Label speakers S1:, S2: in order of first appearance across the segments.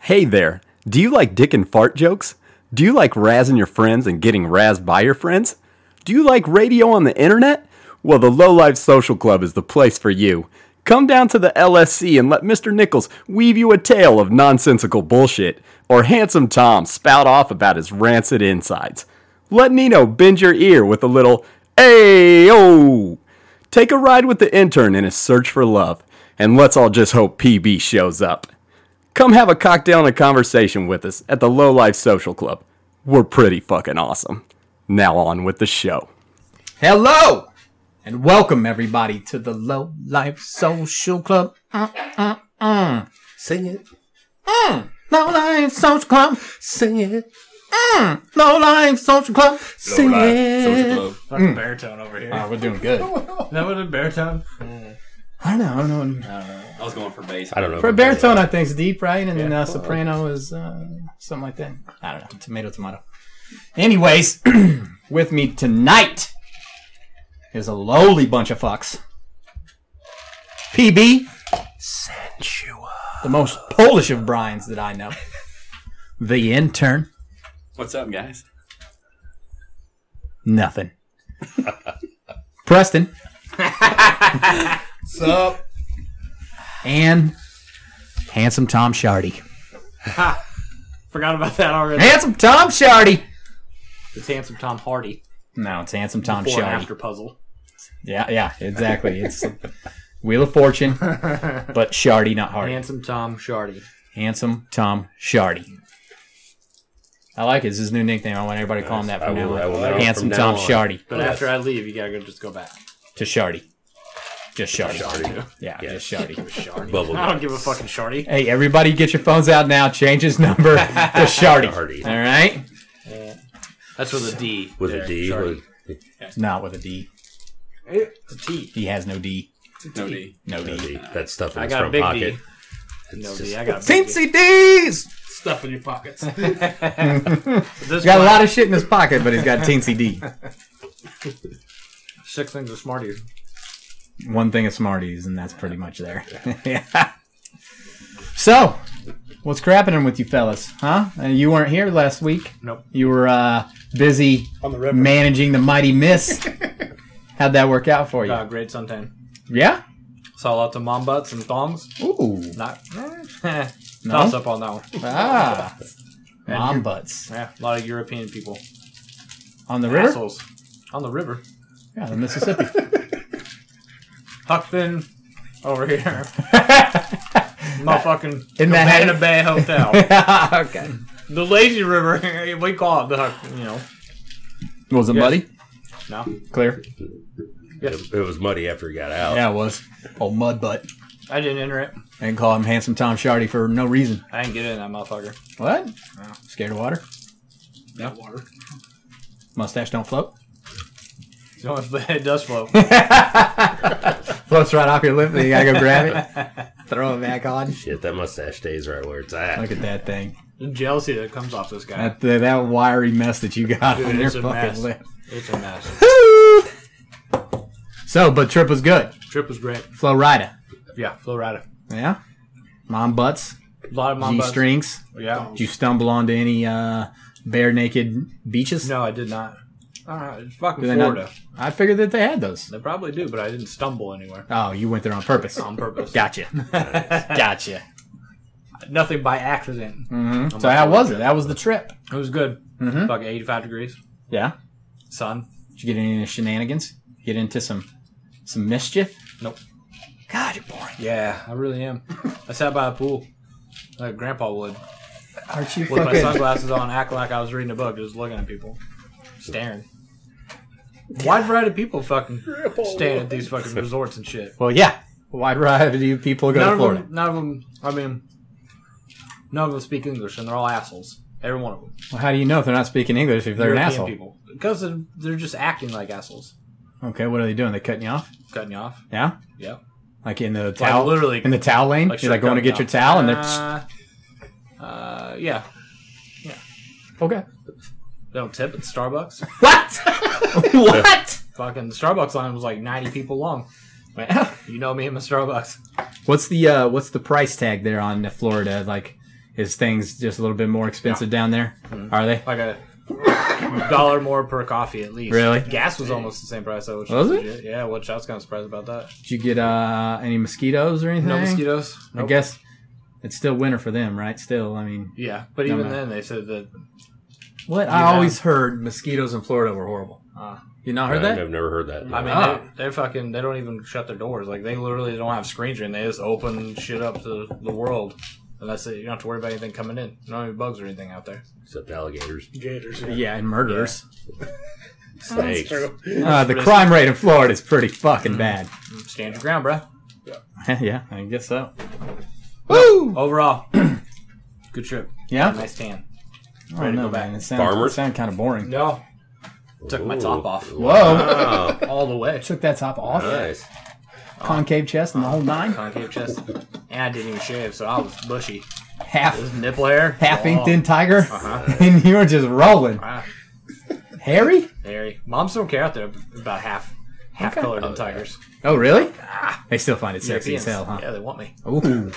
S1: Hey there, do you like dick and fart jokes? Do you like razzing your friends and getting razzed by your friends? Do you like radio on the internet? Well, the Low Life Social Club is the place for you. Come down to the LSC and let Mr. Nichols weave you a tale of nonsensical bullshit, or Handsome Tom spout off about his rancid insides. Let Nino bend your ear with a little, Ayo! Take a ride with the intern in his search for love, and let's all just hope PB shows up. Come have a cocktail and a conversation with us at the Low Life Social Club. We're pretty fucking awesome. Now on with the show.
S2: Hello and welcome everybody to the Low Life Social Club. Uh,
S3: Sing it,
S2: Mm, Low Life Social Club. Mm,
S3: sing it,
S2: Low Life Social Club.
S3: sing it.
S4: Fucking
S5: Hmm.
S4: baritone over here.
S5: Ah,
S2: Oh, we're doing good. I
S4: Is that what a baritone?
S2: don't know. I don't know.
S6: I was going for bass.
S3: I don't know.
S2: For baritone, I think is deep, right? And then uh, soprano is uh, something like that. I don't know. Tomato, tomato. Anyways, with me tonight is a lowly bunch of fucks. PB, the most Polish of Brian's that I know. The intern.
S6: What's up, guys?
S2: Nothing. Preston
S3: What's up?
S2: and handsome Tom Shardy.
S4: Forgot about that already.
S2: Handsome Tom Shardy.
S4: It's handsome Tom Hardy.
S2: No, it's handsome Tom
S4: Before and
S2: Shardy.
S4: after puzzle.
S2: Yeah, yeah, exactly. It's Wheel of Fortune, but Shardy, not Hardy.
S4: Handsome Tom Shardy.
S2: Handsome Tom Shardy. I like it. It's his new nickname. I want everybody to call him that
S3: I
S2: from
S3: will- I
S2: now
S3: will
S2: on.
S3: now-
S2: Handsome
S3: from
S2: Tom
S3: now on.
S2: Shardy
S4: But after I leave, you gotta go just go back.
S2: to Shardy. Just Shardy. Yeah,
S3: Yeah.
S2: just Shardy.
S3: Bubble
S4: I don't give a fucking Shardy.
S2: hey, everybody get your phones out now. Change his number to Shardy.
S3: Shardy.
S2: All right?
S4: That's with a D.
S3: with a
S4: there,
S3: D.
S4: Shardy.
S3: With,
S2: It's not with a D.
S4: It's a T.
S2: He has no D.
S6: No D.
S2: No
S3: with a
S2: D.
S3: D. That stuff in
S4: I
S3: his
S4: got a
S3: front
S4: big
S3: pocket.
S4: D. No D. I got a big D.
S2: Teensy D's!
S4: stuff in your pockets. this
S2: He's got a lot of shit in his pocket, but he's got teensy D.
S4: six things are smarter.
S2: One thing of Smarties, and that's pretty much there. Yeah. So, what's crapping with you fellas? Huh? Uh, you weren't here last week.
S4: Nope.
S2: You were uh, busy managing the mighty miss. How'd that work out for you?
S4: Uh, great suntan.
S2: yeah?
S4: Saw lots of mom butts and thongs.
S2: Ooh.
S4: Not toss up on that one.
S2: Ah. Mom butts.
S4: Yeah, a lot of European people.
S2: On the river?
S4: Assholes. On the river.
S2: Yeah, the Mississippi.
S4: Huck Finn over here. Motherfucking
S2: In
S4: in
S2: that-
S4: Havana Bay Hotel.
S2: okay.
S4: the lazy river. we call it the Huck, you know.
S2: Was it
S4: Yes.
S2: muddy?
S4: No.
S2: Clear?
S3: It, it was muddy after he got out.
S2: Yeah, it was. Old mud butt.
S4: I didn't enter it.
S2: And call him Handsome Tom Shardy for no reason.
S4: I didn't get in that motherfucker.
S2: What? Scared of water?
S4: That water.
S2: Mustache don't float?
S4: So if it does flow.
S2: Floats right off your lip, then you gotta go grab it, throw it back on.
S3: Shit, that mustache stays right where it's at.
S2: Look at that thing.
S4: the jealousy that comes off this guy.
S2: That, that, that wiry mess that you got on your
S4: it's a
S2: fucking
S4: mess.
S2: lip.
S4: It's a mess.
S2: So, but trip was good.
S4: Trip was great.
S2: Flow rider.
S4: Yeah, flow rider.
S2: Yeah? Mom butts,
S4: A lot of mom
S2: G
S4: butts.
S2: strings.
S4: Yeah.
S2: Did you stumble onto any uh, bare naked beaches?
S4: No, I did not. Uh, it's fucking
S2: Do they not-
S4: Florida.
S2: I figured that they had those.
S4: They probably do, but I didn't stumble anywhere
S2: Oh, you went there on purpose.
S4: on purpose.
S2: Gotcha. gotcha.
S4: Nothing by accident.
S2: So, how was it? That was the trip.
S4: It was good.
S2: Mm-hmm.
S4: Fucking 85 degrees.
S2: Yeah?
S4: Sun.
S2: Did you get into any shenanigans? Get into some some mischief?
S4: Nope.
S2: God, you're boring.
S4: Yeah, I really am. I sat by a pool like Grandpa would
S2: Aren't you
S4: with my
S2: fucking-
S4: sunglasses on, acting like I was reading a book, just looking at people, staring. Wide variety of people fucking staring at these fucking resorts and shit.
S2: Well, yeah. Wide variety of people go
S4: None
S2: to
S4: of
S2: Florida.
S4: them, none of them, I mean, none of them speak English, and they're all assholes. Every one of them.
S2: Well, how do you know if they're not speaking English if they're
S4: European
S2: an asshole?
S4: people. Because they're, they're just acting like assholes.
S2: Okay, what are they doing? They cutting you off?
S4: Cutting you off.
S2: Yeah,
S4: Yeah.
S2: like in the towel,
S4: literally-
S2: in the towel lane. You're like
S4: sure,
S2: going to
S4: cutting
S2: get
S4: you
S2: your
S4: off.
S2: towel, and they're
S4: Uh, uh, yeah.
S2: okay.
S4: They don't tip at Starbucks.
S2: What? what?
S4: Fucking the Starbucks line was like 90 people long. You know me and my Starbucks.
S2: what's the uh, what's the price tag there on the Florida? Like, Is things just a little bit more expensive down there?
S4: Mm-hmm.
S2: Are they?
S4: Like a dollar more per coffee at least.
S2: Really?
S4: Gas was almost the same price though. Which
S2: Was it?
S4: legit. Yeah, which I was kind of surprised about that.
S2: Did you get uh, any mosquitoes or anything?
S4: No mosquitoes.
S2: I
S4: Nope.
S2: guess it's still winter for them, right? Still, I mean,
S4: Yeah, but
S2: No,
S4: even
S2: no.
S4: then they said that.
S2: what
S4: Yeah.
S2: I always heard mosquitoes in Florida were horrible.
S4: Uh,
S2: You not heard that?
S3: I've never heard that.
S4: I mean,
S2: Ah.
S4: they, they're fucking. They don't even shut their doors. Like they literally don't have screens or anything. They just open shit up to the world, and that's it. You don't have to worry about anything coming in. No any bugs or anything out there.
S3: except alligators,
S5: Gators.
S2: Yeah, and murderers.
S5: That's
S3: snakes.
S5: true.
S2: Uh, the crime rate in Florida is pretty fucking bad.
S4: Stand your ground, bruh.
S2: yeah, I guess so.
S4: Overall, good trip.
S2: Yeah.
S4: Nice tan.
S2: I don't know, man. It sounds,
S3: Farmer?
S2: it sounds kind of boring.
S4: No, took my top
S3: Ooh.
S4: off
S2: Whoa!
S3: Wow,
S4: all the way.
S2: Took that top off.
S3: nice.
S2: Concave chest and the whole nine.
S4: Concave chest, and I didn't even shave, so I was bushy.
S2: Half
S4: This nipple hair,
S2: half
S4: oh,
S2: inked in tiger,
S4: Uh-huh.
S2: and you were just rolling.
S4: ah,
S2: Harry?
S4: hairy. Moms don't care out there about half, half colored in tigers.
S2: Oh, really? They still find it sexy
S4: Europeans.
S2: as hell, huh?
S4: Yeah, they want me.
S2: Ooh.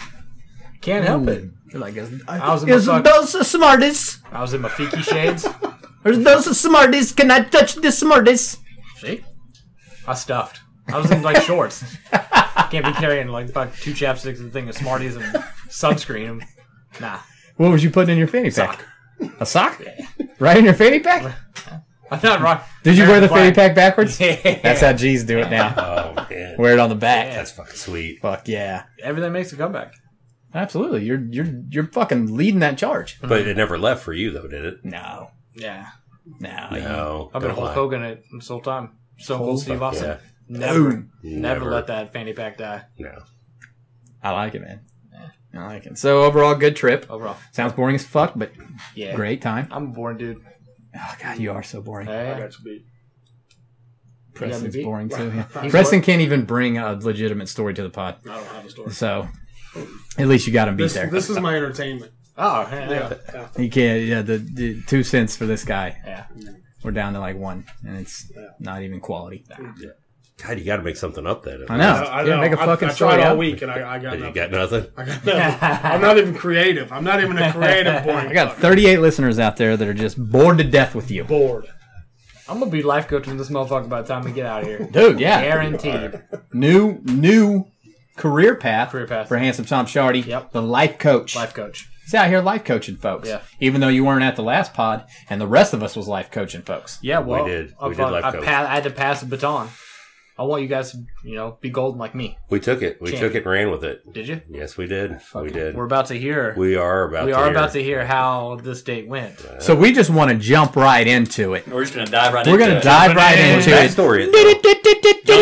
S4: Can't help it.
S2: They're like, is,
S4: I was in my fuck-
S2: those the smartest?
S4: I was in my Fiki shades.
S2: Are those the smartest? Can I touch the smartest?
S4: See? I stuffed. I was in like shorts. Can't be carrying like fuck two chapsticks and a thing of Smarties and sunscreen. Nah.
S2: What was you putting in your fanny pack? A sock? Right in your fanny pack?
S4: I'm not wrong.
S2: Did you wear the fanny
S4: American
S2: pack backwards?
S4: flag.
S2: That's how G's do it now.
S3: Oh man,
S2: Wear it on the back.
S3: that's fucking sweet.
S2: Fuck yeah.
S4: Everything makes a comeback.
S2: Absolutely. You're you're you're fucking leading that charge.
S3: But it never left for you though, did it?
S2: No.
S4: Yeah.
S2: No.
S3: No,
S4: I've been
S3: don't
S4: Hulk
S3: lie.
S4: Hogan it this whole time. So cool Steve
S3: Fuck
S4: Austin.
S3: yeah.
S4: Never, never,
S3: Never
S4: let that fanny pack die.
S3: No.
S2: I like it, man. I like it. So overall good trip.
S4: Overall.
S2: Sounds boring as fuck, but
S4: Oh, Yeah. Uh,
S2: great time.
S4: I'm a born dude.
S2: Oh god, you are so boring.
S5: I
S4: Hey.
S5: got you beat.
S2: Preston's
S4: You got me
S2: boring too. yeah.
S4: He's
S2: Preston can't even bring a legitimate story to the pod.
S5: I don't have a story.
S2: So at least you got him beat
S5: This,
S2: there.
S5: this is my entertainment. Uh,
S4: Oh, hey, hey.
S5: Yeah. yeah.
S2: He can't. Yeah, the, the two cents for this guy.
S4: Yeah.
S2: We're down to like one, and it's not even quality.
S3: God, you got to make something up then.
S2: I know.
S5: I, I
S2: yeah,
S5: know.
S2: make a fucking
S5: I, I
S2: story
S5: tried all
S2: up.
S5: week and I, I got
S3: You
S5: nothing.
S3: got nothing.
S5: I got nothing. I'm not even creative. I'm not even a creative boring.
S2: I got 38 listeners out there that are just bored to death with you,
S5: bored.
S4: I'm gonna be life coaching this motherfucker by the time we get out of here.
S2: dude. Yeah.
S4: Guaranteed.
S2: New new career path,
S4: Career path.
S2: for handsome Tom Shardy.
S4: Yep.
S2: The life coach.
S4: Life coach.
S2: He's out here life coaching folks.
S4: Yeah.
S2: Even though you weren't at the last pod, and the rest of us was life coaching folks.
S4: Yeah, well,
S3: did.
S4: I,
S3: We did life
S4: I,
S3: coach.
S4: pa- I had to pass the baton. I want you guys to, you know, be golden like me.
S3: We took it. We
S4: Champ.
S3: took it and ran with it.
S4: Did you?
S3: Yes, we did. We did.
S4: We're about to hear. We,
S3: We are about. to
S4: are
S3: hear.
S4: about to hear how this date went.
S2: So we just want to jump right into it.
S6: We're just gonna dive right
S2: We're
S6: into
S2: gonna
S6: it.
S2: dive right
S5: in.
S2: into it.
S3: Backstory. though.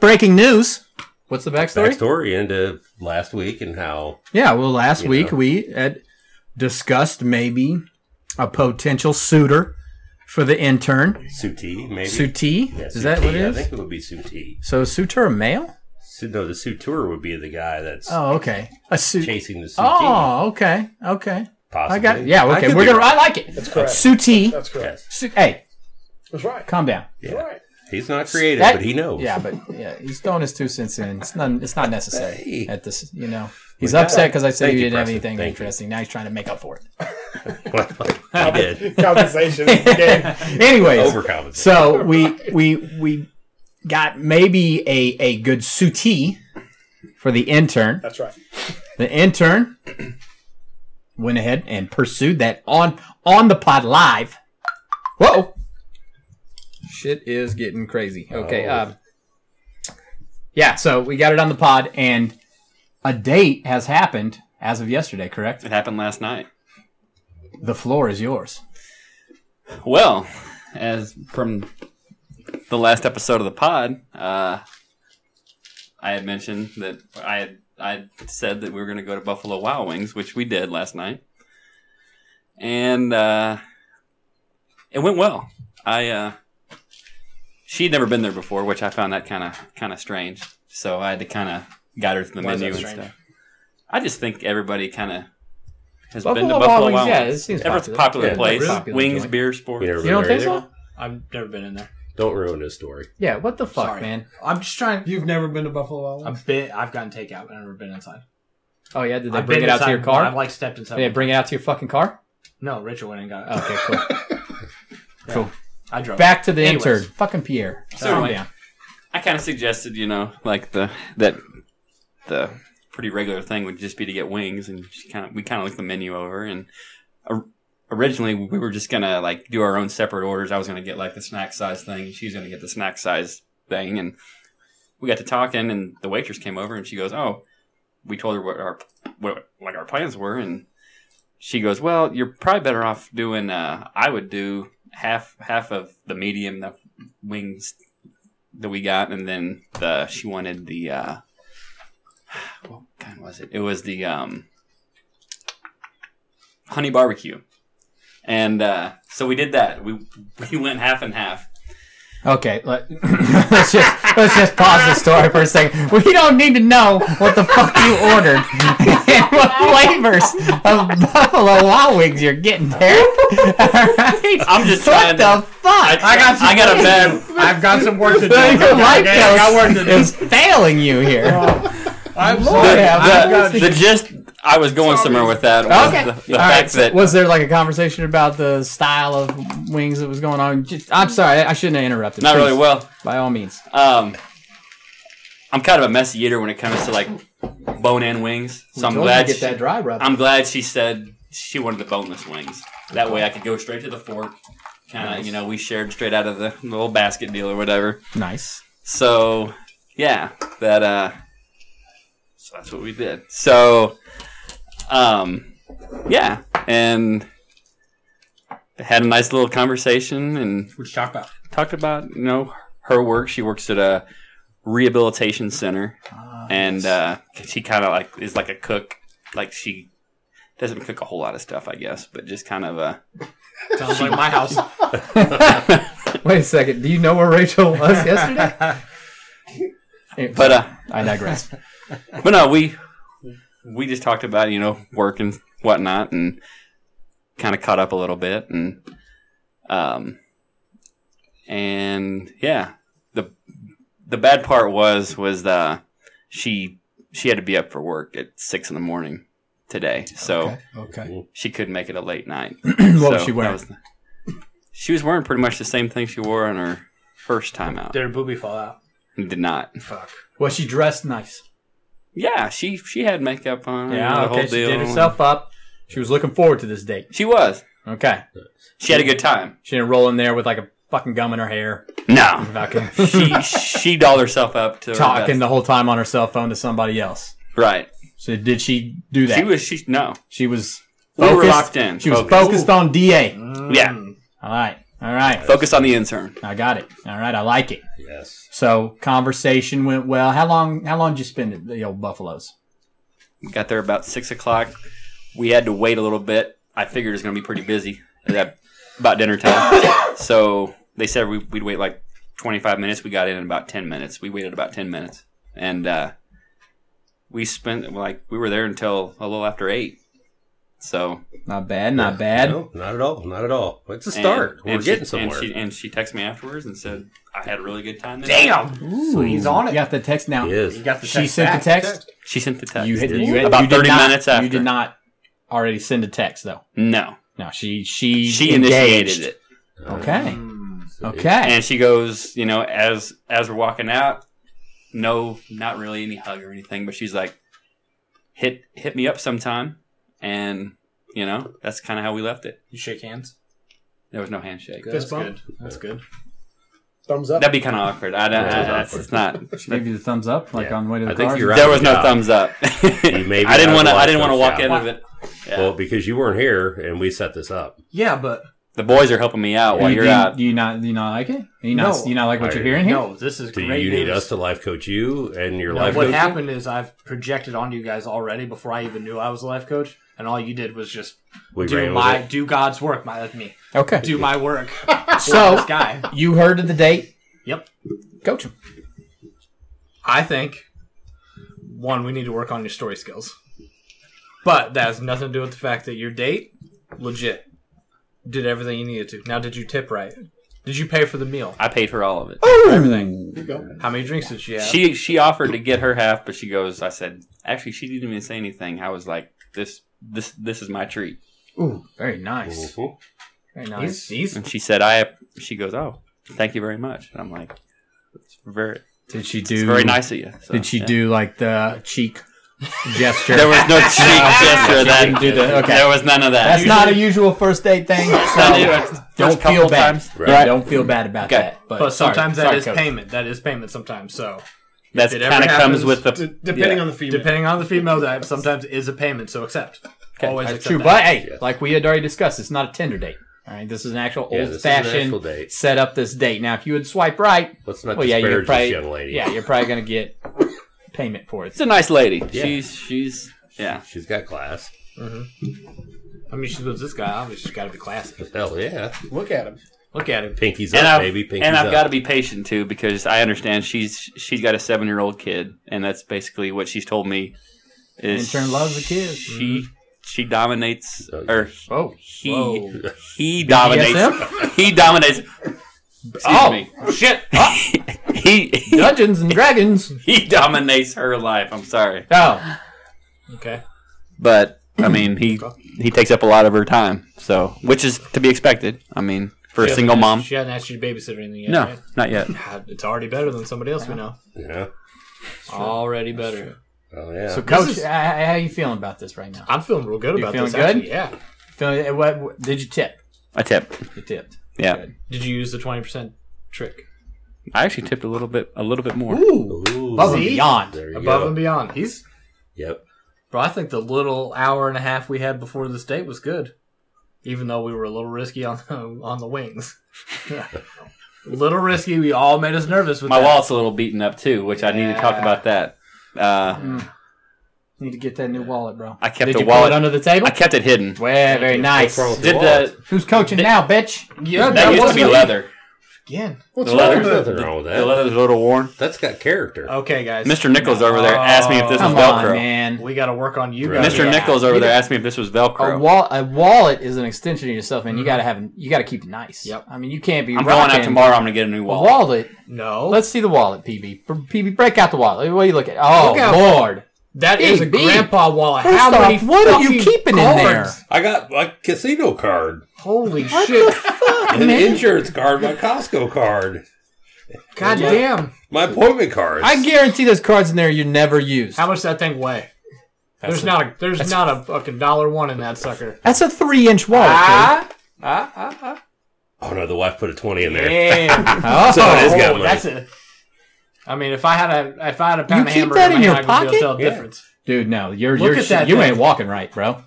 S2: Breaking news. What's the backstory?
S3: Backstory into last week and how
S2: Yeah, well, last
S3: You
S2: week
S3: know.
S2: we had discussed maybe a potential suitor for the intern.
S3: Suti maybe.
S2: Suti?
S3: Yeah,
S2: is that
S3: Suti.
S2: what it
S3: I
S2: is?
S3: think it would be Suti.
S2: So, suitor a male?
S3: Su- no, the Sutor would be the guy that's
S2: Oh, okay. A suit.
S3: chasing the Suti.
S2: Oh, okay. Okay.
S3: possibly.
S2: I got Yeah,
S3: I
S2: okay.
S3: could
S2: We're
S3: be
S2: going to.
S3: wrong.
S2: I like it.
S5: That's correct.
S2: Suti.
S5: That's correct.
S2: Su- hey,
S5: That's right.
S2: calm down.
S5: That's right.
S3: He's not creative,
S2: That-
S3: but he knows.
S2: Yeah, but yeah, he's throwing his two cents in. It's not. It's not necessary
S3: Hey.
S2: at this. You know, he's
S3: got
S2: upset
S3: it.
S2: because I said you
S3: Thank you,
S2: didn't have
S3: Preston.
S2: anything
S3: Thank you.
S2: interesting. Now he's trying to make up for it.
S3: he did.
S5: Compensation is the game.
S2: Anyways,
S3: Overcompensate.
S2: so we we we got maybe a a good suitee for the intern.
S5: That's right.
S2: The intern went ahead and pursued that on on the pod live. Whoa. Shit is getting crazy. Okay.
S3: Oh.
S2: Um, yeah, so we got it on the pod, and a date has happened as of yesterday, correct?
S6: It happened last night.
S2: The floor is yours.
S6: Well, as from the last episode of the pod, uh, I had mentioned that I had I had said that we were going to go to Buffalo Wild Wings, which we did last night, and uh, it went well. I uh, she'd never been there before, which I found that kind of kind of strange. So I had to kind of guide her through the
S4: Why is that
S6: menu and
S4: strange?
S6: stuff. I just think everybody kind of has been to
S2: Buffalo Wild
S6: Buffalo
S2: Wings,
S6: Wild
S2: yeah,
S6: Wings.
S2: it seems
S6: Ever- it's a
S2: popular.
S6: popular
S3: Yeah,
S6: place.
S2: really popular
S6: Wings,
S2: joint.
S6: beer, sports.
S3: You never
S2: You don't
S3: been there
S2: think
S3: either?
S2: so?
S4: I've never been in there.
S3: Don't ruin his story.
S2: Yeah, what the fuck,
S4: Sorry.
S2: man?
S4: I'm just trying.
S5: You've never been to Buffalo Wild Wings?
S4: I've been. I've gotten takeout. I've never been inside.
S2: Oh yeah, did they
S4: I've
S2: bring
S4: been
S2: it out to
S4: inside-
S2: your car?
S4: I've like stepped inside.
S2: Did they bring it out to your fucking car?
S4: no, Rachel went and got it.
S2: Okay, cool.
S4: I drove.
S2: Back to the
S4: Anyways.
S2: intern. Fucking Pierre.
S6: So
S2: Calm
S6: anyway.
S2: down.
S6: I kind of suggested, you know, like the that the pretty regular thing would just be to get wings, and she kind of we kind of looked the menu over, and or- originally we were just gonna like do our own separate orders. I was gonna get like the snack size thing, and she's gonna get the snack size thing, and we got to talking, and the waitress came over, and she goes, "Oh," we told her what our what like our plans were, and she goes, "Well, you're probably better off doing. Uh, I would do half half of the medium, the wings that we got, and then the she wanted the uh, what kind was it? It was the um, honey barbecue, and uh, so we did that. We we went half and half.
S2: Okay, let, us just let's just pause the story for a second. We don't need to know what the fuck you ordered and what flavors of Buffalo Wild Wings you're getting there. All right.
S6: I'm just
S2: what
S6: trying to-
S2: the fuck?
S6: I got I got a bad.
S4: I've got some work to do.
S2: Your life
S4: Okay, I got work
S2: coach
S4: to do.
S2: is failing you here.
S4: I'm
S6: The,
S2: Lord.
S4: sorry.
S2: Oh, Yeah, I've got-
S6: the, the gist I was going somewhere with that was
S2: Okay.
S6: the, the
S2: All
S6: fact
S2: right, so
S6: that
S2: was there like a conversation about the style of wings that was going on? Just, I'm sorry, I shouldn't have interrupted.
S6: not really
S2: Please,
S6: well.
S2: By all means.
S6: Um, I'm kind of a messy eater when it comes to like bone-in wings, so I'm
S2: Told you
S6: glad
S2: to
S6: she-
S2: get that dry rub.
S6: I'm glad she said she wanted the boneless wings. That way I could go straight to the fork. Kind of, you know, we shared straight out of the little basket deal or whatever.
S2: nice.
S6: So, yeah, that uh, so that's what we did. So, um, yeah, and had a nice little conversation and
S4: Which talk about?
S6: talked about you know her work. She works at a rehabilitation center, and uh, she kind of like is like a cook. Like she doesn't cook a whole lot of stuff, I guess, but just kind of a
S4: Sounds like my house.
S2: Wait a second. Do you know where Rachel was yesterday?
S6: but uh,
S2: I digress.
S6: but no, we we just talked about you know work and whatnot, and kind of caught up a little bit, and um, and yeah, the the bad part was was uh she she had to be up for work at six in the morning today, so
S2: Okay.
S6: she couldn't make it a late night.
S2: what
S6: So
S2: was she
S6: that
S2: wearing?
S6: was the- she was wearing pretty much the same thing she wore on her first time out.
S4: Did her boobie fall out?
S6: Did not.
S4: Fuck.
S2: Was she dressed nice?
S6: Yeah, she she had makeup on.
S2: Yeah.
S6: the whole
S2: Okay. She
S6: deal.
S2: did herself up. She was looking forward to this date.
S6: She was.
S2: Okay.
S6: She had a good time.
S2: She didn't roll in there with like a fucking gum in her hair.
S6: No,
S2: Fucking
S6: she she dolled herself up to her
S2: talking
S6: best.
S2: the whole time on her cell phone to somebody else.
S6: right.
S2: So did she do that?
S6: She was she no.
S2: She was
S6: We were
S2: focused.
S6: locked in.
S2: She was focused on DA.
S6: Yeah,
S2: All right. All right.
S6: focused on the intern.
S2: I got it. All right. I like it.
S3: Yes.
S2: So conversation went well. How long? How long did you spend at the old Buffaloes?
S6: We got there about six o'clock. We had to wait a little bit. I figured it was gonna be pretty busy at about dinner time. so they said we, we'd wait like twenty five minutes. We got in in about ten minutes. We waited about ten minutes, and uh, we spent like we were there until a little after eight. So
S2: Not bad. Not bad.
S3: No, not at all. Not at all. It's a
S6: and-
S3: start. We're
S6: and she-
S3: getting somewhere.
S6: And she, and she texted me afterwards and said I had a really good time.
S4: Damn.
S2: So he's
S4: on it.
S2: You got the text now.
S3: He is.
S4: got the
S2: She sent the text.
S6: She sent the text.
S2: You hit.
S3: did.
S2: You hit
S6: Uh, About
S2: you did
S6: 30
S2: not-
S6: minutes after.
S2: You did not already send a text though.
S6: No,
S2: No, she she
S6: she
S2: engaged.
S6: initiated it.
S2: Okay.
S3: So it-
S2: Okay.
S6: and she goes, you know, as as we're walking out, no, not really any hug or anything, but she's like, hit hit me up sometime, and you know, that's kind of how we left it.
S4: You shake hands.
S6: There was no handshake.
S5: Fist bump.
S4: That's good.
S5: Thumbs up.
S6: That'd be kind of awkward. I don't.
S3: Yeah,
S6: I-
S3: that's
S6: it's not.
S2: She gave you the thumbs up, like
S3: Yeah.
S2: on the way to the
S3: I think
S2: car.
S3: you're right.
S6: There was no
S3: Yeah.
S6: thumbs up.
S3: maybe
S6: I didn't
S3: not
S6: want to.
S3: the
S6: I didn't
S3: last
S6: want to walk
S3: thumbs
S6: out
S3: down.
S6: of it. Yeah.
S3: Well, because you weren't here and we set this up.
S4: Yeah, but
S6: the boys are helping me out while
S2: Do
S6: you're
S2: you,
S6: out.
S2: Do you not? Do you not like it? Do you not?
S4: No.
S2: Do you not like what
S3: I-
S2: you're hearing here?
S4: no, this is
S3: Do
S4: great.
S3: you need
S4: news.
S3: us to life coach you and your
S4: No,
S3: life
S4: what
S3: coach?
S4: happened is I've projected onto you guys already before I even knew I was a life coach, and all you did was just
S3: We
S4: do
S3: ran
S4: my
S3: with it.
S4: do God's work. My that's me.
S2: Okay.
S4: Do my work.
S2: So-
S4: this guy.
S2: You heard of the date?
S4: Yep.
S2: Coach him.
S4: I think one, we need to work on your story skills, but that has nothing to do with the fact that your date legit did everything you needed to. Now, did you tip right? Did you pay for the meal?
S6: I paid her all of it.
S4: Oh,
S7: Everything.
S5: go.
S4: How many drinks did she have?
S6: She she offered to get her half, but she goes. I said, actually, she didn't even say anything. I was like, this this this is my treat,
S2: Ooh, very nice.
S3: Mhm.
S2: Very nice.
S4: He's-
S6: and she said, I. She goes, oh, thank you very much, and I'm like, it's very
S2: Did she
S6: it's
S2: do?
S6: very nice of you. So,
S2: Did she
S6: yeah.
S2: do like the cheek gesture?
S6: There was no cheek gesture. of That
S2: do that. Okay.
S6: There was none of that.
S2: That's not a usual first date thing.
S6: It's not new. It's the
S2: Don't
S6: first couple
S2: feel bad.
S6: times.
S3: Right.
S2: Right. Don't feel bad about
S6: Okay.
S2: that. But,
S4: But sometimes
S2: sorry,
S4: that is
S2: sorry, Cody.
S4: payment. That is payment sometimes. So
S6: That
S4: it ever
S6: kind of comes
S4: happens,
S6: with the
S5: D- depending
S6: yeah.
S5: on the female.
S4: depending on the female, that sometimes is a payment. So accept. Always
S2: That's
S4: accept
S2: true.
S4: that.
S2: But hey,
S3: Yes.
S2: like we had already discussed, it's not a Tinder date. All right, this is an actual
S3: Yeah, this
S2: old
S3: is an
S2: fashioned
S3: actual date.
S2: set up this date. Now, if you would swipe right,
S3: Let's not
S2: well, yeah, you're
S3: disparage
S2: probably
S3: this young lady.
S2: yeah, you're probably gonna get payment for it.
S6: It's a nice lady.
S3: Yeah.
S6: She's she's yeah.
S3: She's got class.
S4: I mean, she's with this guy. Obviously, she's got to be classy.
S3: Hell yeah.
S5: Look at him.
S4: Look at him.
S3: Pinky's
S6: and
S3: up,
S6: I've,
S3: baby. Pinky's
S6: and I've
S3: up.
S6: got to be patient too because I understand she's she's got a seven year old kid, and that's basically what she's told me.
S2: In
S6: Is
S2: turn, loves the kids.
S6: she she dominates
S3: Oh,
S6: or
S2: Oh,
S6: he he dominates he dominates. Excuse
S2: Oh.
S6: me. shit! he he,
S2: Dungeons and Dragons.
S6: he dominates her life. I'm sorry,
S2: Oh,
S4: Okay.
S6: but I mean he he takes up a lot of her time, so which is to be expected. I mean for a single mom.
S4: She hasn't asked you to babysit or anything yet.
S6: No,
S4: right?
S6: not yet.
S4: God, it's already better than somebody else we know.
S3: Yeah.
S4: Already better.
S3: Oh, yeah.
S2: so coach, h- h- how you feeling about this right now?
S4: I'm feeling real good
S2: You
S4: about
S2: feeling
S4: this.
S2: good?
S4: actually. Yeah.
S2: Feeling, eh, what, what- did you tip?
S6: I tip.
S2: You tipped.
S6: Yeah,
S2: Good.
S4: Did you use the twenty percent trick?
S6: I actually tipped a little bit a little bit more.
S3: Ooh.
S2: Above and
S4: See?
S2: beyond.
S3: There you
S4: Above
S3: go.
S4: and beyond. He's
S3: Yep.
S4: bro. I think the little hour and a half we had before this date was good, even though we were a little risky on the, on the wings. little risky. We all made us nervous with
S6: My
S4: that.
S6: wallet's a little beaten up too, which I need to talk
S4: Yeah.
S6: about that. Uh,
S2: Mm. Need to get that new wallet, bro.
S6: I kept
S2: Did
S6: a
S2: you
S6: wallet-
S2: pull it under the table.
S6: I kept it hidden.
S2: Well, very nice.
S3: wrong with
S6: Did
S3: wallet?
S6: the
S2: Who's coaching now, bitch?
S4: Yeah,
S6: that used to be leather?
S4: again.
S5: What's
S6: The
S5: wrong
S6: leather-
S5: with
S3: There's
S5: that?
S3: nothing wrong with
S6: The
S3: that.
S6: leather's a little worn.
S3: That's got character.
S4: Okay, guys.
S6: Mr. Nichols over there asked me if this was
S2: Come on,
S6: Velcro.
S2: man.
S4: We got to work on you
S3: Right.
S4: guys.
S6: Mr.
S2: Yeah.
S6: Nichols over
S2: You
S6: there asked me if this was Velcro.
S2: A, wall, a wallet is an extension of yourself, and you gotta have, you gotta keep it nice.
S4: Mm-hmm. Yep.
S2: I mean, you can't be.
S6: I'm going
S2: rocking
S6: out tomorrow. I'm gonna get a new
S2: A
S6: wallet.
S2: wallet.
S4: No,
S2: Let's see the wallet, PB. P- PB, break out the wallet. What are you looking at? Oh
S4: Look out.
S2: Lord!
S4: that is a
S2: Big B.
S4: grandpa wallet.
S2: First
S4: How
S2: off,
S4: many
S2: what are you
S4: fucking
S2: keeping in there?
S4: cards?
S3: I got my casino card,
S4: Holy shit!
S3: an insurance card, my Costco card,
S4: God damn!
S3: my appointment cards.
S2: I guarantee there's cards in there you never use.
S4: How much does that thing weigh? there's
S2: a-
S4: not a there's not a fucking dollar one in that sucker.
S2: That's a three-inch wallet.
S3: oh no, the wife put a twenty in there.
S4: Damn!
S2: dude. Oh,
S3: So it is got
S4: oh,
S3: money.
S4: that's it. I mean, if I had a if I had a pound
S2: You
S4: of
S2: keep
S4: hamburger,
S2: that in
S4: my
S2: your
S4: hand, I could be able to
S3: pocket?
S4: tell the
S3: Yeah.
S4: difference.
S2: dude, no, you're
S4: Look
S2: you're
S4: at that
S2: you
S4: thing.
S2: ain't walking right, bro.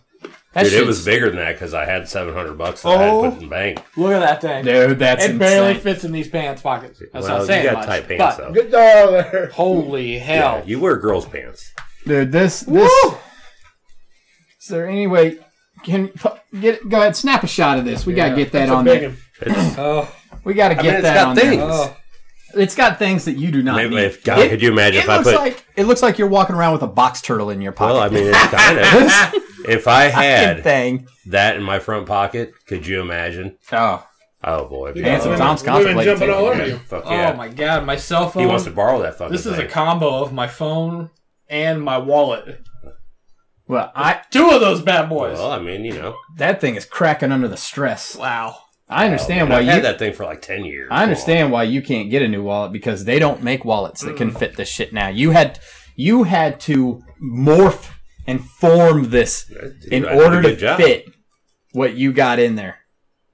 S2: That
S3: Dude, it
S2: shit's-
S3: was bigger than that because I had seven hundred bucks that I
S4: Oh.
S3: had put in the bank.
S4: Look at that thing.
S2: dude. That's
S4: it barely
S2: insane.
S4: fits in these pants pockets. That's
S3: well,
S4: not saying
S3: you got
S4: much.
S3: tight pants
S4: but
S3: though.
S5: Good dog there.
S4: holy hell!
S3: Yeah, you wear girls' pants.
S2: Dude, this this. Is there any way? Can get go ahead, snap a shot of this. We gotta get that
S5: That's a
S2: on
S5: big
S2: there.
S5: one.
S3: It's,
S4: Oh,
S2: We gotta
S3: I
S2: get
S3: mean, it's
S2: that
S3: got
S2: on
S3: things.
S2: there. It's got things that you do not
S3: Maybe
S2: need.
S3: if God,
S2: It-
S3: could you imagine
S2: it
S3: if I
S2: looks
S3: put?
S2: like it looks like you're walking around with a box turtle in your pocket.
S3: well, I mean, it's kind of. if I
S2: Fucking
S3: had
S2: thing.
S3: that in my front pocket, could you imagine?
S2: Oh,
S3: Oh boy,
S5: You
S3: it'd be
S5: got
S2: Handsome
S5: women-
S2: Tom's
S5: women
S2: contemplating
S5: jumping all
S2: taking
S5: over you.
S3: Fuck
S4: oh
S3: yeah.
S4: my god! My cell phone.
S3: He wants to borrow that fucking
S4: this is
S3: thing.
S4: a combo of my phone and my wallet.
S2: well, I
S4: Two of those bad boys.
S3: well, I mean, you know,
S2: that thing is cracking under the stress.
S4: Wow.
S2: I understand
S3: And Oh, I've
S2: why you.
S3: had that thing for like ten years.
S2: I understand why you can't get a new wallet because they don't make wallets that
S3: Mm.
S2: can fit this shit now. You had you had to morph and form this
S3: Dude,
S2: in
S3: I did a
S2: order to
S3: good job.
S2: fit what you got in there,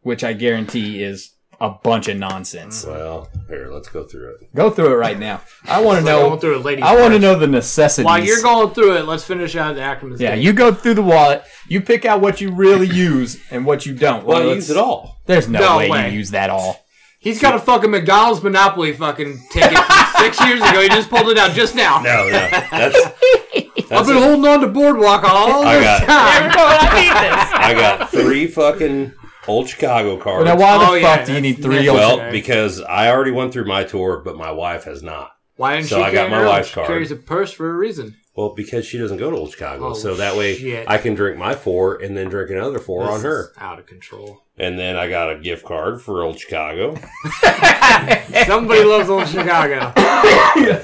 S2: which I guarantee is a bunch of nonsense.
S3: Well, here, let's go through it.
S2: Go through it right now. I want to
S4: Going
S2: know.
S4: through it, ladies.
S2: I want to
S4: first.
S2: know the necessities.
S4: While you're going through it, let's finish out the Ackerman's.
S2: yeah,
S4: thing.
S2: you go through the wallet. You pick out what you really use and what you don't.
S3: Well, I
S2: Let's-
S3: use it all.
S2: There's no,
S4: No
S2: way,
S4: way.
S2: you use that all.
S4: He's got a fucking McDonald's Monopoly fucking ticket from six years ago. He just pulled it out just now.
S3: No, no, that's.
S4: I've
S3: that's
S4: been
S3: it.
S4: holding on to Boardwalk all
S3: I
S4: this
S3: got it.
S4: time.
S3: I got three fucking old Chicago cards.
S2: Now, why the
S4: Oh, yeah,
S2: fuck do you
S4: that's-
S2: need three?
S4: that's-
S2: old-
S3: well, because I already went through my tour, but my wife has not.
S4: Why didn't
S3: So
S4: she
S3: I got
S4: carry
S3: my
S4: her own?
S3: wife's
S4: She
S3: card.
S4: carries a purse for a reason.
S3: Well, because she doesn't go to Old Chicago,
S4: Oh,
S3: so that way
S4: shit.
S3: I can drink my four and then drink another four
S4: This
S3: on her.
S4: is out of control.
S3: And then I got a gift card for Old Chicago,
S4: Somebody loves old Chicago.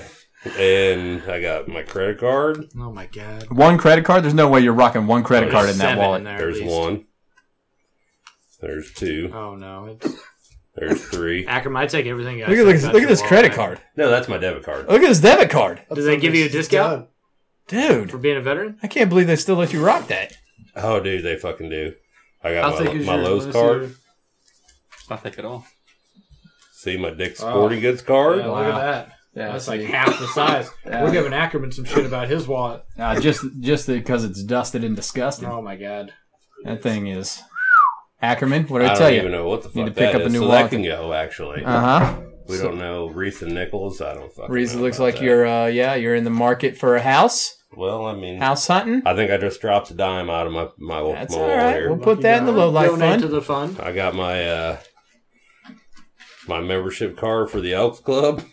S3: and I got my credit card.
S4: Oh my god.
S2: One credit card? There's no way you're rocking one credit card
S4: There's
S2: in that
S4: seven
S2: wallet.
S4: in there at
S3: There's
S4: least.
S3: one. There's two.
S4: Oh no. It's,
S3: There's three.
S4: Akram, I take everything.
S2: Look at, look, at- look at this credit card.
S3: No, that's my debit card.
S2: Look at this debit card.
S4: Do they give you a discount for
S2: Dude,
S4: being a veteran?
S2: I can't believe they still let you rock that.
S3: Oh, dude, they fucking do. I
S4: I'll
S3: got
S4: take
S3: my,
S4: as
S3: my
S4: your-
S3: Lowe's
S4: as
S3: card.
S4: your-
S6: It's not thick at all.
S3: See my Dick's
S2: Oh.
S3: Sporting Goods card.
S4: Yeah, Look at that.
S2: Yeah,
S4: That's like half the size.
S2: Yeah.
S4: We're giving Ackerman some shit about his wallet.
S2: uh, just just because it's dusted and disgusting.
S4: Oh my god.
S2: That thing is. Ackerman, what did
S3: I,
S2: I,
S3: don't
S2: tell
S3: even
S2: you?
S3: know what the
S2: Need
S3: fuck
S2: to pick
S3: that
S2: up a
S3: is.
S2: new
S3: so
S2: wallet.
S3: that can go. Actually,
S2: Uh huh.
S3: we don't know Reese and Nichols. I don't fucking.
S2: Reese
S3: know
S2: looks
S3: about
S2: like
S3: that.
S2: you're uh yeah you're in the market for a house
S3: Well, I mean,
S2: house hunting.
S3: I think I just dropped a dime out of my my, my
S2: That's all
S3: wallet
S2: right.
S3: here.
S2: We'll put that in the low life
S4: Donate to
S2: fund.
S4: the Oh, fund.
S3: I got my uh my membership card for the Elks Club.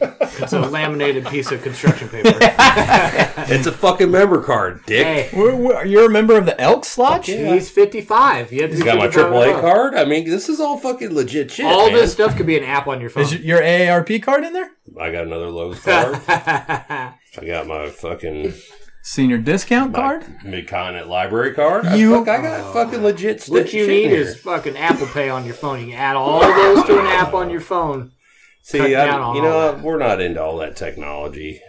S4: It's a laminated piece of construction paper.
S3: It's a fucking member card, dick.
S4: hey,
S2: We're, we're, you're a member of the Elks Lodge.
S4: he's 55. You have to
S3: You
S4: be
S3: got my
S4: 55 and
S3: AAA
S4: above.
S3: card. I mean, this is all fucking legit shit.
S4: All
S3: man.
S4: this stuff could be an app on your phone.
S2: Is your AARP card in there?
S3: I got another Lowe's card. I got my fucking
S2: Senior discount card.
S3: Mid Continent Library card. I,
S2: You-
S3: fuck, I got fucking legit stuff.
S4: Oh. what you need is fucking Apple Pay on your phone. You can add all those to an app on your phone. cut
S3: see,
S4: down
S3: I,
S4: on
S3: you know,
S4: all
S3: what? we're not into all that technology.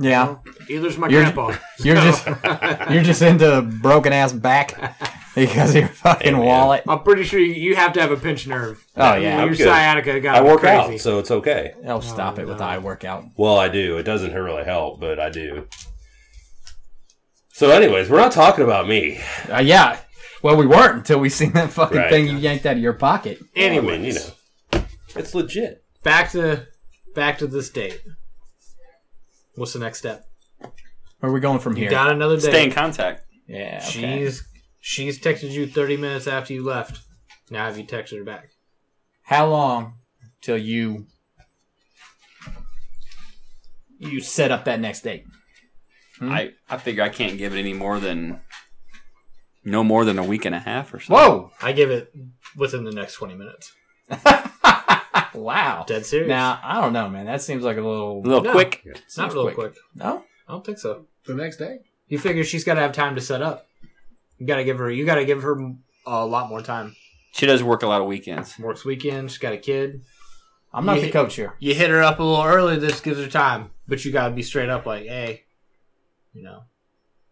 S2: Yeah,
S4: Either's my
S2: You're-
S4: grandpa.
S2: you're just you're just into broken ass back because of your fucking
S3: man.
S2: wallet.
S4: I'm pretty sure you- you have to have a pinched nerve.
S2: Oh yeah,
S3: I'm
S4: your
S3: good.
S4: sciatica got
S3: I work
S4: crazy.
S3: out, so it's okay.
S2: oh stop it with the I workout.
S3: Well, I do. It doesn't really help, but I do. So, anyways, we're not talking about me.
S2: Uh, yeah, well we weren't until we seen that fucking
S3: Right.
S2: thing you yanked out of your pocket.
S3: I mean, you know, it's legit.
S4: back to back to this date. What's the next step?
S2: Where are we going from here?
S4: Got another date.
S6: Stay in contact.
S2: yeah, okay.
S4: She's she's texted you 30 minutes after you left. Now have you texted her back?
S2: How long till you you set up that next date? Hmm?
S6: I, I figure I can't give it any more than no more than a week and a half or something.
S2: Whoa!
S4: I give it within the next 20 minutes.
S2: Wow.
S4: Dead serious.
S2: Now I don't know, man. That seems like a little
S6: A little
S4: No.
S6: quick.
S4: it's not real quick.
S2: no.
S4: I don't think so.
S7: The next day?
S4: You figure she's got to have time to set up. You got to give her you got to give her a lot more time.
S6: She does work a lot of weekends.
S4: Works weekend, she's got a kid.
S2: I'm not
S4: You-
S2: the coach here.
S4: You hit her up a little early, this gives her time, but you got to be straight up like, "Hey, you know,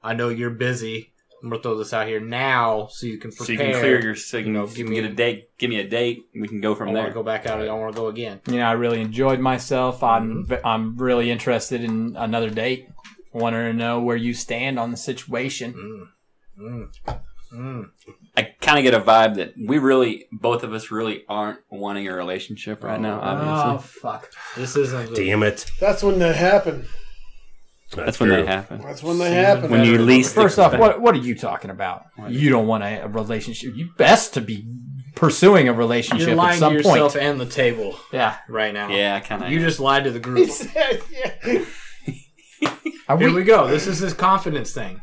S4: I know you're busy. I'm going to throw this out here now so you can prepare.
S6: So you can clear your signal.
S4: give
S6: give
S4: me-
S6: me get a date. Give me a date. We can go
S4: I
S6: from
S4: want
S6: there.
S4: to go back out. I don't want to go again.
S2: You know, I really enjoyed myself. I'm
S4: Mm-hmm.
S2: ve- I'm really interested in another date. Want her to know where you stand on the situation.
S4: Mm-hmm.
S6: I kind of get a vibe that we really, both of us, really aren't wanting a relationship right now. Obviously,
S2: Oh fuck!
S4: This isn't the
S3: Damn it.
S5: That's when that happened.
S6: that's when that
S3: true.
S6: happened.
S5: That's when that happened.
S6: When you least
S2: First
S6: expect-
S2: off, what what are you talking about? You don't want a, a relationship. You best to be pursuing a relationship
S4: You're
S2: at
S4: lying to
S2: some
S4: yourself
S2: point.
S4: and the table
S2: Yeah.
S4: right now.
S6: Yeah, I kind of.
S4: You just lied to the group.
S5: yeah.
S2: Are
S4: Here
S2: we
S4: we go. This is this confidence thing.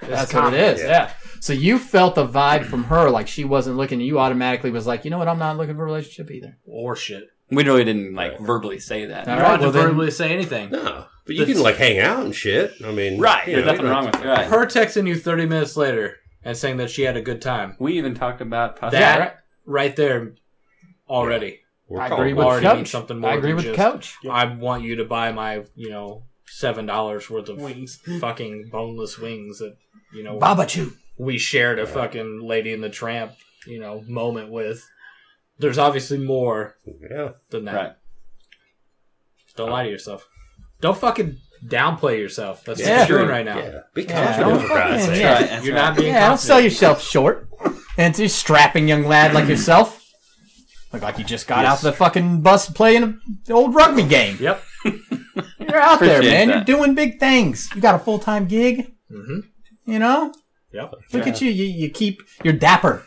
S4: This
S2: That's what it is.
S4: confidence.
S2: Yeah. So you felt the vibe from her, like she wasn't looking. and You automatically was like, you know what? I'm not looking for a relationship either.
S4: Or shit.
S6: we really didn't like verbally say that.
S2: All
S4: I
S2: right. Well,
S4: don't have to
S2: then,
S4: verbally say anything.
S3: No. But you can, like, hang out and shit. I mean,
S6: Right,
S3: you
S6: there's
S3: know,
S6: nothing wrong with right.
S4: Her texting you 30 minutes later and saying that she had a good time.
S6: We even talked about possibly.
S4: That
S2: right.
S4: right. there already.
S3: We're
S2: I
S3: calling
S2: agree with
S3: bullshit.
S4: Already means
S2: coach.
S4: something more
S2: I agree
S4: than
S2: with
S4: just-
S2: coach.
S4: I want you to buy my, you know, seven dollars worth of wings. fucking boneless wings that you know
S2: Baba Chew.
S4: we shared a fucking Lady in the Tramp, you know, moment with. There's obviously more
S3: Yeah.
S4: than that.
S6: Right.
S4: Don't lie to yourself. Don't fucking downplay yourself. That's
S2: Yeah.
S4: what you're doing right now.
S3: Yeah. Be
S2: Yeah,
S3: confident
S2: don't
S3: for God's
S2: fucking-
S3: sake.
S2: yeah.
S6: Right, that's
S4: You're
S6: right.
S4: not being
S2: Yeah, don't sell
S4: confident.
S2: yourself short. And to a strapping young lad like yourself, look like you just got out the fucking bus playing an old rugby game.
S4: Yep.
S2: You're out there,
S6: Appreciate
S2: man.
S6: that.
S2: You're doing big things. You got a full time gig.
S4: Mhm.
S2: You know,
S4: Yep.
S2: look at you. You you keep. You're dapper.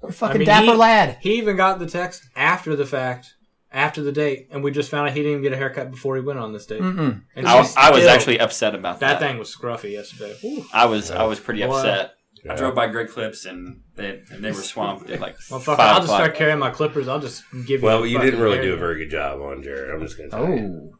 S2: You're a fucking
S4: I mean,
S2: dapper
S4: he-
S2: lad.
S4: He even got the text after the fact, after the date, and we just found out he didn't even get a haircut before he went on this date.
S2: Mm-mm.
S4: And
S6: I,
S4: she's
S6: I was
S4: still-
S6: actually upset about
S4: that
S6: that.
S4: thing was scruffy yesterday. Ooh,
S6: I was I was pretty
S4: Boy.
S6: upset.
S3: Yeah.
S6: I drove by Great Clips and they and they were swamped at like
S4: well, fuck,
S6: five o'clock.
S4: it, I'll just start carrying my clippers. I'll just give you.
S3: Well,
S4: a
S3: you didn't
S4: fucking
S3: really
S4: hair.
S3: do a very good job on Jared. I'm just gonna tell you.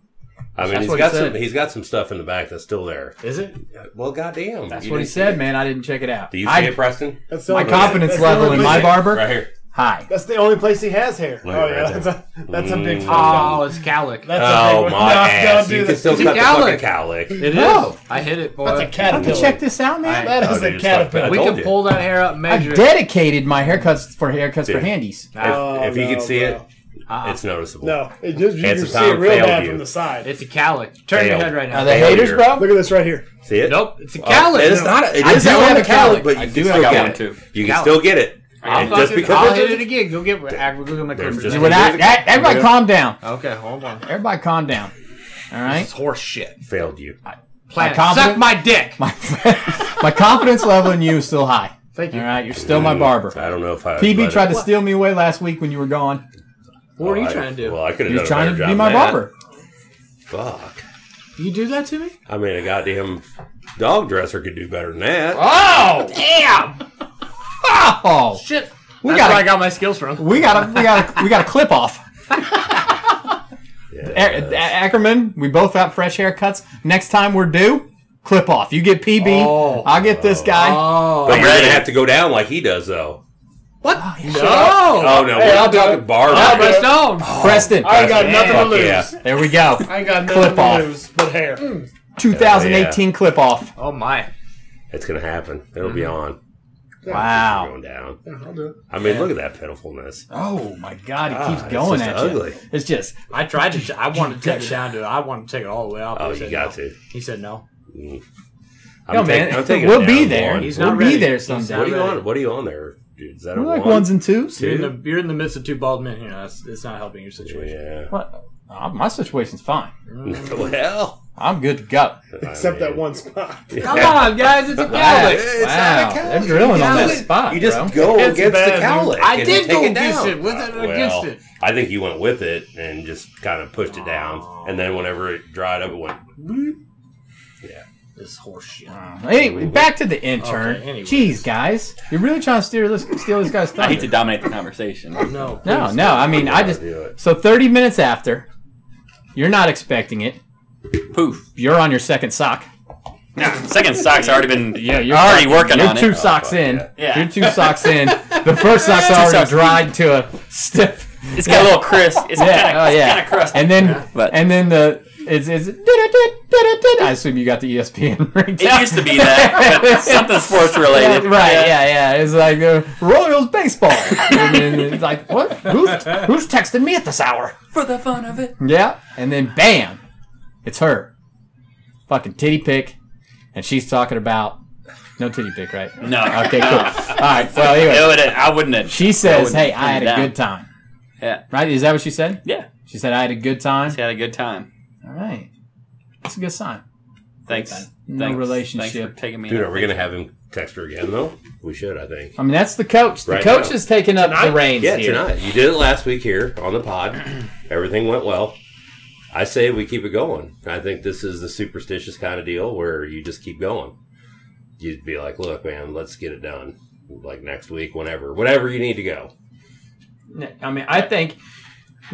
S4: Oh,
S3: I mean,
S4: That's
S3: he's
S4: what he
S3: got
S4: said.
S3: some. He's got some stuff in the back that's still there.
S4: is it?
S3: Well, goddamn.
S2: That's
S3: You
S2: what he
S3: didn't see
S2: said,
S3: it.
S2: man. I didn't check it out.
S3: Do you see
S2: I-
S3: it, Preston?
S5: That's the
S2: my
S5: only place-
S2: confidence
S5: that's the only
S2: level in
S5: place
S2: my
S5: it-
S2: barber
S3: Right here.
S2: high.
S5: That's the only place he has hair.
S3: Look,
S5: oh yeah,
S3: right
S5: that's,
S3: there.
S5: a, that's a big
S3: Mm.
S2: Ah.
S5: fuck.
S4: Oh, it's cowlick.
S5: That's a big
S3: Oh
S5: one.
S3: my
S5: No, Don't
S3: ass!
S5: do
S3: You can
S5: that.
S3: still
S4: Is it
S3: cut the fucking
S4: cowlick?
S3: cowlick.
S4: It is.
S2: No.
S4: I hit it, boy.
S5: That's a
S2: Let me
S5: caterpillar.
S2: check this out, man.
S5: That
S3: Oh,
S5: is
S3: dude,
S5: a
S3: it's fucked up.
S5: caterpillar.
S4: we
S3: I told
S4: can
S3: you.
S4: pull that hair up,
S2: I
S4: measure. it.
S2: dedicated my haircuts for haircuts for
S3: Dude.
S2: handies.
S3: If,
S4: Nah,
S3: if you
S5: no,
S3: can see it,
S5: bro.
S3: it's noticeable.
S5: No, it just you
S3: Hands
S5: can
S3: of
S5: see it
S3: Time
S5: real
S3: failed
S5: bad
S3: you.
S5: from the side.
S4: It's a cowlick. Turn your
S3: Failed.
S4: head right
S2: Are
S4: now.
S2: they
S3: Failure.
S2: haters, bro?
S5: Look at this right here.
S3: See it?
S4: Nope, it's a
S3: Oh,
S4: cowlick.
S3: it is not. A, it
S2: I
S3: is
S2: do
S3: not
S2: have
S3: a
S2: a cowlick.
S3: cowlick, but you
S6: I
S3: can
S6: do
S3: still
S6: have
S3: get
S6: one
S3: it.
S6: too.
S3: You can still get it.
S4: I'll,
S3: And
S4: fucking,
S3: just because
S4: I'll hit
S3: it doesn't-
S4: it again. Go get. I- Go get my
S3: There's
S4: clippers.
S3: just-
S2: We're not- that- everybody, calm down.
S4: Okay, hold on.
S2: Everybody, calm down. All right.
S4: It's horse shit.
S3: failed you.
S4: Planet,
S2: confident-
S4: suck my dick.
S2: My, my confidence level in you is still high.
S4: Thank you.
S2: All right, you're still my barber.
S3: I don't know if I.
S2: PB
S3: let
S2: tried
S3: it-
S2: to steal me away last week when you were gone.
S4: What were
S3: Oh,
S4: you
S3: I-
S4: trying to do?
S3: Well, I could
S2: He
S3: have
S2: was
S3: done
S2: trying
S3: a
S2: to
S3: better job.
S2: be my
S3: than that.
S2: barber.
S3: Fuck.
S4: you do that to me?
S3: I mean, a goddamn dog dresser could do better than that.
S4: Oh damn!
S2: Oh,
S4: Shit.
S2: We
S4: That's
S2: gotta-
S4: where I got my skills from.
S2: we got a we got a, we got a clip off.
S3: Yeah.
S2: A- A- Ackerman, we both got fresh haircuts. Next time we're due, clip off. You get PB,
S4: Oh.
S2: I'll get this guy.
S4: Oh
S3: but you're
S6: ready.
S3: gonna have to go down like he does, though.
S2: Oh,
S4: no!
S3: Oh no, we're not talking barber.
S4: Oh, but don't.
S2: Preston,
S5: I ain't got nothing to
S3: Fuck
S5: lose.
S3: yeah.
S2: there we go.
S5: I ain't got
S2: Clip
S5: nothing
S2: off.
S5: to lose but hair.
S2: 2018 clip off.
S4: Oh my!
S3: It's gonna happen. It'll be on. We're
S2: Wow.
S3: Going down.
S5: I'll do it.
S3: I mean, look at that pitifulness.
S2: Oh my God, it
S3: Ah, it's
S2: keeps going
S3: just
S2: at
S3: ugly.
S2: you. It's just
S4: I tried to. I wanted to take it down to. I wanted to take it all the way out. but
S3: Oh,
S4: he
S3: you
S4: said
S3: got
S4: no.
S3: to.
S4: He said no.
S3: I'm
S2: no
S3: take-
S2: man.
S3: I'm taking it
S2: we'll be
S3: down
S2: there.
S3: one.
S4: He's
S2: we'll
S4: not
S2: be
S4: ready.
S2: there
S4: He's
S2: someday.
S4: not
S3: What are you
S4: ready.
S3: on? What are you on there, dude? Is that
S2: We're
S3: a
S2: like
S3: one?
S2: ones and twos.
S3: Two?
S4: You're in the you're in the midst of two bald men here. That's it's not helping your situation.
S3: Yeah.
S2: What? Uh, my situation's fine.
S3: well,
S2: I'm good to go.
S5: Except
S3: I
S5: that one spot.
S4: Come on, guys, it's a cowlick.
S3: It's
S2: wow,
S3: not a
S2: they're
S3: cowlick.
S2: drilling on
S3: You
S2: that spot,
S3: You just
S2: bro.
S3: go
S5: It's
S3: against
S5: bad, dude.
S3: the cowlick.
S4: I
S3: and
S4: did
S3: take
S4: go
S3: it
S4: against
S3: down.
S4: it. With it or
S3: Well,
S4: against it.
S3: I think you went with it and just kind of pushed it down, and then whenever it dried up, it went. bloop. Yeah.
S4: This horse shit.
S2: Anyway, back to the intern.
S4: Okay, anyways.
S2: Jeez, guys, you're really trying to steer this, steal this guy's
S6: I hate to
S2: thunder.
S6: dominate the conversation.
S4: No,
S2: No, no. I mean, I just
S3: do it.
S2: so 30 minutes after, you're not expecting it.
S6: Poof.
S2: You're on your second sock.
S6: Second sock's already been. Yeah,
S2: you're
S6: you're already working
S2: You're
S6: on
S2: two
S6: it.
S2: socks in.
S6: Oh, Yeah.
S2: You're two socks in. The first sock's already
S6: socks.
S2: dried to a stiff.
S6: It's got a little crisp. It's
S2: Yeah,
S6: kind of
S2: oh, yeah.
S6: kind of crusty.
S2: And then,
S6: But-
S2: and then the it's it's. I assume you got the E ESPN
S6: it
S2: ringtone.
S6: used to be that, but something sports related.
S2: Yeah, right, yeah, yeah. It's like uh, Royals baseball. and then it's like, what? Who's, who's texting me at this hour?
S6: For the fun of it.
S2: Yeah. And then bam, it's her. Fucking titty pic. And she's talking about. No titty pic, right?
S6: No.
S2: Okay, cool.
S6: No.
S2: All right, so anyway.
S6: It would I wouldn't have.
S2: She says,
S6: wouldn't
S2: hey, I had
S6: turn it
S2: a
S6: down.
S2: good time.
S6: Yeah.
S2: Right? Is that what she said?
S6: Yeah.
S2: She said, I had a good time.
S6: She had a good time.
S2: All right. That's a good sign.
S6: Thanks.
S2: No
S6: Thanks.
S2: relationship.
S6: Thanks for taking me.
S3: Dude,
S6: out.
S3: are we gonna have him text her again though? We should, I think.
S2: I mean, that's the coach. The
S3: Right
S2: coach
S3: now.
S2: is taking up the reins
S3: Yeah,
S2: here.
S3: tonight. You did it last week here on the pod. Everything went well. I say we keep it going. I think this is the superstitious kind of deal where you just keep going. You'd be like, look, man, let's get it done. Like next week, whenever, whenever you need to go.
S2: I mean, I think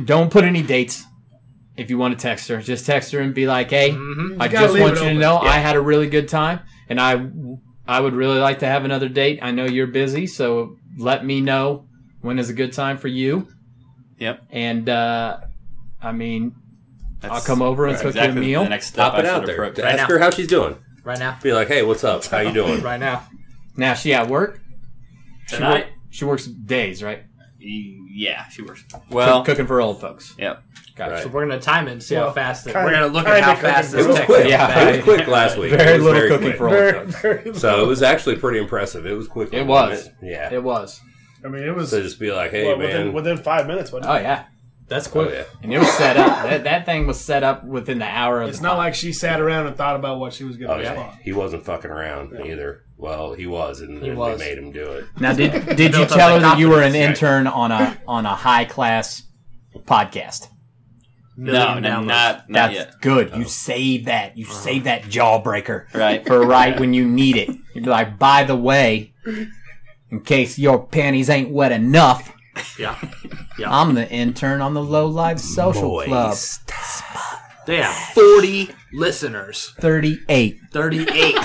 S2: don't put any dates if you want to text her. Just text her and be like, "Hey,
S4: Mm-hmm.
S2: I
S5: gotta
S2: just
S5: leave
S2: want
S5: it
S2: you to
S5: open."
S2: know I had a really good time, and I I would really like to have another date. I know you're busy, so let me know when is a good time for you."
S6: Yep.
S2: And uh, I mean,
S6: That's
S2: I'll come over and cook you a
S6: exactly
S2: meal.
S6: The next step
S3: Pop it
S6: I
S3: out
S6: should
S3: there.
S6: approach.
S3: Ask her how she's doing.
S4: right now,
S3: Be like, hey, what's up? How you doing?
S4: right now.
S2: Now she at work. She, work,
S6: Tonight?
S2: she works days, right?
S6: Yeah, she works. Well,
S2: cooking for old folks.
S6: yep.
S3: Right.
S4: So we're gonna time it and see how
S5: Well,
S4: fast. It,
S5: kinda-
S4: we're gonna look at
S5: kinda
S4: how
S5: cooking
S4: fast
S5: for
S4: this
S3: It was
S4: text
S3: quick.
S4: comes
S2: Yeah.
S4: back.
S3: It was quick last week.
S2: Very
S3: It was
S2: little cooking
S3: quick.
S2: for old
S5: Very,
S2: folks.
S5: very
S3: So it was actually pretty impressive. It was quick.
S2: It was.
S3: Yeah.
S2: It was.
S5: I mean, it was
S3: So just be like, hey,
S5: what,
S3: man.
S5: within, within five minutes. Wasn't it?
S2: Oh yeah,
S4: That's quick.
S3: Oh, yeah.
S2: and it was set up. that, that thing was set up within the hour of
S5: It's
S2: the
S5: not
S2: pod.
S5: like she sat around and thought about what she was going
S3: Oh,
S5: to
S3: yeah.
S5: respond.
S3: He wasn't fucking around either. Well, he was, and, and
S4: was.
S3: we made him do it.
S2: Now, did did you
S4: Built up
S2: tell her
S4: that
S2: that you were an
S4: confidence,
S2: intern on a on a high class podcast.
S6: No,
S4: Million
S6: no,
S4: downloads.
S6: not not
S2: That's
S6: yet. Oh. Uh-huh.
S2: good. You save that. You save that jawbreaker
S6: Right.
S2: for right when you need it. You'd be like, by the way, in case your panties ain't wet enough,
S4: Yeah.
S2: I'm the intern on the Low Life Social Club.
S4: They have 40 listeners,
S2: 38,
S4: 38,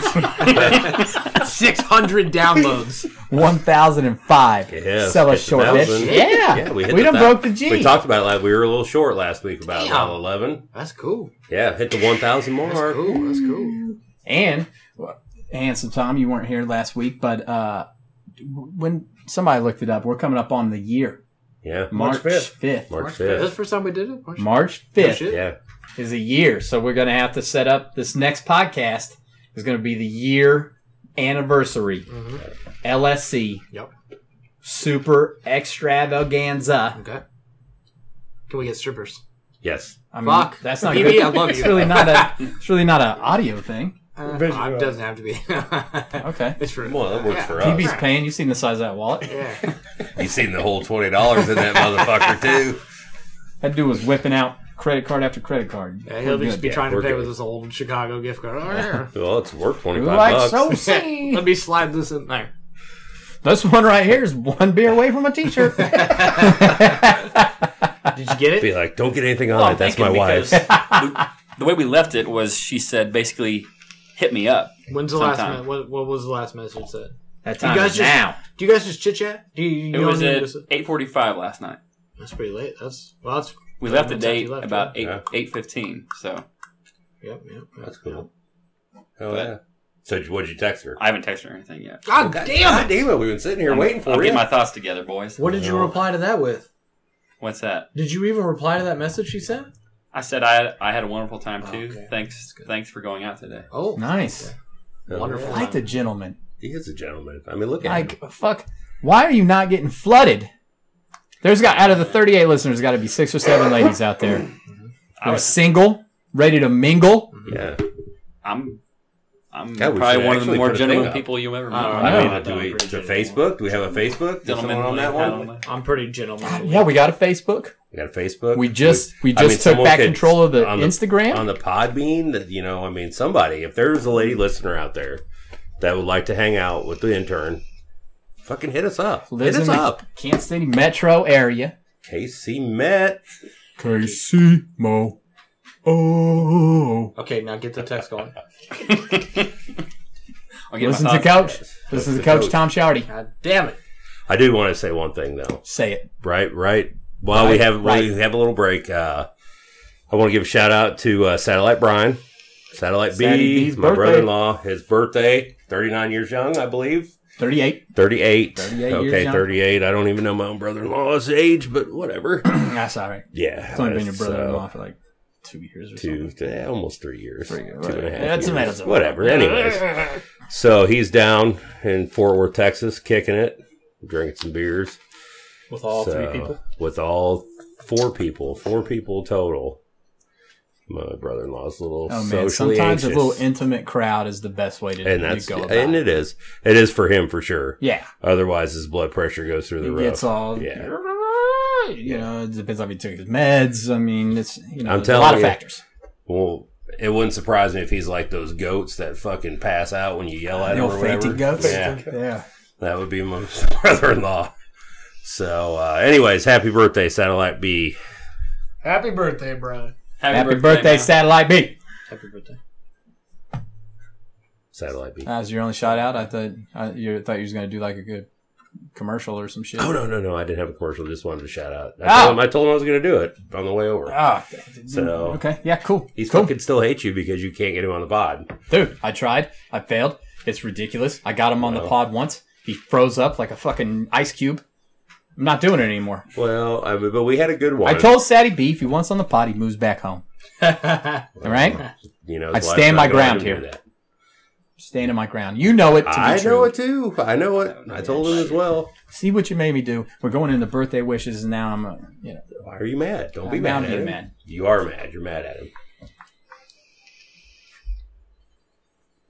S4: 600 downloads.
S2: 1,005.
S3: Yeah,
S2: Sell us
S3: it's
S2: short,
S3: 1,000.
S2: bitch. Yeah.
S3: Yeah, we
S2: we
S3: hit
S2: done
S3: the
S2: broke the G.
S3: We talked about it last. We were a little short last week about
S4: Damn.
S3: Law 11.
S4: That's cool.
S3: Yeah, hit the 1,000 mark.
S4: Cool. That's cool.
S2: And handsome Tom, you weren't here last week, but uh, when somebody looked it up, we're coming up on the year
S3: Yeah,
S2: March,
S5: 5th.
S2: 5th.
S3: March
S4: March 5th. That's
S3: 5th.
S4: the first time we did it. March
S2: March
S4: Oh,
S2: 5th
S4: shit.
S3: Yeah,
S2: is a year, so we're gonna have to set up this next podcast. Is gonna be the year anniversary
S4: Mhm.
S2: LSC.
S4: Yep.
S2: Super extravaganza.
S4: Okay. Can we get strippers?
S3: yes.
S2: I mean,
S4: Fuck.
S2: that's not
S4: BB,
S2: good.
S4: I love
S2: It's
S4: you.
S2: really not a. It's really not an audio thing.
S4: Uh,
S5: Visual.
S4: it doesn't have to be.
S2: Okay.
S4: It's for
S3: Well, that works
S4: yeah.
S3: for
S2: BB's
S3: us.
S2: paying. You've seen the size of that wallet.
S4: Yeah.
S3: You seen the whole twenty dollars in that motherfucker too?
S2: That dude was whipping out credit card after credit card.
S4: yeah. He'll
S2: We're
S4: just
S2: good.
S4: be trying to
S3: We're
S4: pay
S3: good.
S4: with his old Chicago gift card. Oh, yeah.
S3: Well, it's worth twenty
S2: You
S3: five
S2: like
S3: bucks.
S2: so
S4: Yeah. Let
S2: see.
S4: me slide this in there.
S2: This one right here is one beer away from a t-shirt.
S4: Did you get it?
S3: Be like, don't get anything on
S6: Well,
S3: it. That's my
S6: thinking
S3: wife's.
S6: because we- the way we left it was she said basically, hit me up.
S4: When's the last?
S6: Sometime.
S4: Me- what, what was the last message that?
S2: That
S4: You
S2: time
S4: guys
S2: is
S4: just-
S2: now.
S4: Do you guys just chit chat? Do you? you
S6: It was
S4: don't need
S6: at
S4: to-
S6: eight forty five last night.
S4: That's pretty late. That's well. That's
S6: We
S4: That's
S6: left the
S4: after you
S6: date
S4: left,
S6: about
S4: yeah.
S6: eight
S3: Yeah.
S6: eight fifteen. So
S4: yep. Yep. yep.
S3: That's cool. Oh yeah. So what'd you text her?
S6: I haven't texted her anything yet.
S4: God damn
S3: God
S4: it!
S3: damn it! We've been sitting here waiting for
S6: I'll
S3: you.
S6: get my thoughts together, boys.
S4: What did you reply to that with?
S6: What's that?
S4: Did you even reply to that message she sent?
S6: I said I I had a wonderful time
S4: Oh,
S6: too.
S4: okay.
S6: Thanks
S4: good.
S6: thanks for going out today.
S4: Oh,
S2: Nice.
S3: Oh,
S4: wonderful.
S2: Like the gentleman.
S3: He is a gentleman. I mean, look at him.
S2: Like fuck. Why are you not getting flooded? There's got out of the 38 listeners, got to be six or seven ladies out there.
S6: I
S2: Who are
S6: was
S2: single, ready to mingle.
S3: Yeah.
S6: I'm I'm
S3: God, we
S6: probably
S3: should
S6: one of the
S3: actually
S6: more
S3: put a thing
S6: gentleman
S3: up.
S6: people you ever met.
S4: I don't
S3: I
S2: know.
S3: mean,
S4: I
S3: do
S4: thought
S3: we
S4: we were
S3: to
S4: gentlemen.
S3: Facebook? Do we have a Facebook? Is someone on that one?
S4: I'm pretty gentlemanly.
S2: Yeah, we got a Facebook.
S3: We got a Facebook.
S2: We just we
S3: I
S2: just
S3: mean,
S2: took
S3: someone
S2: back
S3: could-
S2: control of the
S3: on the-
S2: Instagram.
S3: on the Podbean. That you know, I mean, somebody. If there's a lady listener out there that would like to hang out with the intern, fucking hit us up.
S2: Lives
S3: hit us
S2: in the
S3: up.
S2: Kansas City metro area.
S3: KC Met.
S2: KC Mo. Oh.
S4: Okay, now get the text going.
S6: I'll get my
S2: Listen to
S6: thoughts-
S2: Coach. Listen to
S3: the
S2: Coach
S3: coach.
S2: Tom Shouty.
S4: God damn it!
S3: I do want to say one thing though.
S2: Say it.
S3: Right, right. While we
S2: Right,
S3: have while
S2: right.
S3: we have a little break, uh, I want to give a shout out to uh, Satellite Brian, Satellite
S2: Satty
S3: B,
S2: B's
S3: my
S2: birthday.
S3: brother-in-law. His birthday, thirty-nine years young, I believe.
S2: 38.
S3: 38.
S2: 38 years
S3: okay,
S2: young.
S3: 38. I don't even know my own brother in law's age, but whatever.
S2: That's all right.
S3: Yeah.
S2: It's only been your
S3: so,
S2: brother in law for like two years or
S3: Two, eh, almost three years.
S2: Three years,
S3: Two and a
S2: right.
S3: half.
S2: Yeah,
S3: years.
S2: tomatoes are-
S3: Whatever. Anyways. So he's down in Fort Worth, Texas, kicking it, drinking some beers.
S4: With all three
S3: So,
S4: people.
S3: With all four people. Four people total. My brother in law's a little
S2: Oh man,
S3: socially
S2: sometimes
S3: anxious.
S2: a little intimate crowd is the best way to,
S3: and
S2: to
S3: that's
S2: go about
S3: and
S2: it.
S3: it is. It is for him for sure.
S2: Yeah,
S3: Otherwise his blood pressure goes through the
S2: it
S3: roof.
S2: gets all
S3: Yeah.
S2: You know, it depends on if he took his meds. I mean, it's you know,
S3: I'm
S2: there's a
S3: telling
S2: lot of
S3: you.
S2: factors.
S3: Well, it wouldn't surprise me if he's like those goats that fucking pass out when you yell at
S2: The
S3: him
S2: old
S3: or whatever.
S2: fainting goats.
S3: Yeah,
S2: yeah.
S3: that would be my brother-in-law. So, uh, anyways, happy birthday, Satellite B.
S5: Happy birthday, Brian.
S6: Happy,
S2: Happy birthday,
S6: man.
S2: Satellite B.
S4: Happy birthday.
S3: Satellite B.
S2: That was your only shout out. I thought I, you thought you was gonna do like a good commercial or some shit.
S3: Oh no, no, no! I didn't have a commercial. Just wanted to shout out. I,
S2: Ah.
S3: told, him, I told him I was going to do it on the way over.
S2: Ah,
S3: So
S2: okay, yeah, cool.
S3: he's
S2: cool.
S3: fucking still hates you because you can't get him on the pod.
S2: Dude, I tried. I failed. It's ridiculous. I got him on the
S3: Well.
S2: pod once. He froze up like a fucking ice cube. I'm not doing it anymore.
S3: Well, I mean, but we had a good one.
S2: I told Sadie B if he wants on the pod, he moves back home. All right?
S3: you know,
S2: I
S3: his wife's
S2: stand
S3: not
S2: my
S3: gonna let
S2: ground
S3: him
S2: here.
S3: do that.
S2: Staying in my ground. You know it to be
S3: I
S2: true.
S3: know it too. I know it. I told him as well.
S2: See what you made me do. We're going into birthday wishes, and now I'm, uh, you know,
S3: Why are you mad? Don't be
S2: I'm
S3: mad
S2: not
S3: at
S2: being
S3: him.
S2: mad.
S3: You are mad. You're mad at him.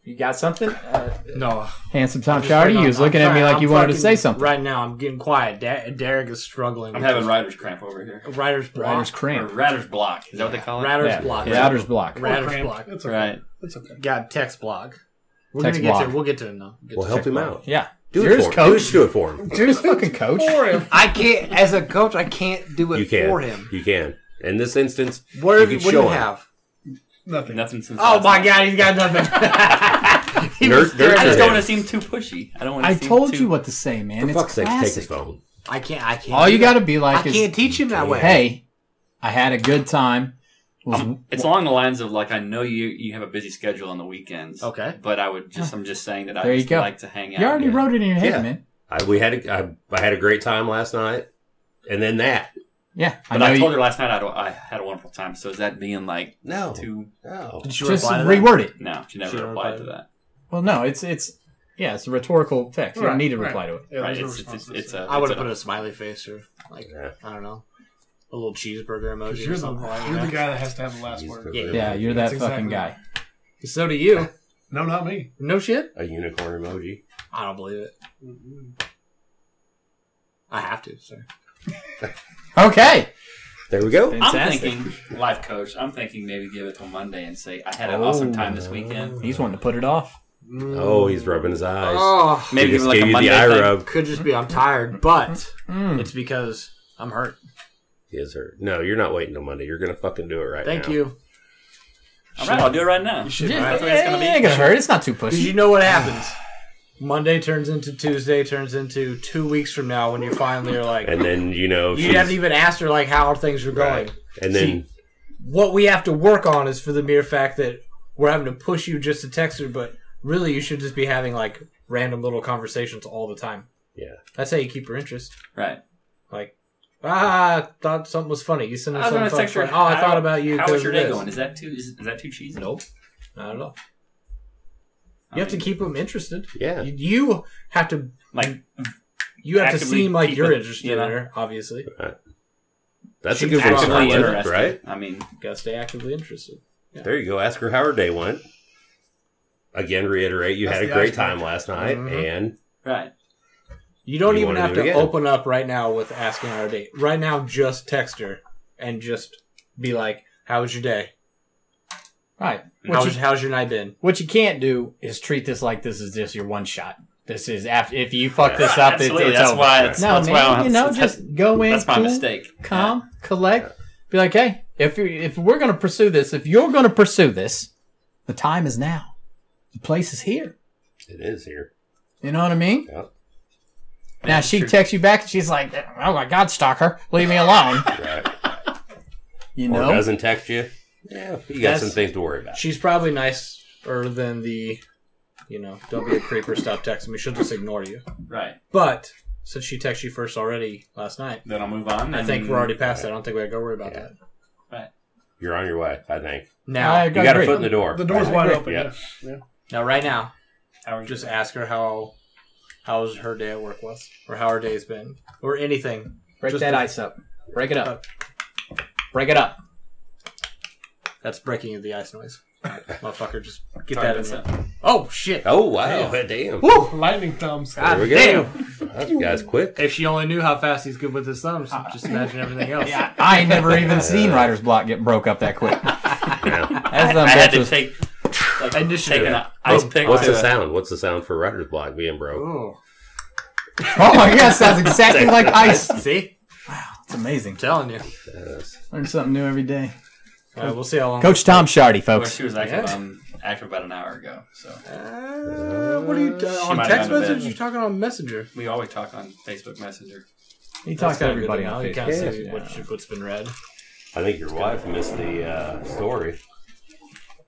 S2: You got something? Uh,
S4: No,
S2: handsome Tom
S4: I'm sorry,
S2: Charity, he was looking at me like you wanted to say something.
S4: Right now, I'm getting quiet. Da- Derek is struggling.
S6: I'm having writer's cramp over here.
S4: writer's block.
S2: Writer's
S6: Or
S2: cramp.
S6: writer's block. Is that what they call it?
S4: Writer's
S2: Yeah.
S4: block.
S6: Yeah.
S2: Router's block.
S4: Writer's
S5: Cramped.
S4: block.
S5: That's okay.
S6: Right.
S5: That's okay.
S4: Got text block. We're
S2: Text
S4: gonna get
S2: block.
S4: to. We'll get to it now. Get
S3: We'll
S4: to
S3: help
S4: text
S3: him
S4: block.
S3: out.
S2: Yeah.
S3: Do
S2: Here's
S3: it for him.
S2: coach.
S3: Just do it for him.
S2: Dude, fucking coach.
S4: I can't, as a coach, I can't do it
S3: You can.
S4: for him.
S3: You can. In this instance,
S4: What,
S3: you
S4: have you,
S3: could
S4: what do
S3: show
S4: you
S3: him.
S4: have?
S5: Nothing.
S6: Nothing since
S4: Oh
S6: last
S4: my
S6: night.
S4: god, he's got nothing. He
S3: Nerd-
S4: was
S3: nerd
S4: staring
S6: I
S4: at
S6: just
S4: him.
S6: don't want to seem too pushy. I don't want to
S2: I
S6: seem
S2: told
S6: too...
S2: you what to say, man.
S3: for
S2: it's
S3: fuck's sake,
S2: classic.
S3: take his phone.
S4: I can't. I can't.
S2: All
S4: do
S2: you
S4: that.
S2: got to be
S4: I
S2: like is,
S4: can't teach him that way.
S2: hey, I had a good time. Was-
S6: Um, it's along the lines of like I know you you have a busy schedule on the weekends.
S4: Okay.
S6: But I would just I'm just saying that I
S2: There you
S6: just
S2: go.
S6: like to hang out.
S2: you already
S6: Yeah.
S2: wrote it in your head,
S3: Yeah.
S2: man.
S3: I, we had a, I, I had a great time last night, and then that.
S2: Yeah.
S6: But I,
S2: you-
S6: told her last night I, don't- I had a wonderful time. So is that being like
S3: No,
S6: too?
S3: no.
S4: Did you
S2: just
S4: reply to that?
S2: reword it.
S6: No, she
S4: She
S6: never
S4: never
S6: replied to
S4: replied.
S6: that.
S2: Well, no, it's it's yeah, it's a rhetorical text. You
S5: Right,
S2: don't need to
S5: right.
S2: reply to it.
S5: Yeah,
S6: right?
S5: there's no
S6: It's, it's, it's,
S5: response to
S6: it's
S5: that.
S6: a.
S4: I would have
S6: it's
S4: put a smiley face or like
S3: Yeah.
S4: I don't know, a little cheeseburger emoji.
S5: 'Cause
S4: or
S5: You're the,
S4: something like
S5: you're the
S4: that.
S5: guy that has to have the last word.
S4: Yeah.
S2: Yeah, you're
S5: That's
S2: that fucking
S5: exactly
S2: guy.
S4: So do you?
S5: No, not me.
S4: No shit.
S3: A unicorn emoji.
S4: I don't believe it. Mm-hmm. I have to. Sorry.
S2: Okay.
S3: There we go.
S6: I'm
S2: Fantastic.
S6: thinking life coach. I'm thinking maybe give it till Monday and say I had an awesome time this weekend.
S2: He's wanting to put it off.
S3: Oh, he's rubbing his eyes.
S4: Oh,
S6: Maybe
S3: he
S6: give it
S3: just
S6: like
S3: gave
S6: a
S3: you
S6: Monday
S3: the eye
S6: thing.
S3: rub.
S4: could just be I'm tired, but
S2: Mm.
S4: it's because I'm hurt.
S3: He is hurt. No, you're not waiting till Monday. You're gonna fucking do it right
S4: Thank
S3: now.
S4: you.
S6: All right, I'll do it right now.
S4: should.
S2: Yeah,
S4: That's
S2: yeah,
S4: what it's gonna
S2: it ain't
S4: be.
S2: gonna hurt. It's not too
S4: Because you
S2: pushy.
S4: know what happens. Monday turns into Tuesday, turns into two weeks from now when you finally are like,
S3: And then you know
S4: you
S3: she's-
S4: haven't even asked her like how things are going.
S3: Right. And then
S4: What we have to work on is for the mere fact that we're having to push you just to text her, but really you should just be having like random little conversations all the time.
S3: yeah,
S4: That's how you keep her interest.
S6: Right.
S4: Like, ah, I thought something was funny. You send her
S6: I was
S4: something
S6: gonna
S4: funny.
S6: text her.
S4: Oh, I
S6: how-
S4: thought about you.
S6: How
S4: because
S6: was your
S4: of
S6: day
S4: this."
S6: going? Is that too? Is, is that too cheesy?
S4: Nope. I don't know.
S6: I
S4: You have to
S6: mean,
S4: keep them interested.
S3: yeah.
S4: You, you have to
S6: like
S4: You have to
S6: actively
S4: seem like
S6: keep
S4: you're
S6: it,
S4: interested
S6: you know?
S4: in her, obviously.
S3: That's
S4: she
S3: a
S4: could
S3: good
S4: be
S6: actively
S4: Right.
S6: interested.
S3: interested, right?
S6: I mean,
S4: Gotta stay actively interested.
S3: There you go. Ask her how her day went. Again, reiterate you
S5: That's
S3: had a
S5: the
S3: great
S5: icebreaker.
S3: time last night,
S4: Mhm.
S3: and
S6: right.
S4: You don't
S3: You
S4: even
S3: wanna
S4: have
S3: do
S4: to
S3: it again.
S4: open up right now with asking her a date. Right now, just text her and just be like, "How was your day?
S2: Right.
S4: How
S2: What
S4: was,
S2: you,
S4: how's your night been?"
S2: what you can't do is treat this like this is just your one shot. This is after if you fuck this up, it's,
S6: Absolutely.
S2: it's
S6: that's
S2: over.
S6: why. That's,
S2: no,
S6: that's why I
S2: man.
S6: don't-
S2: You know,
S6: that's-
S2: just go in.
S6: that's my
S2: cool,
S6: mistake.
S2: Calm, collect. Be like, hey, if you if we're gonna pursue this, if you're gonna pursue this, the time is now. The place is here.
S3: it is here.
S2: You know what I mean?
S3: Yep.
S2: Now she texts you back and she's like, "Oh my God, stalker, leave me alone."
S3: Right.
S2: You
S3: Or
S2: know,
S3: doesn't text you. Yeah, you got
S4: That's-
S3: some things to worry about.
S4: She's probably nicer than the, you know, "Don't be a creeper, stop texting me." She'll just ignore you.
S6: Right.
S4: But since she texted you first already last night,
S6: Then I'll move on.
S4: I
S6: and-
S4: think we're already past that. I don't think we gotta go worry about
S3: Yeah.
S4: that
S3: You're on your way, I think.
S4: now.
S2: I
S3: You got a
S2: agree.
S3: foot in the door.
S5: The door's
S3: I
S5: wide
S3: think.
S5: open.
S3: Yeah.
S4: now, right now,
S6: How are you?
S4: just ask her how how was her day at work was, or how her day's been, or anything.
S2: Break
S4: Just
S2: that
S4: the-
S2: ice up. Break it up. Break it up.
S4: That's breaking of the ice noise. Motherfucker, just get
S6: Sorry,
S4: that in
S6: that's
S4: there.
S6: it.
S4: Oh shit!
S3: Oh wow! Damn.
S5: Woo! Lightning thumbs.
S4: God
S3: There we go.
S4: damn.
S3: That guy's quick.
S4: If she only knew how fast he's good with his thumbs, just imagine everything else.
S2: Yeah, I ain't never even seen Rider's Block get broke up that quick.
S3: Now,
S2: That's
S6: I had to
S2: was-
S6: take like
S4: Initiative.
S6: taking an ice pick.
S3: what's
S6: to-
S3: the sound? What's the sound for writer's block being broke?
S4: Ooh.
S2: Oh my God, sounds exactly like ice.
S4: See,
S2: It's amazing.
S4: I'm telling you.
S3: Yes.
S2: Learn something new every day.
S4: Uh, we'll see how long.
S2: Coach Tom Shardy,
S6: Well,
S2: folks.
S6: she was active,
S4: Yeah.
S6: um, active about an hour ago. So
S4: Uh, what are you uh, on
S6: might
S4: text
S6: not have
S4: message?
S6: been.
S4: You talking on Messenger?
S6: we always talk on Facebook Messenger.
S2: He talks to
S4: kinda
S2: everybody
S4: good to
S2: on
S4: know. You
S2: Facebook.
S4: kind of see
S2: Yeah.
S4: what you- what's been read.
S3: I think your wife missed the uh, story.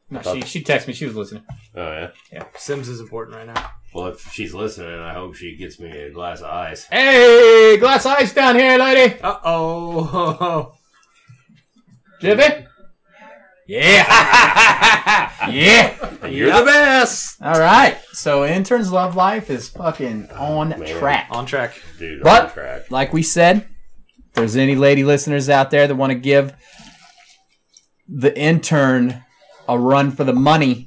S2: No, she she texted me. She was listening.
S3: Oh yeah.
S4: Yeah, Sims is important right now.
S3: Well, if she's listening, I hope she gets me a glass of ice.
S2: Hey, glass of ice down here, lady.
S4: Uh oh.
S2: Jiffy. Yeah. yeah.
S3: You're the best,
S2: All right. So intern's love life is fucking on
S3: man.
S2: track.
S4: on track.
S3: dude.
S2: But-
S3: on track.
S2: like we said, if there's any lady listeners out there that want to give the intern a run for the money,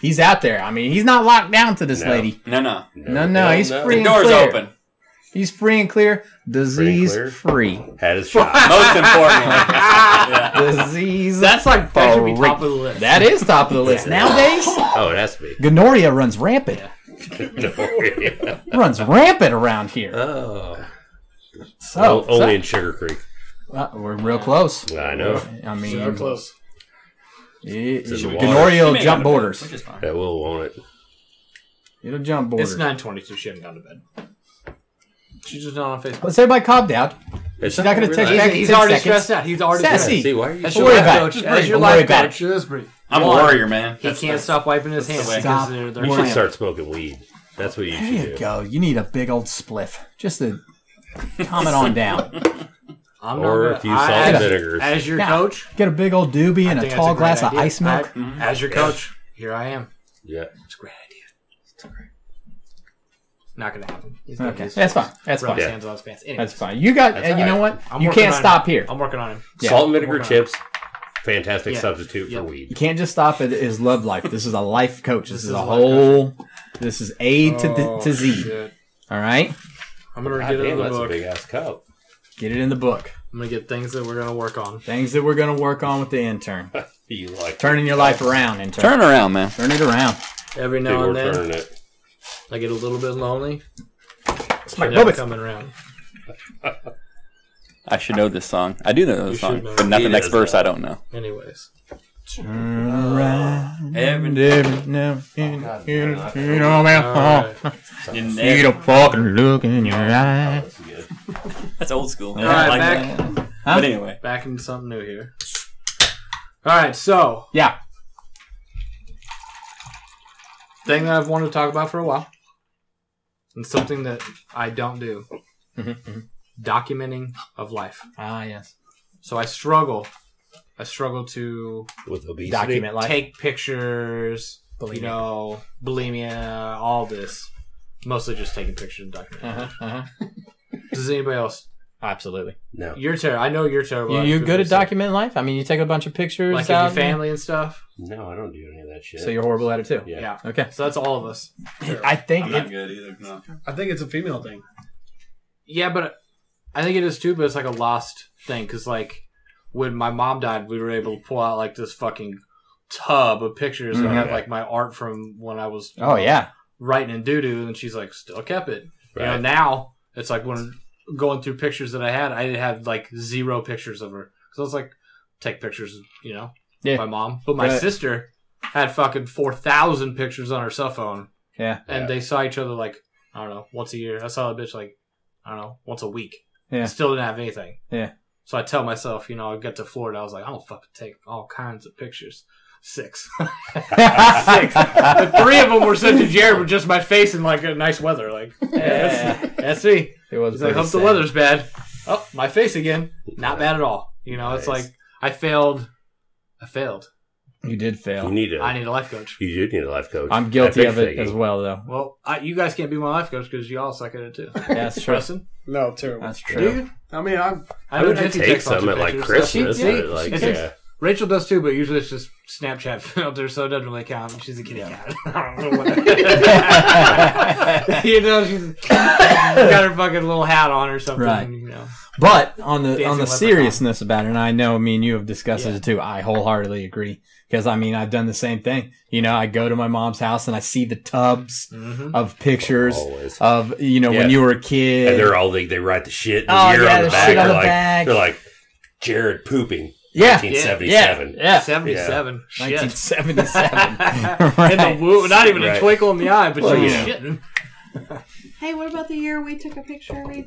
S2: He's out there. I mean, he's not locked down to this
S3: No.
S2: lady.
S6: No, no.
S2: No, no,
S3: hell
S2: he's free.
S6: The
S2: and
S6: door's
S2: clear.
S6: open.
S2: He's free and clear. Disease
S3: clear.
S2: free.
S3: Had his shot.
S6: Most importantly.
S2: Disease.
S4: That's like that should be
S2: free.
S4: top of the list.
S2: That is top of the list nowadays.
S3: oh, it has to be.
S2: Gonorrhea runs rampant.
S3: No.
S2: Runs rampant around here.
S3: oh.
S2: So,
S3: O- only in Sugar Creek.
S2: so- uh, we're real close.
S3: I know.
S2: I mean,
S4: So close.
S2: It,
S3: in the water.
S2: gonorrhea will
S6: May
S2: jump
S6: go to bed,
S2: borders.
S6: which is fine.
S3: That will want it.
S2: It'll jump borders.
S4: It's nine twenty, so she hasn't gone to bed. She's just not on Facebook.
S2: Let's everybody calm down.
S3: It's
S2: not gonna text
S4: He's,
S2: back
S4: he's
S2: in
S4: already
S2: 10
S4: stressed out. He's already
S2: Sassy.
S4: stressed.
S3: See, why are you
S4: That's
S3: so
S4: your
S2: Worry
S4: life
S2: about it.
S4: coach.
S2: Hey,
S4: That's your
S2: don't worry
S4: life
S2: about it.
S4: coach. That's pretty.
S6: I'm a
S4: One.
S6: warrior, man.
S4: He
S6: That's-
S4: can't
S6: that's-
S4: stop wiping his hands
S2: the way-
S4: because
S2: Stop.
S4: they're, they're
S3: You
S2: Plan.
S3: should start smoking weed. That's what you should
S2: There you
S3: do.
S2: go. You need a big old spliff just to calm it on down.
S4: I'm not
S3: Or
S4: gonna-
S3: a few
S4: I-
S3: salt
S2: I-
S3: vinegars.
S4: As your
S2: Yeah.
S4: coach,
S2: Get a big old doobie and
S4: I
S2: a
S4: think
S2: tall
S4: that's a great
S2: glass of
S4: idea.
S2: ice milk.
S4: I- as your coach, here I am.
S3: yeah.
S4: It's a great idea. It's not gonna happen. He's gonna
S2: okay,
S4: just
S2: that's fine. That's
S4: Rub
S2: fine.
S4: his
S3: Yeah.
S4: hands on his pants. Anyway,
S2: That's fine. You got.
S3: That's
S2: and you know what?
S4: I'm
S2: you
S4: working
S2: can't
S4: on
S2: stop
S4: him.
S2: here.
S4: I'm working on him.
S2: Yeah.
S3: Salt and vinegar
S4: Work on it.
S3: chips, fantastic
S4: Yeah.
S3: substitute
S4: Yeah.
S3: for
S2: You
S3: weed.
S2: can't just stop at his love life. This is a life coach. This,
S4: This
S2: is,
S4: is
S2: a
S4: a life
S2: whole. This is A to, D-
S4: Oh,
S2: to Z.
S4: shit.
S2: All right,
S4: I'm gonna
S3: God
S4: get it in
S3: damn,
S4: the
S3: that's a
S4: book.
S3: big ass cup.
S2: get it in the book.
S4: I'm gonna get things that we're gonna work on.
S2: Things that we're gonna work on with the intern.
S3: You like
S2: Turning your life around, intern.
S6: Turn around, man.
S2: Turn it around.
S4: Every
S3: Dude,
S4: now
S3: we're
S4: and then,
S3: turning it.
S4: I get a little bit lonely.
S2: It's my
S4: Never coming around.
S6: I should know this song. I do know
S4: You should
S6: this song,
S4: know
S6: but
S4: it.
S6: not
S3: He
S6: the next
S3: does
S6: verse.
S3: know.
S6: I don't know.
S4: Anyways,
S2: Turn around.
S6: Every
S2: Every now and then, you know, man.
S4: all right.
S2: Need a fucking look in your eye.
S3: That's good.
S6: That's old school.
S4: All right, back
S6: But anyway,
S4: back into something new here. All right, so
S2: Yeah.
S4: thing that I've wanted to talk about for a while, and something that I don't do, documenting of life.
S2: Ah, yes.
S4: So I struggle. I struggle to
S3: With obesity.
S2: Document life.
S4: take pictures,
S2: Bulimia.
S4: you know, bulimia, all this. Mostly just taking pictures and documenting.
S2: Uh-huh, uh-huh.
S4: Does anybody else?
S2: Absolutely.
S3: No.
S4: You're terrible. I know you're terrible.
S2: You,
S4: at
S2: you're good at
S4: documenting.
S2: documenting life. I mean, you take a bunch of pictures.
S4: like
S2: out
S4: of your family and stuff.
S3: No, I don't do any of that shit.
S2: So you're horrible at it too.
S3: Yeah.
S4: Yeah.
S2: Okay.
S4: So that's all of us.
S2: I think it,
S6: good either. No.
S5: I think it's a female thing.
S4: Yeah, but I think it is too. But it's like a lost thing because like when my mom died, we were able to pull out like this fucking tub of pictures and
S2: Mhm.
S4: have like my art from when I was
S2: Oh yeah.
S4: writing in doo doo, and she's like still kept it. You know,
S3: Right.
S4: now it's like when going through pictures that I had, I had like zero pictures of her. So it's like take pictures, you know,
S2: Yeah.
S4: my mom. But my
S2: Right.
S4: sister had fucking four thousand pictures on her cell phone,
S2: Yeah.
S4: and
S3: Yeah.
S4: they saw each other like I don't know once a year. I saw the bitch like I don't know once a week.
S2: Yeah.
S4: Still didn't have anything.
S2: Yeah.
S4: So I tell myself, you know, I got to Florida, I was like, I don't fucking take all kinds of pictures. Six. the three of them were sent to Jared with just my face and like a nice weather. Like, yeah, that's, that's me.
S2: It was.
S4: He's like, hope
S2: pretty
S4: the
S2: sad.
S4: weather's bad. Oh, my face again. Not bad at all. You know, it's
S3: Nice.
S4: like I failed. I failed.
S2: You did
S3: You
S2: fail.
S3: need a.
S4: I need a life coach.
S3: you do need a life coach.
S2: I'm guilty
S3: That
S2: of it
S3: pig
S2: as
S3: thing.
S2: well, though.
S4: Well, I, you guys can't be my life coach because you all suck at it too.
S2: That's true.
S4: Preston,
S5: No, terrible.
S2: That's
S4: do
S2: true.
S4: you?
S5: I mean, I'm
S4: I
S3: I
S4: know
S3: would
S4: Jesse
S3: take
S4: takes lots
S3: some
S4: of
S3: at like
S4: pictures.
S3: Christmas.
S4: She- she-
S3: but, like,
S4: it's-
S3: yeah.
S4: Rachel does too, but usually it's just Snapchat filter, so it doesn't really count. She's a kitty cat. I don't know what- you know, she's got her fucking little hat on or something.
S2: Right.
S4: You know.
S2: But on the on
S4: Dancing
S2: the
S4: leprechaun.
S2: seriousness about it, and I know, I mean, you have discussed
S4: Yeah.
S2: it too. I wholeheartedly agree because I mean, I've done the same thing. You know, I go to my mom's house and I see the tubs
S3: Mm-hmm.
S4: Mhm.
S2: of pictures
S3: Always.
S2: of you know
S3: Yeah.
S2: when you were a kid.
S3: Oh. And they're all they, they write the shit. And
S2: Oh,
S3: the year
S2: yeah,
S3: on the,
S2: the
S3: back.
S2: shit on
S3: They're
S2: the
S3: like,
S2: back.
S3: They're like Jared pooping.
S2: yeah, yeah,
S3: 1977.
S2: yeah,
S4: 77. Shit.
S2: 1977.
S4: in the woo, not even
S3: Right.
S4: a twinkle in the eye, but
S2: Well,
S4: she was
S2: yeah.
S4: shitting.
S7: Hey, what about the year we took a picture every?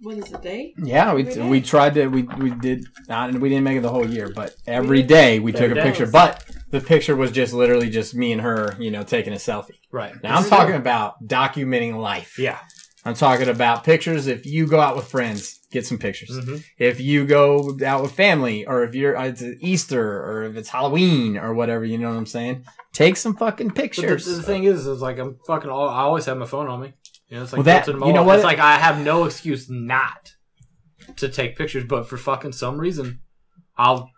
S7: What is it, day?
S2: Yeah, we,
S7: We
S2: we,
S7: did.
S2: tried to we we did not we didn't make it the whole year, but every day we took a
S4: day.
S2: picture. But the picture was just literally just me and her, you know, taking a selfie.
S4: Right.
S2: Now I'm talking about documenting life.
S4: Yeah.
S2: I'm talking about pictures. If you go out with friends, get some pictures.
S4: Mm-hmm.
S2: If you go out with family, or if you're uh, it's Easter, or if it's Halloween, or whatever, you know what I'm saying. Take some fucking
S4: But
S2: pictures.
S4: the, the thing is, is like I'm fucking. All, I always have my phone on me. You know, it's like
S2: Well, that-
S4: built into my
S2: you know
S4: wallet.
S2: what?
S4: It's like I have no excuse not to take pictures, but for fucking some reason, I'll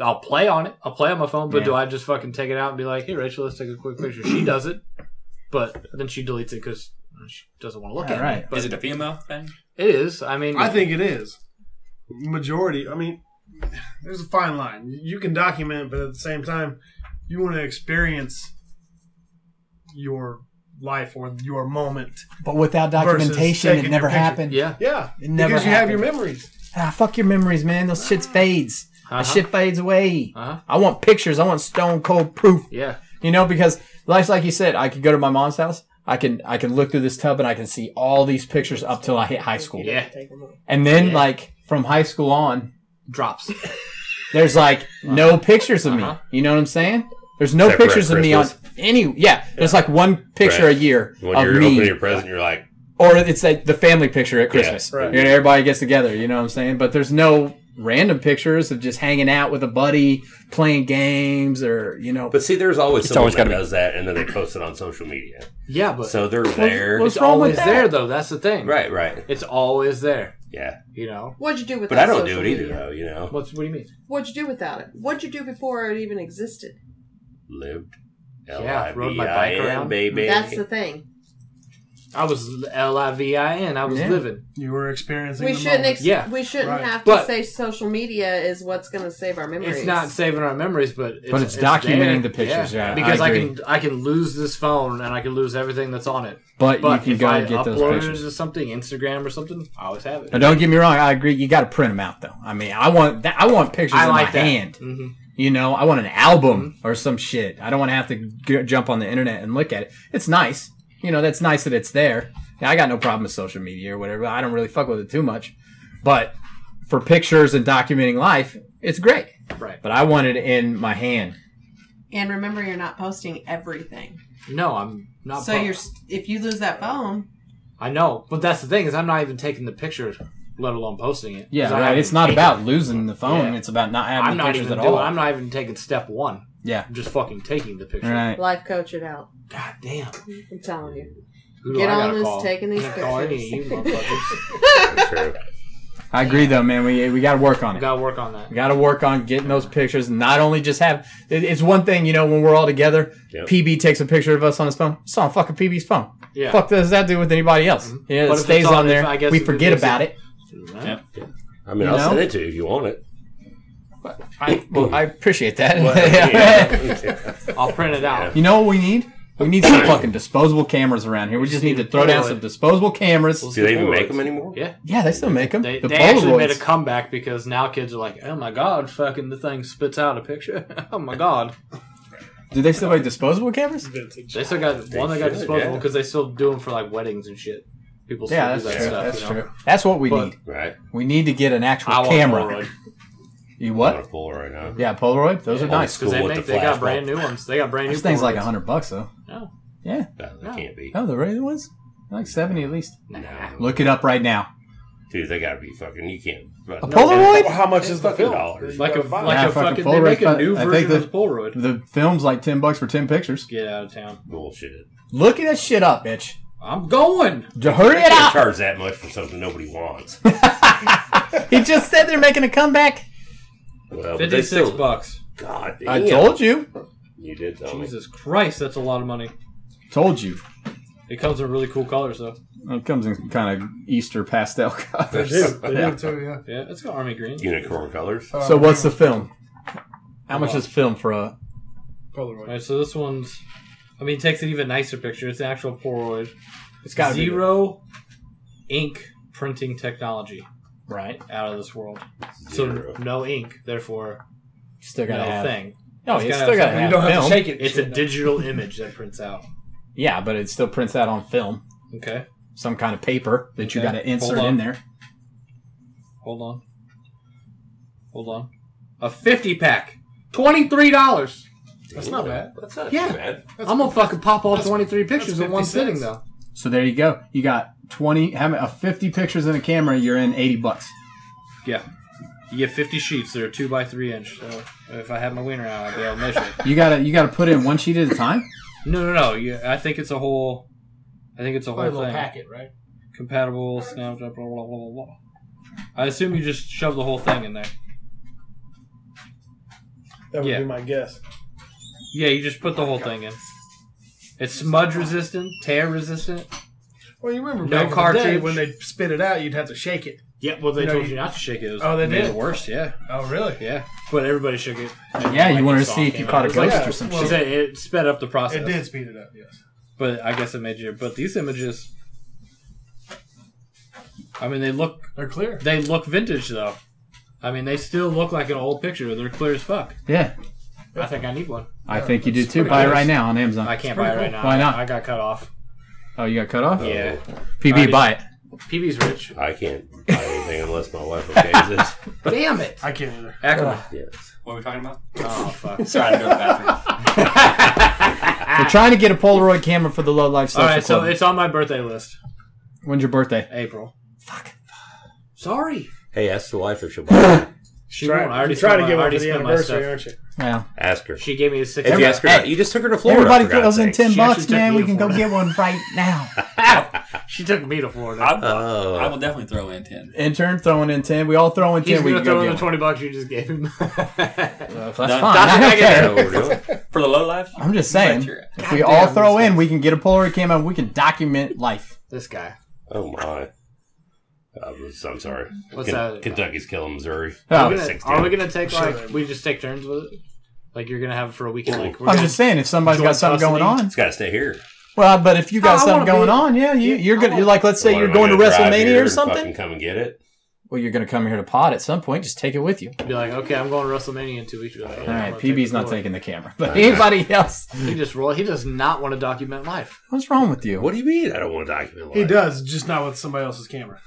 S4: I'll play on it. I'll play on my phone, but
S2: Yeah.
S4: do I just fucking take it out and be like, "Hey, Rachel, let's take a quick picture"? She does it, but then she deletes it because she doesn't want to look
S2: All
S4: at it.
S2: right.
S4: But
S6: Is it a female thing?
S4: it is. I mean,
S5: I think it is. Majority. I mean, there's a fine line. You can document, it, but at the same time, you want to experience your life or your moment.
S2: But without
S5: Versus
S2: documentation, it
S5: taking
S2: never
S5: your picture.
S2: happened.
S4: yeah.
S5: Yeah,
S2: It never
S5: because you have your
S2: happened.
S5: memories.
S2: Ah, fuck your memories, man. Those shits fades.
S4: Uh-huh.
S2: That shit fades away.
S4: Uh-huh.
S2: I want pictures. I want stone cold proof.
S4: Yeah.
S2: You know, because life's like you said. I could go to my mom's house. I can I can look through this tub and I can see all these pictures up till I hit high school.
S4: Yeah.
S2: And then
S4: Yeah.
S2: like from high school on,
S4: Drops.
S2: there's like no picters of
S4: Uh-huh.
S2: me. You know what I'm saying? There's no
S3: Except for at
S2: pictures of me on any. Yeah, there's like one picture
S3: Right.
S2: a year
S3: When
S2: of
S3: you're
S2: me,
S3: opening your present, you're like,
S2: or it's like the family picture at Christmas.
S5: right.
S2: You know, everybody gets together. You know what I'm saying? But there's no random pictures of just hanging out with a buddy, playing games, or you know.
S3: but see, there's always
S1: It's
S3: someone
S1: always
S3: that
S1: gotta be-
S3: does that, and then they post it on social media.
S4: Yeah, but
S3: So they're there,
S2: what's
S4: it's
S2: wrong with
S4: always
S2: that?
S4: there though. That's the thing.
S3: right? Right?
S4: It's always there.
S3: Yeah.
S4: You know.
S7: What'd you do with
S3: But I
S7: that?
S3: don't do
S7: social
S3: it either,
S7: media?
S3: though. You know,
S4: What's what do you mean?
S7: What'd you do without it? What'd you do before it even existed?
S3: lived.
S4: Yeah, rode my bike
S3: L I V I N,
S4: around.
S3: baby.
S7: That's the thing.
S4: I was L I V I N. I was
S2: Yeah.
S4: living.
S5: You were experiencing.
S7: We
S5: the
S7: shouldn't.
S5: moment.
S7: Ex-
S4: Yeah.
S7: We shouldn't
S5: Right.
S7: have to
S4: But-
S7: say social media is what's going to save our memories.
S4: It's not saving our memories, but it's,
S2: But it's documenting the pictures, yeah, I
S4: because I,
S2: agree.
S4: can I can lose this phone and I can lose everything that's on it.
S2: but,
S4: But
S2: you can
S4: if
S2: go
S4: I
S2: and get those
S4: upload
S2: pictures.
S4: it to something, Instagram or something, I always have it.
S2: Now, don't get me wrong. I agree. You got to print them out, though. I mean, I want that. I want pictures
S4: I
S2: in
S4: like
S2: my
S4: that.
S2: hand.
S4: Mm-hmm.
S2: You know, I want an album or some shit. I don't want to have to g- jump on the internet and look at it. It's nice. You know, that's nice that it's there. Now, I got no problem with social media or whatever. I don't really fuck with it too much. But for pictures and documenting life, it's great.
S4: Right.
S2: But I want it in my hand.
S7: And remember, you're not posting everything.
S4: No, I'm not.
S7: so
S4: both.
S7: you're. s- If you lose that phone,
S4: I know, but that's the thing is I'm not even taking the picture, let alone posting it. 'Cause
S2: Yeah,
S4: I
S2: right.
S4: haven't
S2: It's not
S4: taken-
S2: about losing the phone.
S4: Yeah.
S2: It's about not having
S4: I'm
S2: the
S4: not
S2: pictures
S4: even
S2: at
S4: doing.
S2: all.
S4: I'm not even taking step one.
S2: yeah.
S4: I'm just fucking taking the picture.
S2: Right.
S7: life coach it out.
S4: God damn.
S7: I'm telling you.
S4: Who do
S7: Get
S4: I
S7: on
S4: gotta
S7: this,
S4: call?
S7: taking these
S4: I'm gonna call any of you motherfuckers.
S3: True.
S2: I agree, though, man. We, we got to work on it.
S4: Gotta work on that.
S2: We got to work on getting those pictures. Not only just have it, it's one thing, you know, when we're all together.
S3: Yep.
S2: PB takes a picture of us on his phone. It's on fucking PB's phone.
S4: Yeah. Mm-hmm.
S2: Fuck does that do with anybody else? Yeah,
S4: But
S2: it
S4: if
S2: stays
S4: it's
S2: on,
S4: on-
S2: there.
S4: if I guess
S2: we
S4: if it
S2: forget
S4: is-
S2: about it.
S6: Yeah.
S3: I mean,
S2: You
S3: I'll
S2: know?
S3: send it to you if you want it.
S2: I, well, I appreciate that.
S4: I'll print it out.
S2: you know what we need? We need some fucking disposable cameras around here. We just need to throw down
S4: Polaroid.
S2: some disposable cameras.
S3: Do they even make them anymore?
S4: Yeah.
S2: Yeah, they still make them.
S4: They,
S2: the
S4: they actually made a
S2: Polaroids.
S4: comeback because now kids are like, oh my god, fucking the thing spits out a picture. oh my god.
S2: do they still make disposable cameras?
S4: They still got one that got
S3: should,
S4: disposable
S3: yeah.
S4: because they still do them for like weddings and shit. People still
S2: Yeah,
S4: do
S2: that's
S4: that
S2: true.
S4: stuff.
S2: that's
S4: you know?
S2: true. That's what we
S4: But-
S2: need.
S3: Right.
S2: We need to get an actual
S4: I want
S2: camera.
S4: Polaroid.
S2: You
S3: On a
S2: what?
S3: Polaroid, huh?
S2: Yeah, Polaroid. Those are
S3: Old
S2: nice.
S3: school
S4: Because they,
S3: with
S4: make,
S3: the
S4: they got
S3: flashbulb.
S4: brand new ones. They got brand new
S2: This thing's like
S4: Polaroids.
S2: a hundred bucks though.
S4: No.
S2: Yeah.
S3: No, that
S4: No.
S3: can't be.
S2: Oh, the regular ones? Like seventy at least.
S3: No.
S2: Look it up right now.
S3: Dude, they gotta be fucking. You can't.
S2: A
S3: But
S5: Well,
S2: Polaroid?
S5: how much is the
S3: fucking
S5: film?
S3: dollars.
S4: Like a,
S5: gotta buy
S4: like
S2: it.
S4: a
S2: Yeah, fucking
S4: fucking, they make
S2: Polaroid,
S4: a new
S2: but I
S4: version
S2: think
S4: of Polaroid.
S2: The film's like ten bucks for ten pictures.
S4: Get out of town.
S3: Bullshit.
S2: Look at that shit up, bitch.
S4: I'm going.
S2: J- Hurry it
S3: They
S2: up!
S3: charge that much for something nobody wants.
S2: He just said they're making a comeback.
S3: Well, but they
S4: 56
S3: still.
S4: bucks.
S3: God damn.
S2: I told you.
S3: You did tell me.
S4: Jesus Christ, that's a lot of money.
S2: Told you.
S4: It comes in really cool colors though.
S2: It comes in kind of Easter pastel colors.
S5: They do too, yeah.
S4: Yeah, it's got army green.
S3: Unicorn colors.
S2: So what's the film? How much is film for a
S5: Polaroid.
S4: Alright, so this one's. I mean, it takes an even nicer picture. It's an actual Polaroid.
S2: it's gotta be-
S4: Zero ink printing technology
S2: right?
S4: out of this world.
S3: Zero.
S4: So no ink, therefore
S2: Still
S4: no
S2: gotta have
S4: thing.
S2: No,
S4: It's
S2: it's
S4: gotta
S2: still
S4: have
S2: gotta
S4: something.
S2: have
S5: You don't have
S2: film.
S5: to shake it.
S4: It's a digital image that prints out.
S2: Yeah, but it still prints out on film.
S4: Okay,
S2: Some kind of paper that you
S4: Okay,
S2: gotta insert
S4: hold on.
S2: in there.
S4: hold on. Hold on. A 50 pack. $23.
S5: That's not bad.
S3: That's not
S4: Yeah.
S3: too bad.
S4: I'm going to fucking pop all 23 pictures
S5: that's
S4: in one
S5: 50
S4: sitting,
S5: cents.
S4: though.
S2: So there you go. You got 20, how many, uh, 50 pictures in a camera, you're in 80 bucks.
S4: Yeah. You get 50 sheets. They're 2 by 3 inch. So if I had my wiener out, I'd be able to measure it.
S2: You gotta you gotta put in one sheet at a time.
S4: No, no, no. You, I think it's a whole. I think it's a whole
S5: Probably a
S4: thing.
S5: little packet, right?
S4: Compatible, Snapchat, blah, blah, blah, blah, blah. I assume you just shove the whole thing in there.
S5: That would
S4: Yeah.
S5: be my guess.
S4: Yeah, you just put the whole thing in. It's smudge resistant, tear resistant.
S5: Well, you remember
S4: No
S5: back in the day
S4: cartridge.
S5: when they spit it out, you'd have to shake it.
S4: Yeah, well, they
S5: No,
S4: told
S5: you-
S4: you not to shake it. it was,
S5: Oh, they
S4: made
S5: did?
S4: it worse. Yeah,
S5: Oh, really?
S4: yeah. But everybody shook it.
S2: Yeah, you wanted to
S4: saw
S2: see if
S4: came
S2: you
S4: out.
S2: caught a
S4: It was like-
S2: ghost
S5: yeah,
S2: or some
S5: well-
S4: She
S2: shit.
S4: said it sped up the process.
S5: It did speed it up. Yes.
S4: but I guess it made you. But these images, I mean, they look
S5: They're clear.
S4: they look vintage though. I mean, they still look like an old picture. They're clear as fuck.
S2: Yeah,
S4: I think I need one.
S2: I think you do
S5: That's
S2: too.
S5: pretty
S2: Buy it
S5: nice.
S2: right now on Amazon.
S4: I can't buy it right now.
S2: Why not?
S4: I got cut off.
S2: Oh, you got cut off?
S4: Yeah,
S2: PB, buy it.
S4: PB's rich.
S3: I can't buy anything unless my wife okays this.
S4: Damn it,
S5: I can't either.
S4: Ackerman.
S3: Yes.
S6: What are we talking about?
S4: Oh fuck.
S6: Sorry, I had to go to the bathroom.
S2: We're trying to get a Polaroid camera for the Low Life
S4: All
S2: Social
S4: right, Ah. so
S2: Club.
S4: it's on my birthday list.
S2: When's your birthday?
S4: April. Fuck. Sorry.
S3: Hey, ask the wife if she'll buy it.
S4: She
S5: Try-
S4: won't. I already
S5: you try
S4: spent
S5: to
S4: my-
S5: get
S4: I
S5: one
S4: already
S5: for the
S4: spent my
S5: anniversary,
S4: stuff.
S5: aren't you?
S2: Well,
S3: Ask her.
S4: She gave me a six.
S3: If you ask her,
S2: Hey.
S3: not- you just took her to Florida.
S2: everybody
S3: for God's
S2: throws in
S3: sakes.
S2: 10
S4: She actually
S2: bucks,
S4: took
S2: man.
S4: me
S2: We
S4: to
S2: can go
S4: Florida.
S2: get one right now.
S4: she took me to Florida.
S6: I will,
S3: Oh.
S6: I will definitely throw in 10.
S2: Intern throwing in 10. We all throw in 10.
S4: He's
S2: we can
S4: gonna
S2: go
S4: throw in
S2: get
S4: the
S2: one.
S4: twenty bucks you just gave him.
S2: Uh, That's
S6: No,
S2: fine. I
S6: that's what I
S2: don't
S6: get
S3: I
S2: care.
S3: know what we're doing.
S6: For the low life?
S2: I'm just saying,
S6: Sure.
S2: if we all throw in, we can get a Polaroid camera and we can document life.
S4: this guy.
S3: Oh my. I was, I'm sorry.
S4: What's
S3: Ken-
S4: that?
S3: Kentucky's killing Missouri.
S2: Oh.
S4: Are we
S3: At
S4: gonna,
S3: 16.
S4: are we gonna take
S5: Sure.
S4: like we just take turns with it? Like you're gonna have it for a weekend? Like we're
S2: I'm
S4: gonna-
S2: just saying, if somebody's got
S4: Joint
S2: something going
S4: custody.
S2: on,
S3: It's got to stay here.
S2: well, but if you got
S4: Oh, I
S2: something
S4: wanna
S2: going
S4: be-
S2: on, yeah, you,
S4: Yeah,
S2: you're
S4: I
S2: good. You're
S4: wanna-
S2: like, let's say
S3: What,
S2: you're
S3: am I
S2: going to
S3: gonna drive here
S2: WrestleMania or
S3: and
S2: something.
S3: fucking Come and get it.
S2: Well, you're going to come here to pod at some point. Just take it with you.
S4: be like, okay, I'm going to WrestleMania in two weeks. You're Like,
S2: All right, PB's not taking the camera, but
S3: Okay.
S2: anybody else?
S4: He just roll. He does not want to document life.
S2: What's wrong with you?
S3: What do you mean? I don't want to document. Life.
S5: He does, just not with somebody else's camera.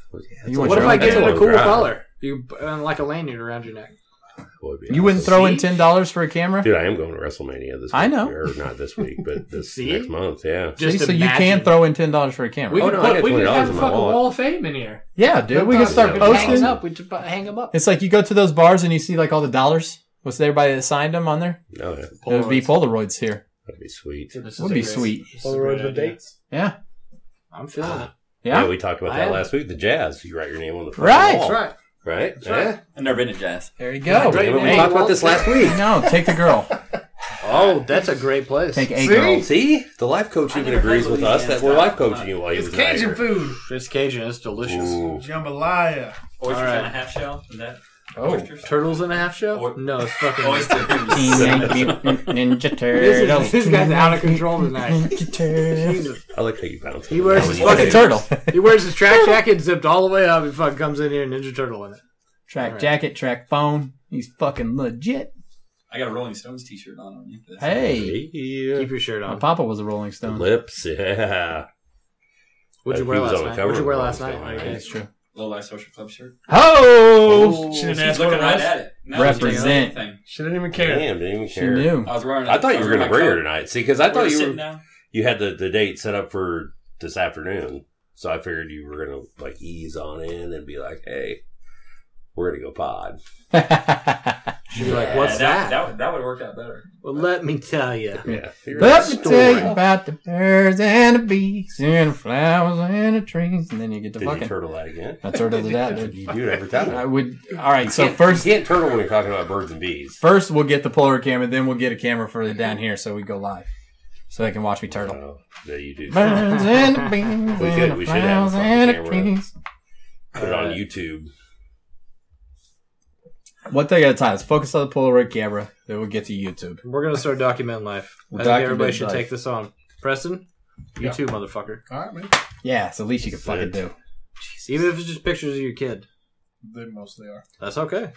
S2: You want
S4: What if
S2: your
S4: I
S2: own
S4: get
S2: camera?
S4: it
S3: That's
S4: a cool
S3: a lot.
S4: color? You and like a lanyard around your neck.
S3: Would be
S2: You wouldn't
S3: awesome.
S2: throw in ten dollars for a camera,
S3: Dude, I am going to WrestleMania this.
S2: I know.
S3: week, or not this week, but this
S4: See?
S3: next month. Yeah.
S2: See,
S4: Just
S2: so you
S4: imagine.
S2: can throw in ten dollars for a camera.
S4: We
S3: Oh,
S4: could
S3: no, I
S4: put,
S3: got
S4: we could
S3: $20
S4: have a
S3: in my
S4: fucking
S3: wallet.
S4: wall of fame in here.
S2: yeah, dude, we can start
S3: Yeah.
S4: Hangs
S2: posting.
S4: up. We just bu- hang them up.
S2: It's like you go to those bars and you see like all the dollars. Was everybody that signed them on there?
S3: Oh, yeah.
S2: It would be
S4: Polaroids.
S2: Polaroids here.
S3: That'd be sweet.
S4: This is
S2: Would
S4: a
S2: be
S4: great-
S2: sweet.
S4: this is a great
S5: Polaroid with
S4: idea.
S5: dates.
S2: Yeah,
S4: I'm feeling it.
S3: Yeah.
S2: yeah.
S3: we talked about
S4: I
S3: that
S4: am.
S3: last week. The jazz. You write your name on the fucking
S2: Right.
S3: wall,
S5: That's right.
S3: right? Yeah.
S6: I've never been to jazz.
S2: There you go.
S3: Damn it, we
S4: Hey,
S3: talked about this last week.
S2: No, take the girl.
S4: Oh, that's a great place.
S2: Take a
S5: See?
S2: girl.
S3: See, the life coach even agrees with us that we're life coaching you while you
S5: It's
S3: was out
S5: Cajun
S3: here.
S5: food.
S4: It's Cajun. It's delicious.
S3: Ooh.
S5: Jambalaya.
S6: Oysters
S4: Alright.
S6: on a half shell? Is that
S2: Oh.
S6: oysters?
S4: Turtles and a half shell?
S6: Or-
S4: no, it's fucking.
S6: Oysters.
S2: Teenage Mutant Ninja
S4: This,
S2: Turtle.
S4: is, this guy's out of control tonight.
S2: Ninja Turtle.
S4: Jesus.
S3: I like how you bounce.
S4: He wears his
S2: Fucking turtle.
S4: He wears his track jacket zipped all the way up. He fucking comes in here and Ninja Turtle in it.
S2: Track
S4: Alright.
S2: jacket, track phone. He's fucking legit.
S6: I got a Rolling Stones t shirt on underneath this.
S2: Hey,
S3: Yeah.
S4: Keep your shirt
S2: my
S4: on.
S2: papa was a Rolling Stone.
S3: Lips, yeah.
S4: What'd you
S3: He
S4: wear
S3: was
S4: last
S3: on the
S4: night?
S3: cover
S4: What'd you wear
S3: of
S4: last
S3: Rolling
S4: night?
S3: Stone,
S4: I
S3: right?
S4: guess.
S2: That's true.
S6: Low Life Social Club shirt.
S2: Oh,
S5: She didn't
S6: She's
S5: ask what
S6: looking
S5: it
S6: right
S5: was.
S6: at it. No,
S2: Represent.
S6: she didn't know anything.
S5: She didn't even care.
S3: Damn, didn't even
S2: she
S3: care.
S2: knew.
S6: I was wearing.
S3: I thought you were going to bring her
S6: her
S3: tonight. See, because I
S6: we were
S3: thought you
S6: sitting
S3: were,
S6: down.
S3: you had the, the date set up for this afternoon, so I figured you were going to like ease on in and be like, "Hey, we're going to go pod."
S4: She'd be like, what's
S6: Yeah,
S4: that?
S6: That, that, would, that would work out better.
S4: Well, let me tell you.
S3: Yeah, You're
S2: Let
S3: a
S2: me
S3: story.
S2: tell you about the birds and the bees and the flowers and the trees, and then you get to
S3: Did you
S2: fucking.
S3: turtle that again?
S2: I turtled it out. dude.
S3: You do it every time.
S2: I would. All right. So
S3: can't-
S2: first,
S3: you can't turtle when you're talking about birds and bees.
S2: first we'll get the Polaroid camera, then we'll get a camera for the down here, so we go live, so they can watch me turtle.
S3: Oh, yeah, you do.
S2: Birds and the bees
S3: We
S2: and
S3: could-
S2: the
S3: we should have a
S2: flowers
S3: fucking
S2: and the
S3: camera.
S2: trees.
S3: Put it on YouTube.
S2: One thing at a time. Let's focus on the Polaroid camera. Then we'll get to YouTube.
S4: We're going to start documenting life. I think
S2: Document
S4: everybody should
S2: life.
S4: take this on. Preston, you
S5: Yeah.
S4: too, motherfucker.
S5: All right, man.
S2: Yeah, it's the least you can fucking do.
S4: Even if it's just pictures of your kid.
S5: They mostly are.
S4: That's okay.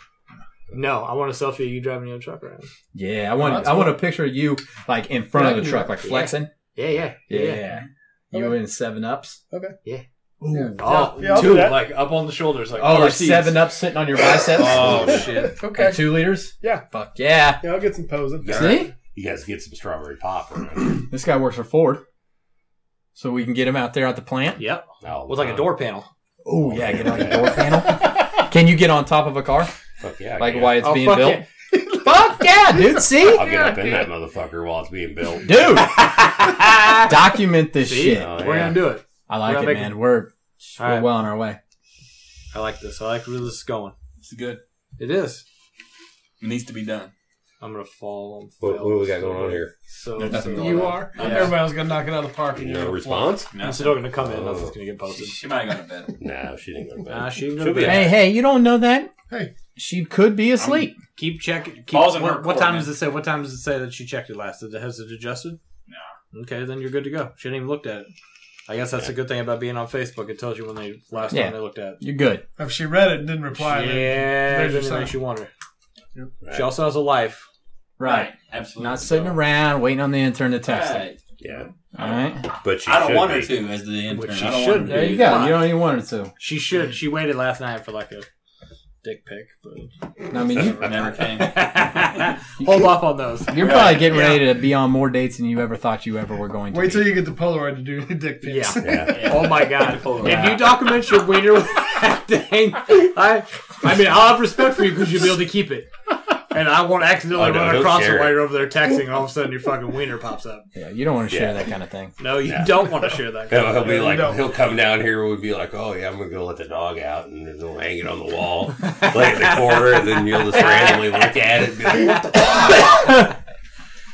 S4: No, I want a selfie of you driving your own truck around.
S2: Yeah, I want.
S5: that's
S2: I want a picture of you like in front of the truck, like flexing.
S4: Yeah, yeah.
S2: Yeah. You
S5: Okay.
S2: in seven ups?
S5: Ooh.
S4: Oh,
S5: Yeah, I'll do
S4: dude,
S5: that.
S4: like up on the shoulders. Like,
S2: Oh, like
S4: overseas.
S2: seven ups sitting on your biceps?
S4: Oh, shit.
S5: Okay.
S2: Like two liters?
S5: Yeah.
S2: Fuck yeah.
S5: Yeah, I'll get some posing.
S3: Yeah.
S2: See?
S3: You guys get some strawberry pop. or anything.
S2: This guy works for Ford. So we can get him out there at the plant.
S4: Yep.
S3: Oh,
S4: With like a
S3: uh,
S4: door panel.
S2: Oh, yeah, get on the door panel. Can you get on top of a car?
S3: Fuck yeah. I
S2: Like
S3: can.
S2: while it's
S4: Oh,
S2: being
S4: fuck
S2: built? fuck yeah, dude. See?
S3: I'll get up in that motherfucker while it's being built.
S2: Dude. Document this
S4: See?
S2: shit.
S3: Oh,
S4: We're
S3: yeah.
S4: going to do it.
S2: I
S4: We're
S2: like
S4: not
S2: it,
S4: making-
S2: man. We're,
S4: All
S2: we're
S4: right.
S2: well on our way.
S4: I like this. I like where this is going.
S6: It's good.
S4: It is.
S6: It needs to be done.
S4: I'm gonna fall on.
S3: What- what we got
S4: Phil
S3: going on here?
S4: So
S6: There's nothing going
S5: You
S6: on.
S5: are.
S4: Yeah.
S5: Everybody was gonna knock it out of the park. and
S3: No
S5: you're-
S3: response?
S6: No.
S4: I'm still gonna come in.
S3: Oh.
S4: Nothing's gonna get posted.
S6: She might have gone to bed.
S3: No, she didn't go to bed.
S4: Nah, she didn't go
S3: She'll
S4: to
S3: be
S4: bed.
S2: Hey, hey, you don't know that.
S5: Hey.
S2: She could be asleep.
S4: Keep checking. Keep,
S6: Ball's in her
S4: what, what
S6: court,
S4: time
S6: man.
S4: does it say? What time does it say that she checked it last? Did- Has it adjusted? No. Okay, then you're good to go. She didn't even looked at it. I guess that's a good thing about being on Facebook. It tells you when they last
S2: Yeah.
S4: time they looked at it.
S2: You're good.
S5: If she read it and didn't reply, then
S4: yeah,
S5: there's
S4: there's
S5: your sign.
S4: anything she wanted.
S5: Yep.
S4: She also has a life.
S6: Absolutely.
S2: Not sitting around waiting on the intern to text her.
S6: Right.
S3: Yeah,
S2: All right.
S3: but she
S6: I don't
S3: should
S6: want her
S3: be.
S6: to as the intern.
S4: she
S6: I don't
S4: should
S6: want her
S2: There
S6: to.
S2: you go. You don't even want her to.
S4: She should. She waited last night for like a dick pic. But...
S2: I mean, you,
S6: Never came.
S4: Hold off on those.
S2: you're probably getting ready to be on more dates than you ever thought you ever were going to.
S5: wait
S2: be.
S5: till you get the Polaroid to do your dick pics.
S4: Yeah.
S3: Yeah.
S4: Oh my god!
S6: Pull it
S4: if
S6: out.
S4: you document your wiener with that thing, I, I mean, I'll have respect for you because you'll be able to keep it, and I won't accidentally
S3: Oh, no,
S4: run
S3: don't
S4: across it
S3: share
S4: while
S3: it.
S4: you're over there texting, and all of a sudden your fucking wiener pops up.
S2: yeah, you don't want to
S3: Yeah.
S2: share that kind of thing.
S4: No, you don't want to share that.
S3: He'll, he'll be
S5: Yeah,
S3: like,
S5: no.
S3: he'll come down here and we'll be like, oh yeah, I'm gonna go let the dog out and then we'll hang it on the wall, lay it in the corner, and then you'll just randomly look at it. And be like, what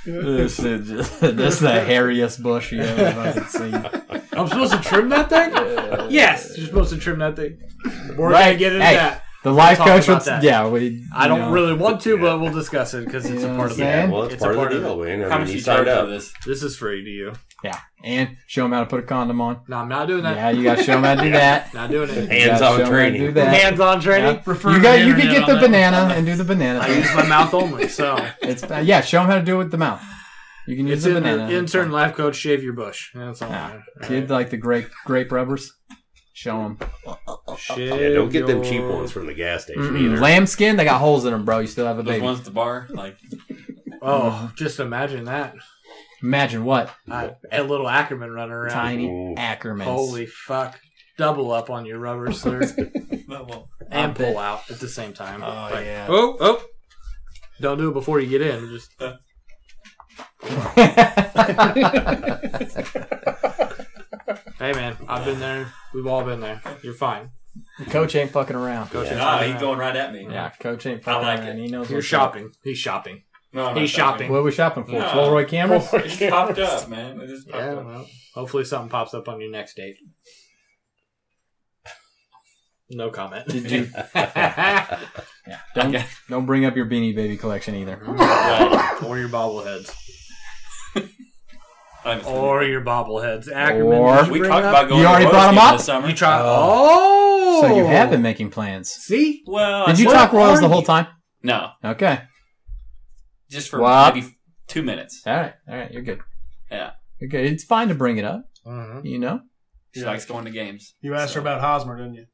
S2: this is just, this is the hairiest bush you ever fucking seen.
S4: I'm supposed to trim that thing? yes, you're supposed to trim that thing. We're gonna
S2: Right.
S4: get into
S2: Hey,
S4: that.
S2: The life
S4: talk
S2: coach
S4: about
S2: would.
S4: that.
S2: Yeah, we.
S4: I
S2: you
S4: don't
S2: know.
S4: really want to,
S3: Yeah.
S4: but we'll discuss it because it's
S2: You know
S4: a
S2: what
S4: part of
S2: I'm
S4: the
S3: the-
S2: saying?
S3: well, it's,
S4: It's a
S3: part of
S4: part
S3: the
S4: of it.
S3: deal, man. I
S6: How
S3: mean,
S6: much
S3: you
S6: you
S3: signed
S6: charge for
S3: up.
S6: this?
S4: This is free to you.
S2: Yeah, and show them how to put a condom on.
S4: No, I'm not doing that.
S2: Yeah, you got to show them how to do that.
S4: Not doing it.
S2: You gotta
S3: Hands
S2: show 'em
S3: on
S2: how to Do
S3: training.
S2: that.
S4: Hands-on training.
S2: Yeah.
S5: Refer
S2: You
S5: to
S2: got.
S5: the
S2: You could
S5: internet
S2: get
S5: on
S2: the
S5: that one.
S2: banana and do the banana.
S4: I
S2: thing.
S4: use my mouth only, so.
S2: It's uh, yeah. Show them how to do it with the mouth. You can use
S4: It's
S2: the
S4: in
S2: banana.
S4: the intern life coach. Shave your bush. That's all.
S2: Yeah.
S4: Shave
S2: Kid like the grape grape rubbers. Show them.
S3: Oh, Yeah, don't get them cheap ones from the gas station either.
S2: Lamb skin. They got holes in them, bro. You still have a
S6: Those
S2: baby.
S6: ones at the bar, like
S4: Oh, just imagine that.
S2: Imagine what
S4: I, a little Ackerman running around.
S2: tiny
S3: Ooh.
S2: Ackermans.
S4: Holy fuck. Double up on your rubber, sir. and
S2: bet.
S4: pull out at the same time.
S2: Oh,
S4: Like,
S2: yeah.
S4: Oh, oh. Don't do it before you get in. Just hey, man, I've been there. We've all been there. You're fine.
S2: Coach ain't fucking around.
S4: Go to
S6: nah, he's going right at me.
S2: Yeah, Coach ain't fucking
S6: I like
S2: around.
S6: it.
S2: He knows
S4: You're
S2: what's
S4: shopping. He's shopping.
S6: No, I'm not
S4: He's
S2: up.
S4: shopping.
S2: What are we shopping for?
S6: Yeah.
S2: Polaroid cameras.
S6: It just popped up, man. It just popped
S4: Yeah.
S6: up.
S4: Well, hopefully something pops up on your next date. No comment.
S2: Did you? Don't,
S6: Okay.
S2: don't bring up your Beanie Baby collection either.
S4: Right. Or your bobbleheads.
S6: I haven't seen
S4: Or
S6: it.
S4: your bobbleheads. Ackerman.
S2: Or-
S4: did you
S6: we
S4: bring
S6: talked
S4: up?
S6: about going.
S2: You
S6: to
S2: already
S6: Roy's
S2: brought 'em
S6: game
S2: up?
S6: This summer.
S4: You try. Oh.
S2: So you have been making plans.
S4: See?
S6: Well, I
S2: Did you
S6: said-
S2: talk Royals
S4: are
S2: the whole
S4: you?
S2: time?
S6: No,
S2: Okay.
S6: just for
S2: What?
S6: maybe two minutes.
S2: All right. All right. You're good.
S6: Yeah.
S2: You're good. It's fine to bring it up.
S4: Mhm.
S2: You know.
S6: She likes going to games.
S5: You asked her about Hosmer, didn't you?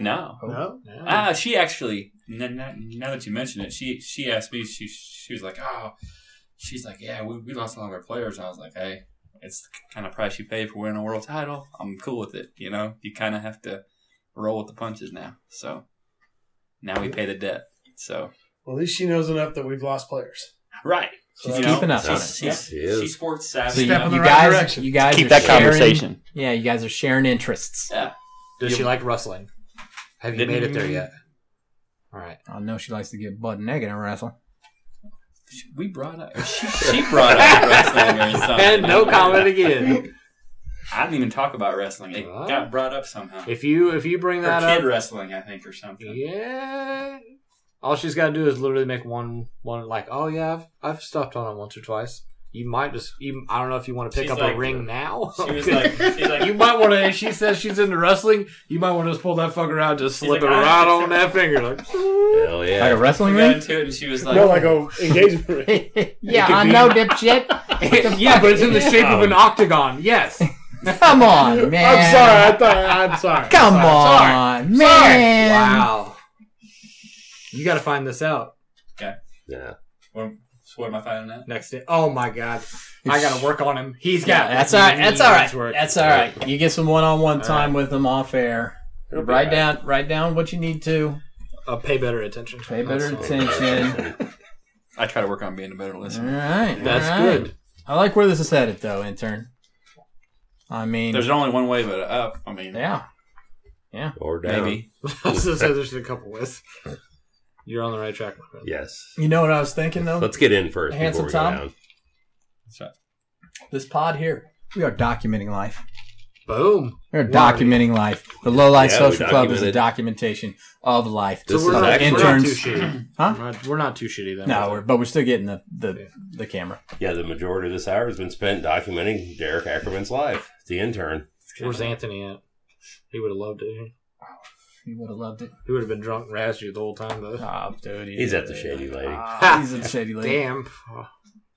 S2: Oh.
S6: No.
S5: No.
S4: Yeah.
S6: Ah, she actually. n- n- Now that you mention it, she she asked me. She she was like, oh, she's like, yeah, we, we lost a lot of our players. And I was like, hey, it's the kind of price you pay for winning a world title. I'm cool with it. You know, you kind of have to roll with the punches now. So now we pay the debt. So
S5: Well, at least she knows enough that we've lost players.
S6: right.
S5: So
S2: She's
S6: You know,
S2: keeping up on it.
S6: She's, she's,
S3: She is.
S6: she's sports
S2: So
S6: savvy.
S2: you,
S5: Step in the
S2: you
S5: right
S2: guys,
S5: direction.
S2: you guys
S8: Keep
S2: are
S8: that
S2: sharing-
S8: conversation.
S2: Yeah, you guys are sharing interests.
S6: Yeah.
S4: Does she like wrestling? Have you
S6: Didn't-
S4: made it there yet? All right.
S2: I know she likes to get butt naked and wrestle.
S6: We brought up. She, she brought up wrestling or something.
S4: And no comment again.
S6: I didn't even talk about wrestling. It
S4: What?
S6: got brought up somehow.
S4: If you if you bring
S6: Or
S4: that
S6: kid
S4: up,
S6: wrestling, I think, or something.
S4: yeah. All she's got to do is literally make one one like, oh yeah, I've I've stopped on it once or twice. You might just even I don't know if you want to pick
S6: She's
S4: up
S6: like- uh,
S4: a ring now.
S6: She was like, she's like,
S4: you might want to. She says she's into wrestling. You might want to just pull that fucker out, just slip
S6: like,
S4: it
S6: "I-
S4: right on that finger. Like,
S3: Hell
S2: Like a
S3: yeah.
S6: we
S2: wrestling
S6: got
S2: ring?
S6: into it, and she was like,
S4: oh.
S2: Oh,
S5: a engagement ring.
S2: yeah, I know, dipshit.
S4: yeah, but it's in the shape of
S2: Um,
S4: an octagon. Yes.
S2: Come on, man.
S5: I thought I'm sorry.
S2: Come on, man.
S4: Wow. You got to find this out
S3: Yeah.
S6: Well, so what am I finding out?
S4: next day. Oh my god, I got to work on him. He's got.
S2: Yeah, that's all right. That's all
S4: needs work.
S2: right. That's all right. You get some one-on-one time with them off air.
S3: It'll be
S2: write
S3: all
S2: down, write down what you need to.
S4: Uh, pay better attention.
S2: Pay better
S4: That's,
S2: attention.
S6: I try to work on being a better
S2: all
S6: listener.
S2: right,
S4: that's
S2: all right.
S4: good.
S2: I like where this is headed, though, intern. I mean,
S6: There's only one way but up. I mean,
S2: yeah,
S3: Or down.
S6: maybe.
S4: I was gonna say there's a couple ways. You're on the right track, my brother.
S3: Yes.
S2: You know what I was thinking though?
S3: Let's get in first
S2: Handsome
S3: before we
S2: Tom?
S3: go down.
S2: this pod here. We are documenting life.
S4: Boom.
S2: We are documenting life. The Low Life
S3: Yeah, we
S2: Social Club is a
S3: documented.
S2: documentation of life.
S3: This
S4: so we're
S3: is
S4: not,
S3: actually-
S4: we're not too
S2: Interns.
S4: shitty.
S2: Huh?
S4: We're not, we're not too shitty then.
S2: No, we're, but we're still getting the the, the camera.
S3: Yeah, the majority of this hour has been spent documenting Derek Ackerman's life. The intern.
S4: Where's Anthony at? He would have loved it.
S2: You would have loved it.
S4: He would have been drunk and razzed you the whole time, though.
S2: Oh, dude.
S3: He's at the Shady Lady.
S2: Ah, he's at the Shady Lady.
S4: Damn. Oh,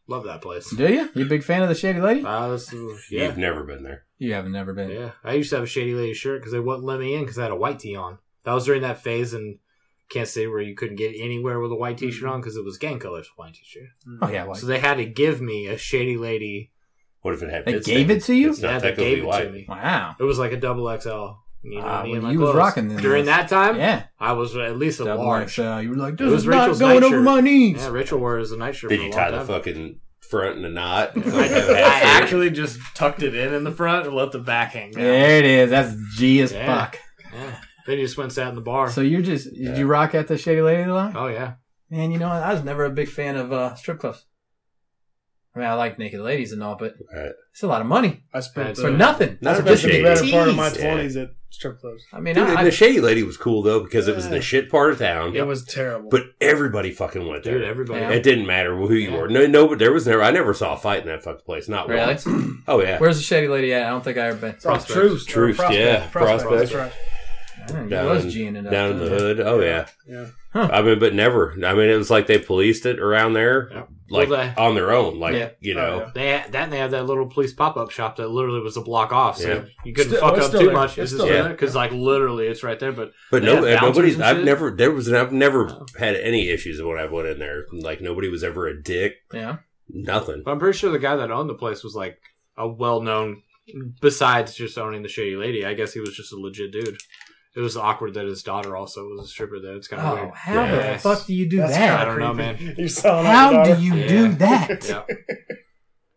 S4: love that place.
S2: Do you? You a big fan of the Shady Lady?
S4: Ah, this is- yeah.
S3: You've never been there.
S2: You haven't never been.
S4: Yeah. I used to have a Shady Lady shirt because they wouldn't let me in because I had a white tee on. That was during that phase in Kansas City where you couldn't get anywhere with a white t
S2: Mm-hmm.
S4: shirt on because it was gang colors, white t shirt.
S2: Oh yeah. Why?
S4: So they had to give me a Shady Lady.
S3: What if it had
S2: They
S3: bits
S2: gave
S3: in
S2: it to you?
S3: It's not
S4: yeah, they
S3: technically
S4: gave it
S3: white.
S4: to me.
S2: Wow.
S4: It was like a double XL. You know,
S2: Ah,
S4: me
S2: well,
S4: and my
S2: you was
S4: clothes.
S2: rocking them ones.
S4: during that time.
S2: Yeah.
S4: I was at least a
S2: Double
S4: large.
S2: XL. You were like,
S4: It
S2: this
S4: was
S2: is not
S4: Rachel's
S2: going
S4: night
S2: over
S4: shirt.
S2: my knees.
S4: Yeah, Rachel wore it as a night shirt.
S3: Did
S4: for a
S3: you
S4: long
S3: tie the
S4: time.
S3: fucking front in a knot? oh,
S4: I, I actually just tucked it in in the front and let the back hang down.
S2: There it is. That's G as
S4: Yeah.
S2: fuck.
S4: Yeah. Then you just went and sat in the bar.
S2: So you're just did you rock at the Shady Lady a lot?
S4: oh yeah,
S2: Man, you know what? I was never a big fan of uh, strip clubs. I mean, I like naked ladies and all, but
S3: Right.
S2: it's a lot of money
S5: I spent
S4: That's
S2: for
S4: Yeah.
S2: nothing.
S3: Not
S2: That's
S3: about
S2: just
S5: just
S2: a
S5: the
S3: shady.
S5: better part of my
S3: Jeez.
S5: twenties at strip clubs.
S2: I mean,
S3: Dude,
S2: I,
S3: and
S2: I,
S3: the Shady Lady was cool though because it was in the shit part of town.
S5: It was terrible.
S3: But everybody fucking went there.
S4: dude, everybody.
S2: Yeah.
S3: It didn't matter who you were. No, no, but there was never. I never saw a fight in that fucking place. Not
S2: really?
S3: once. Oh yeah,
S2: Where's the Shady Lady at? I don't think I ever been.
S5: it's all
S4: Prospect.
S5: truth.
S3: Truth, yeah. Prospect.
S5: That's right.
S2: I don't know,
S3: down,
S2: it was G ended up
S3: down in the
S2: doing it.
S3: hood. Oh yeah.
S5: Yeah.
S2: Huh.
S3: I mean, but never. I mean, it was like they policed it around there,
S4: Yeah.
S3: like
S4: Well, they-
S3: on their own. Like
S2: Yeah.
S3: you know,
S5: Oh, yeah.
S4: They had, that and they have that little police pop up shop that literally was a block off, so
S3: Yeah.
S4: you couldn't
S5: Still-
S4: fuck
S5: oh, it's
S4: up
S5: still
S4: too
S5: there.
S4: much.
S5: It's
S4: It's
S5: still
S4: still
S3: there.
S4: there because like literally it's right there. But
S3: but
S4: They
S3: no,
S4: have bouncers
S3: nobody's.
S4: and
S3: I've
S4: shit?
S3: never. There was. I've never had any issues when I went in there. Like nobody was ever a dick.
S2: Yeah.
S3: Nothing.
S4: I'm pretty sure the guy that owned the place was like a well known. Besides just owning the shady lady, I guess he was just a legit dude. It was awkward that his daughter also was a stripper. There, it's kind of
S2: Oh,
S4: weird.
S2: how the
S4: Yes.
S2: fuck do you do
S5: That's
S4: I
S2: that?
S4: don't know, man.
S5: You selling
S2: How
S5: out your
S2: do you
S4: Yeah.
S2: do that?
S4: Yeah.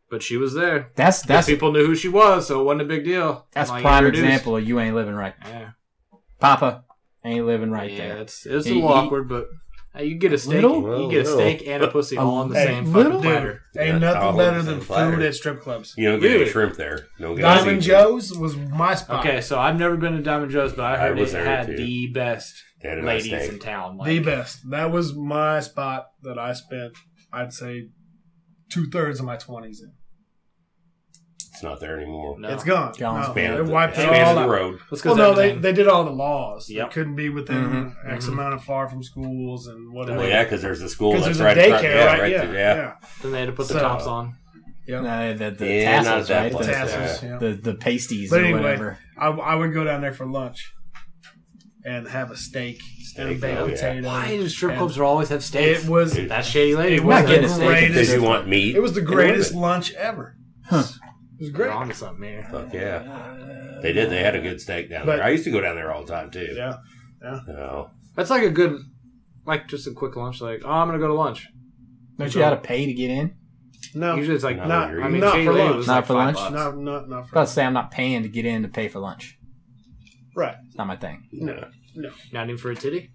S4: But she was there.
S2: That's that's
S4: That's, people knew who she was, so it wasn't a big deal.
S2: that's
S4: Like,
S2: prime
S4: introduced.
S2: example of you ain't living right.
S4: Yeah,
S2: Papa ain't living right
S4: yeah,
S2: there.
S4: It's, it's a
S2: He-
S4: little
S2: he-
S4: awkward, but uh, you get a steak,
S2: Little?
S4: you get a
S3: Well,
S4: steak and a pussy
S2: A
S4: all on the
S5: hey,
S4: same
S2: little?
S4: fucking platter.
S5: daughter? Ain't
S3: Yeah,
S5: nothing
S3: all
S5: better
S3: of
S5: than
S3: them flattered.
S5: food at strip clubs.
S3: You don't get any
S4: Dude.
S3: shrimp there. No
S5: Diamond Joe's was my spot.
S4: Okay, so I've never been to Diamond Joe's, but I
S3: I
S4: heard
S3: was
S4: it
S3: there,
S4: had
S3: too.
S4: the best
S3: They had a nice
S4: ladies
S3: steak.
S4: in town. Like,
S5: The best. That was my spot that I spent. I'd say two thirds of my twenties in.
S3: It's not there anymore.
S4: No.
S5: It's gone.
S2: Gone.
S5: No,
S3: Expanded
S5: they
S3: the-
S5: wiped it
S3: expanded
S5: all
S3: the
S5: out.
S3: road.
S4: Let's go
S5: Well, no, they,
S4: everything.
S5: they did all the laws. They
S4: Yep.
S5: couldn't be within
S2: Mhm.
S3: Mm-hmm.
S5: X amount of far from schools and whatever.
S3: Well, yeah, because there's a school.
S5: Because
S3: That's
S5: there's
S3: right.
S5: a
S3: across-
S5: daycare,
S3: yeah,
S5: right?
S3: right
S5: yeah,
S3: there,
S5: yeah.
S3: yeah.
S4: then they had to put the
S5: So-
S4: tops on.
S2: No, Uh, the, the
S3: Yeah, not
S2: tassels,
S3: that
S2: right?
S3: place.
S2: The,
S5: Tassels, yeah.
S2: the the pasties
S5: But
S2: or
S5: anyway.
S2: whatever.
S5: I, I would go down there for lunch and have a steak, and a
S3: Steak,
S5: baked
S3: oh, yeah.
S5: potato.
S4: Why do strip
S5: and-
S4: clubs always have steaks?
S5: It was
S3: Dude.
S5: it
S4: that shady lady.
S5: It
S4: was
S2: not getting a
S4: there.
S2: steak.
S5: greatest-
S3: Because you want meat.
S5: was the
S3: and
S5: greatest
S3: women.
S5: lunch ever. It was
S4: You're
S5: great.
S4: onto something here.
S3: Fuck yeah. They did. They had a good steak down
S5: But-
S3: there. I used to go down there all the time too.
S5: Yeah.
S3: Oh,
S4: That's like a good, like just a quick lunch. Like, oh, I'm gonna go to lunch.
S2: Don't you gotta pay to get in?
S5: No.
S4: Usually it's like
S3: No,
S5: not,
S3: you're
S4: I mean,
S5: not
S4: Shady
S5: for
S4: Lady
S5: lunch.
S4: was
S2: Not
S4: like
S2: for
S4: five
S2: lunch?
S4: bucks.
S5: not, not, not
S2: I was
S5: for
S2: about to say I'm not paying to get in to pay for lunch.
S5: Right.
S2: It's not my thing.
S5: No.
S4: Not even for a titty.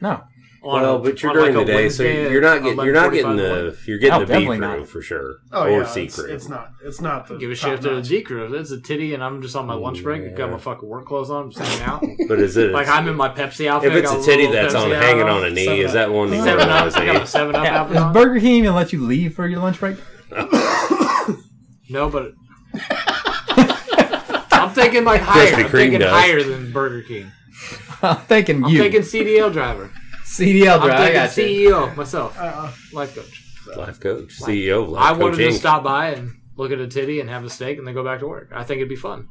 S2: No.
S3: well, but you're during the day, so you're not getting you're not getting the you're
S2: Oh,
S3: getting the beef
S2: definitely not.
S3: crew for sure,
S5: Oh,
S3: or
S5: yeah.
S3: C
S5: it's,
S3: crew.
S5: it's not. It's not the
S4: Give a
S5: top
S4: shit to the
S5: notch.
S4: G crew. If that's a titty, and I'm just on my lunch break. I've got my fucking work clothes on. I'm just hanging out.
S3: But is it
S4: like I'm in my Pepsi outfit.
S3: if it's
S4: got
S3: a titty
S4: little
S3: that's on
S4: Pepsi
S3: hanging
S4: outfit
S3: on a knee,
S5: Seven
S3: is that one you
S4: Seven up.
S3: normalize
S4: I got a
S3: eight?
S4: seven up outfit
S2: Does
S4: on.
S2: Burger King even let you leave for your lunch break?
S4: No, but I'm thinking like higher.
S3: Krispy
S4: I'm
S3: Kreme
S4: thinking
S3: does.
S4: higher than Burger King.
S2: I'm thinking
S4: I'm
S2: you.
S4: thinking CDL driver.
S2: CDL driver.
S4: I'm
S2: I got
S4: thinking
S2: you.
S4: CEO myself.
S5: Uh-uh.
S4: Life coach.
S3: Life coach, CEO, life
S4: I wanted to
S3: coaching.
S4: stop by and look at a titty and have a steak and then go back to work. I think it'd be fun.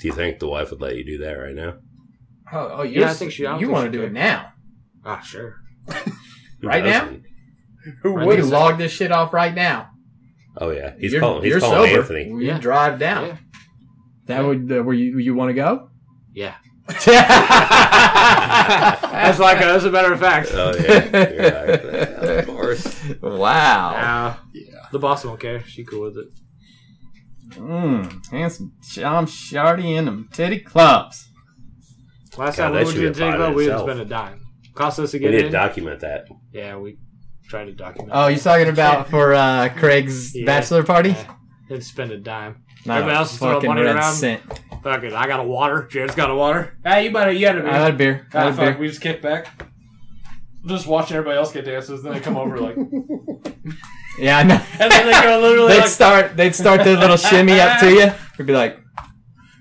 S3: Do you think the wife would let you do that right now?
S2: Oh, oh
S4: Yeah,
S2: you're-
S4: I think she- I don't
S2: you
S4: think
S2: want to
S4: she
S2: do
S4: did.
S2: it now.
S4: Ah, sure.
S3: Who
S2: Right now?
S3: doesn't?
S2: Who
S4: Right
S2: would
S4: now.
S2: log this shit off right now?
S3: Oh yeah, he's
S2: you're,
S3: calling.
S2: you're
S3: He's calling
S2: sober.
S3: Anthony.
S2: You
S4: Yeah.
S2: drive down.
S4: Yeah.
S2: That would uh, where you you want to go?
S4: Yeah. That's like a, as a matter of fact.
S3: Oh yeah, yeah, of course.
S2: wow.
S4: Nah, The boss won't care. She cool with it.
S2: Mmm. Handsome John Shardy and them titty clubs.
S4: Last
S3: God,
S4: time
S3: that
S4: we went
S3: should
S4: to
S3: be
S4: the
S3: a
S4: Jig
S3: pod in
S4: Club, we didn't
S3: itself.
S4: spend a dime. Cost us to
S3: We
S4: get
S3: need to
S4: in.
S3: document that.
S4: yeah, we tried to document.
S2: Oh, you're talking about for uh, Craig's
S4: Yeah.
S2: bachelor party?
S4: Yeah. Didn't spend a dime.
S2: Not
S4: Everybody
S2: a
S4: else is throwing
S2: fucking
S4: money
S2: red
S4: around.
S2: cent.
S4: Fuck it, I got a water. Jared's got a water. Hey, you better. You had a
S2: I had a beer. I
S4: Ah,
S2: had a
S4: fuck,
S2: beer.
S4: we just kick back. Just watching everybody else get dances, then they come over like, and
S2: Yeah, I know.
S4: then they go literally
S2: they'd
S4: like,
S2: start. They'd start their little shimmy up to you. We'd be like,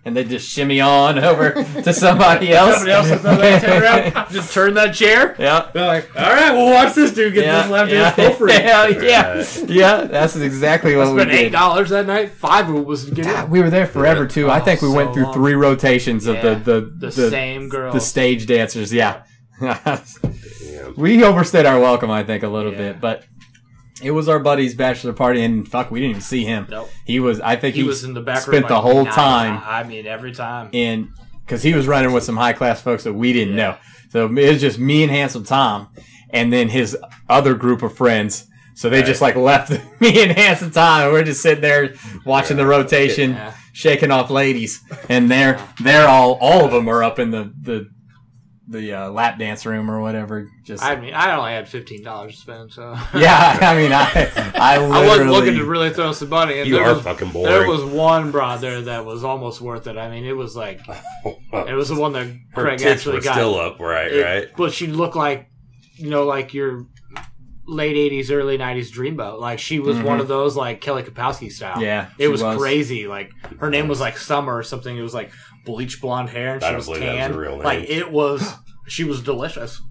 S2: and they'd just shimmy on over to somebody else.
S4: somebody else is like, turn around, just turn that chair.
S2: yeah.
S4: They're like, all right, we'll watch this dude get
S2: yeah,
S4: this left
S2: yeah,
S4: hand for free.
S2: Yeah, yeah,
S3: Right.
S2: yeah. That's exactly what we
S4: Spent eight
S2: did.
S4: dollars that night. Five of it was to get
S2: God,
S4: in.
S2: Ah, we were there forever too. I
S4: Oh,
S2: think we went
S4: so
S2: through
S4: long.
S2: three rotations
S4: Yeah,
S2: of the the,
S4: the same girls.
S2: the stage dancers. Yeah,
S3: Yeah.
S2: we overstayed our welcome, I think, a little
S4: Yeah.
S2: bit, but it was our buddy's bachelor party, and fuck, we didn't even see him.
S4: Nope.
S2: He was, I think,
S4: He was in the back.
S2: Spent
S4: room,
S2: the
S4: like,
S2: whole
S4: nine
S2: time
S4: I mean, every time.
S2: and because he was running with some high class folks that we didn't
S4: Yeah.
S2: know. So it was just me and handsome Tom, and then his other group of friends. So they just like left me and handsome Tom, and we're just sitting there watching the rotation,
S4: Yeah.
S2: shaking off ladies, and they're they're all all of them are up in the the the uh, lap dance room or whatever. Just
S4: I mean, I only had fifteen dollars to spend, so
S2: yeah, I mean I I
S4: I
S2: literally
S4: wasn't looking to really throw some money. And
S3: You
S4: there
S3: are
S4: was,
S3: fucking
S4: There
S3: boring.
S4: was one bra there that was almost worth it. I mean, it was like it was the one that
S3: Oh, Her
S4: Craig
S3: tits
S4: actually
S3: were
S4: got.
S3: still up, right?
S4: It-
S3: right.
S4: But she looked like, you know, like your late '80s, early '90s dreamboat. Like she was
S3: Mm-hmm.
S4: one of those like Kelly Kapowski style.
S2: Yeah,
S4: it
S2: she
S4: was,
S2: was.
S4: crazy. Like her name was like Summer or something. It was like bleach blonde hair, and
S3: I
S4: she
S3: don't
S4: was
S3: believe that was
S4: tan.
S3: her real name.
S4: Like it was, she was delicious.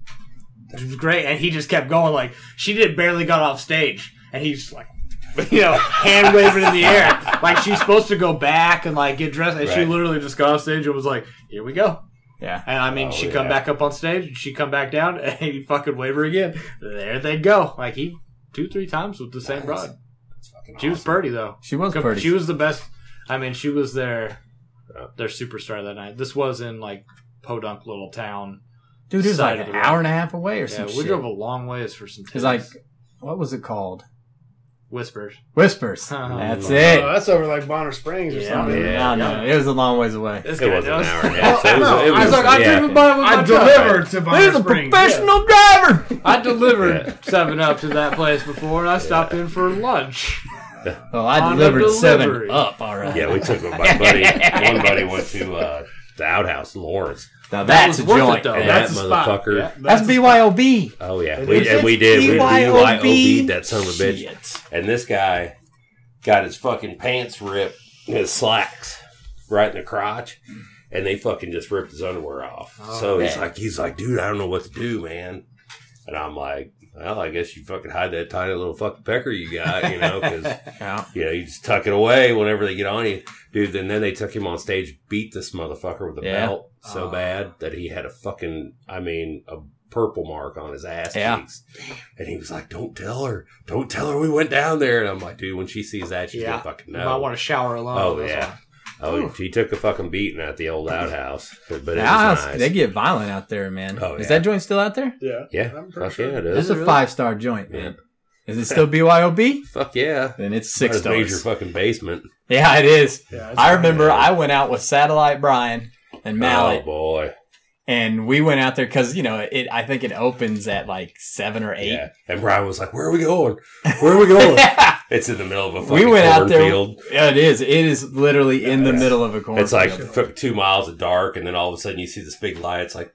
S4: It was great, and he just kept going. Like she did barely got off stage, and he's like. You know, hand waving in the air, like she's supposed to go back and like get dressed, and she
S3: Right.
S4: literally just got off stage and was like, "Here we go."
S2: yeah.
S4: And I mean,
S3: Oh,
S4: she come
S3: yeah.
S4: back up on stage, she come back down, and he fucking wave her again. There they go. Like he two, three times with the same broad. She was pretty though.
S2: She was
S4: Com-
S2: pretty.
S4: She was the best. I mean, she was their their superstar that night. This was in like Podunk little town.
S2: Dude, it was
S4: side
S2: like
S4: of
S2: an
S4: the road.
S2: hour and a half away or
S4: Yeah,
S2: something.
S4: we drove a long ways for some.
S2: It's
S4: Titties.
S2: like what was it called?
S4: whispers.
S2: Whispers.
S4: Oh,
S2: That's
S3: Lord.
S2: it.
S5: Oh, that's over like Bonner Springs or
S4: Yeah.
S5: something.
S2: No, no, it was a long ways away.
S4: This
S3: It
S4: guy
S3: was an
S4: knows.
S3: hour and a half. So it was,
S5: Well,
S3: it
S5: no, I
S3: was,
S5: was like,
S2: I
S3: yeah.
S2: driven by with
S5: I
S2: my truck.
S5: delivered to Bonner
S2: There's a
S5: Springs.
S2: professional driver.
S4: I delivered
S3: Yeah.
S4: Seven Up to that place before, and I stopped in for lunch.
S2: Well, I
S4: On a
S2: delivered seven
S4: delivery.
S2: up. All right.
S3: Yeah, we took with my buddy. One buddy went to uh, the outhouse, in Lawrence.
S2: Now
S4: That
S2: that's
S4: was
S2: a
S4: worth it,
S2: joint.
S4: though.
S3: And
S5: that's
S3: that
S5: a spot.
S3: motherfucker.
S4: Yeah.
S2: That's BYOB.
S3: Oh yeah,
S5: It
S3: we,
S5: is.
S3: and we did. We
S2: BYOB.
S3: BYOB'd that son of a bitch.
S2: Shit.
S3: And this guy got his fucking pants ripped, his slacks right in the crotch, and they fucking just ripped his underwear off.
S4: Oh,
S3: so he's like, he's like, dude, I don't know what to do, man. And I'm like, well, I guess you fucking hide that tiny little fucking pecker you got, you know, because
S2: Yeah.
S3: you know you just tuck it away whenever they get on you, dude. And then they took him on stage, beat this motherfucker with a
S2: Yeah.
S3: belt so
S4: Oh.
S3: bad that he had a fucking, I mean, a purple mark on his ass
S2: Yeah.
S3: cheeks. And he was like, "Don't tell her, don't tell her we went down there." And I'm like, "Dude, when she sees that, she's
S4: Yeah.
S3: gonna fucking
S4: You might
S3: know."
S4: want to shower alone.
S3: oh
S4: That's
S3: yeah. Oh, he took a fucking beating at the old outhouse, but it was
S2: House,
S3: nice.
S2: They get violent out there, man.
S3: Oh,
S2: Is
S3: yeah.
S2: that joint still out there?
S5: Yeah.
S3: yeah,
S5: I'm pretty
S3: fuck
S5: sure.
S3: yeah, it
S2: This
S3: is.
S2: is a five star joint,
S3: Yeah.
S2: man. Is it still BYOB?
S3: Fuck yeah,
S2: Then it's
S3: Might
S2: six
S3: as big as your
S2: dollars.
S3: fucking basement.
S2: Yeah, it is.
S5: Yeah, it's-
S2: I remember I went out with Satellite Brian and Mallet,
S3: Oh boy,
S2: and we went out there because you know it. I think it opens at like seven or eight.
S3: yeah. And Brian was like, "Where are we going? Where are we going?" it's in the middle of a fucking
S2: we went out there.
S3: cornfield.
S2: Yeah, it is. It is literally in the middle of a cornfield.
S3: It's like fuck two miles of dark, and then all of a sudden you see this big light. It's like,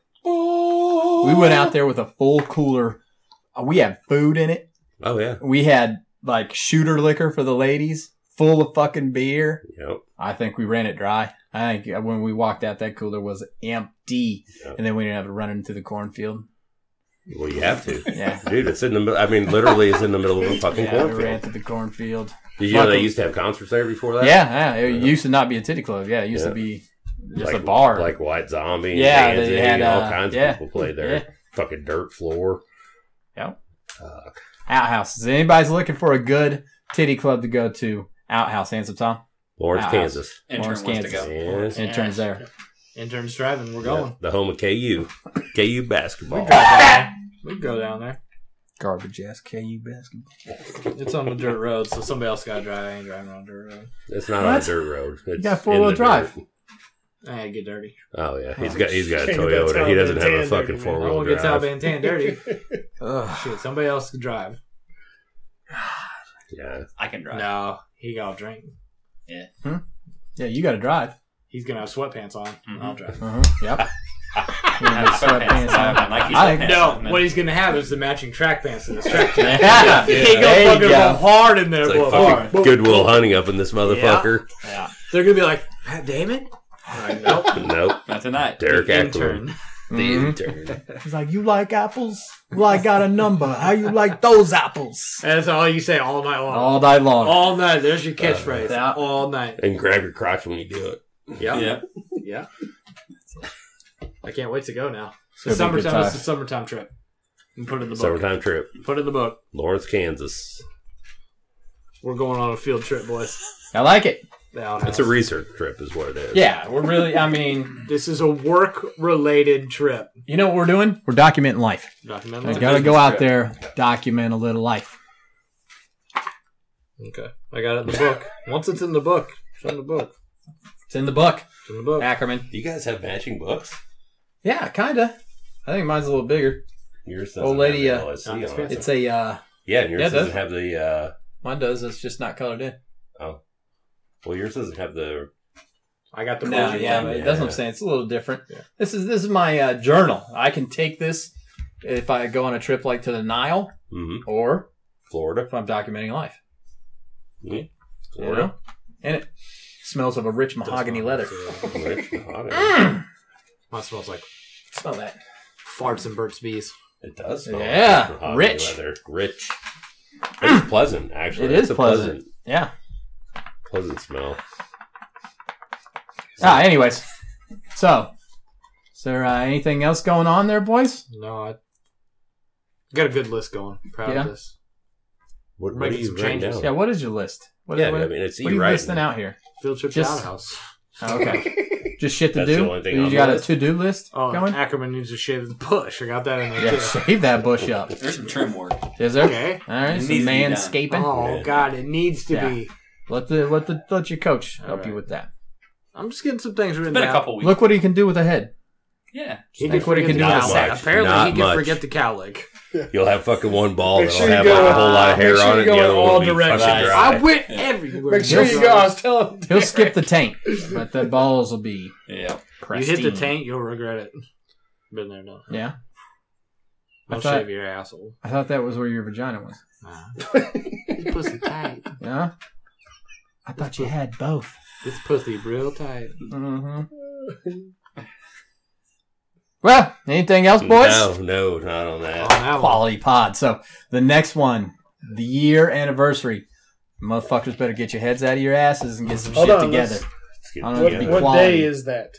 S2: we went out there with a full cooler. Uh, We had food in it.
S3: oh yeah,
S2: We had like shooter liquor for the ladies, full of fucking beer.
S3: yep.
S2: I think we ran it dry. I think uh, when we walked out, that cooler was empty,
S3: Yeah.
S2: and then we didn't have to run into the cornfield.
S3: Well, you have to.
S2: Yeah.
S3: Dude, it's in the middle. I mean, literally, it's in the middle of a fucking
S2: Yeah, we ran
S3: cornfield.
S2: through the cornfield.
S3: Did you know they
S2: Michael-
S3: used to have concerts there before that?
S2: Yeah, yeah, it
S3: Yeah.
S2: used to not be a titty club. Yeah, it used
S3: Yeah.
S2: to be just
S3: Like-
S2: a bar.
S3: Like White Zombie,
S2: Yeah,
S3: yeah,
S2: they had,
S3: all
S2: uh,
S3: kinds
S2: yeah.
S3: of people played there.
S2: Yeah.
S3: Fucking dirt floor.
S2: outhouses. Anybody's looking for a good titty club to go to, outhouse, hands up, Tom.
S3: Lawrence,
S2: Wow.
S3: Kansas.
S6: Intern
S2: Lawrence,
S6: wants to
S2: Kansas.
S6: go.
S3: Yes.
S2: And it turns there.
S4: Interns driving. We're
S3: Yeah,
S4: going.
S3: the home of KU. KU basketball.
S4: We go down there.
S2: Garbage ass KU basketball.
S4: It's on the dirt road, so somebody else got to drive. I ain't driving on dirt road.
S3: It's not on
S2: What?
S3: a dirt road. It's
S2: got four-wheel
S3: in the
S2: drive.
S3: dirt.
S4: I had to get dirty.
S3: Oh yeah, he's got he's got a
S5: Shit, that's
S3: Toyota.
S5: how
S3: He doesn't have a
S5: Vantan
S3: fucking
S5: dirty, man.
S3: four
S4: I
S3: wheel
S4: won't get Sal
S3: drive.
S4: Bantan dirty. Shit, somebody else can drive.
S3: Yeah,
S6: I can drive.
S4: No, he got drink.
S2: Yeah, you got to drive.
S4: He's gonna have sweatpants on.
S3: Mm-hmm.
S4: and I'll drive.
S2: Uh-huh. Yep.
S6: I have sweatpants on. I like
S2: I-
S4: No, what
S6: What
S4: he's gonna have is the matching track pants to this track.
S6: do you
S2: Yeah.
S4: He gonna
S2: There you
S4: fucking
S2: go.
S4: go hard in there,
S3: it's
S4: boy.
S3: like fucking Goodwill Hunting up in this motherfucker.
S4: They're gonna be like Matt Damon. I'm like, nope.
S3: Nope,
S6: Not tonight.
S3: Derek
S4: The
S3: Acklund,
S4: intern.
S3: the intern.
S2: He's like, you like apples? Well, I got a number. How you like those apples?
S4: That's all you say all night long. All,
S2: All day long.
S4: night. There's your catchphrase.
S2: yeah.
S4: All night.
S3: And grab your crotch when you do it.
S4: Yeah. yeah.
S6: Yeah.
S4: I can't wait to go now. It's
S2: gonna be a good
S4: summertime. It's
S2: time.
S4: a summertime trip. And put it in the book.
S3: Summertime trip,
S4: Put it in the book.
S3: Lawrence, Kansas.
S4: We're going on a field trip, boys.
S2: I like it.
S4: The outhouse.
S3: It's a research trip, is what it is.
S2: Yeah, we're really. I mean,
S4: this is a work-related trip.
S2: you know what we're doing? We're documenting life.
S4: Documentary.
S2: I gotta go out there, document a little life.
S4: Okay. I got it in the book. Once it's in the book, it's in the book.
S2: It's in the book,
S4: It's in the book.
S2: Ackerman.
S3: Do you guys have matching books?
S2: Yeah, kinda. I think mine's a little bigger.
S3: Yours
S2: Old lady,
S3: have the
S2: uh,
S3: LSE
S4: not
S3: on it.
S4: expensive.
S2: It's a. uh
S3: Yeah, and yours
S2: Yeah, it
S3: doesn't have the. uh
S2: Mine does. It's just not colored in.
S3: Oh, well, yours doesn't have the.
S4: I got the
S2: No,
S4: Rosie
S2: yeah,
S4: one.
S2: but
S3: yeah,
S2: that's what I'm
S3: yeah.
S2: saying. It's a little different. This is this is my uh, journal. I can take this if I go on a trip like to the Nile
S3: Mhm.
S2: or
S3: Florida.
S2: if I'm documenting life.
S3: Mhm.
S2: You
S3: Florida.
S2: know? And it smells of a rich mahogany leather.
S3: Rich Mahogany.
S4: Mine smells like
S2: Smell that.
S4: farts and Burt's bees.
S3: It does. Smell
S2: Yeah,
S3: like mahogany
S2: rich.
S3: leather. Rich. It's pleasant, actually.
S2: It is
S3: It's a
S2: pleasant. Yeah.
S3: pleasant, pleasant smell.
S2: Ah, anyways. So, is there uh, anything else going on there, boys?
S4: No, I got a good list going. I'm proud
S2: Yeah.
S4: of this.
S3: What,
S4: We're
S3: what are
S4: making
S3: you
S4: some
S3: writing
S4: changes.
S3: down?
S2: Yeah, what is your list? What,
S3: Yeah,
S2: what,
S3: I mean, it's
S2: what
S3: you
S2: are you
S3: writing.
S2: listing out here?
S4: Field trip
S2: Just-
S4: to outhouse.
S2: Oh, okay. Just shit to
S3: That's
S2: do?
S3: the only thing
S2: you
S3: on the
S2: got a
S3: list.
S2: to do list
S4: Oh,
S2: going?
S4: Ackerman needs to shave the bush. I got that in there
S2: Yeah,
S4: too.
S2: shave that bush up.
S6: There's some trim work.
S2: Is there?
S4: Okay.
S2: All right,
S6: It
S2: some
S6: needs to be done.
S2: manscaping.
S4: Oh
S3: Yeah.
S4: God, it needs to
S2: Yeah.
S4: be.
S2: Let the let the let your coach help
S4: Alright.
S2: you with that.
S4: I'm just getting some things written
S6: It's been a
S4: down.
S6: couple weeks.
S2: Look what he can do with a head.
S6: Yeah.
S4: He
S2: Think
S4: can
S2: what he
S4: forget
S2: can
S4: the
S2: do
S4: cow
S2: with
S4: leg.
S3: much.
S4: Apparently,
S3: Not
S4: he can
S3: much.
S4: forget the cow leg.
S3: You'll have fucking one ball
S5: Make
S3: that'll
S5: sure you
S3: have
S5: go-
S3: a whole lot of hair
S5: make sure
S3: on
S5: you
S3: it,
S5: go
S3: and the
S5: in
S3: other
S5: all
S3: one will be fucking
S5: directions.
S3: dry.
S4: I went everywhere.
S5: Make sure
S4: Yes.
S5: you go. I was telling him.
S2: He'll skip the taint, but the balls will be
S6: Yeah.
S4: You
S2: pristine.
S4: hit the tank, you'll regret it. Been there, done. that.
S2: Yeah, I
S4: Don't
S2: thought-
S4: shave your asshole.
S2: I thought that was where your vagina was.
S4: This pussy tight.
S2: Yeah, I thought you had both.
S4: This pussy real tight.
S2: hmm Well, anything else, boys?
S3: No, no, not on
S4: On
S3: that.
S4: Oh, that one.
S2: Quality pod. So the next one, the year anniversary. Motherfuckers better get your heads out of your asses and get some
S5: Hold
S2: shit
S5: on,
S2: together.
S5: let's-
S3: Let's get
S2: I don't
S5: What,
S2: know if
S3: together.
S2: you-
S5: what
S2: Quality.
S5: day is that?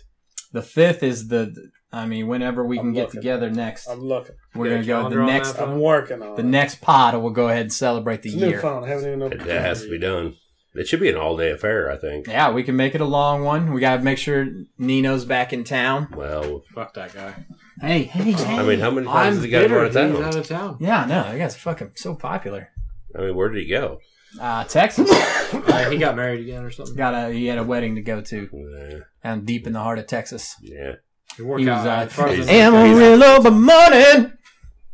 S2: The fifth is the. I mean, whenever we
S5: I'm
S2: can get
S5: looking.
S2: together next,
S5: I'm looking.
S2: we're
S4: got
S2: gonna
S4: a
S2: go
S4: calendar
S2: the
S4: on
S2: next
S4: that phone?
S5: I'm working on
S2: the
S5: it.
S2: next pod, and we'll go ahead and celebrate the
S5: It's a new
S2: year.
S5: phone. I haven't even opened
S3: It that has to be done. It should be an all day affair, I think.
S2: Yeah, we can make it a long one. We gotta make sure Nino's back in town.
S3: Well,
S4: Fuck that guy.
S2: Hey, hey, hey.
S3: I mean, how many times
S4: I'm
S3: has he got
S4: bitter.
S3: run out
S4: He's
S3: of
S4: out
S3: town?
S4: of town.
S2: yeah, no, that guy's fucking so popular.
S3: I mean, where did he go?
S2: Uh, Texas
S4: Uh, he got married again or something.
S2: got a he had a wedding to go to
S3: Yeah.
S2: down deep in the heart of Texas.
S3: yeah.
S4: He worked
S2: He was
S4: out
S2: uh,
S4: in front of
S3: he's-
S4: the-
S2: Amarillo by morning.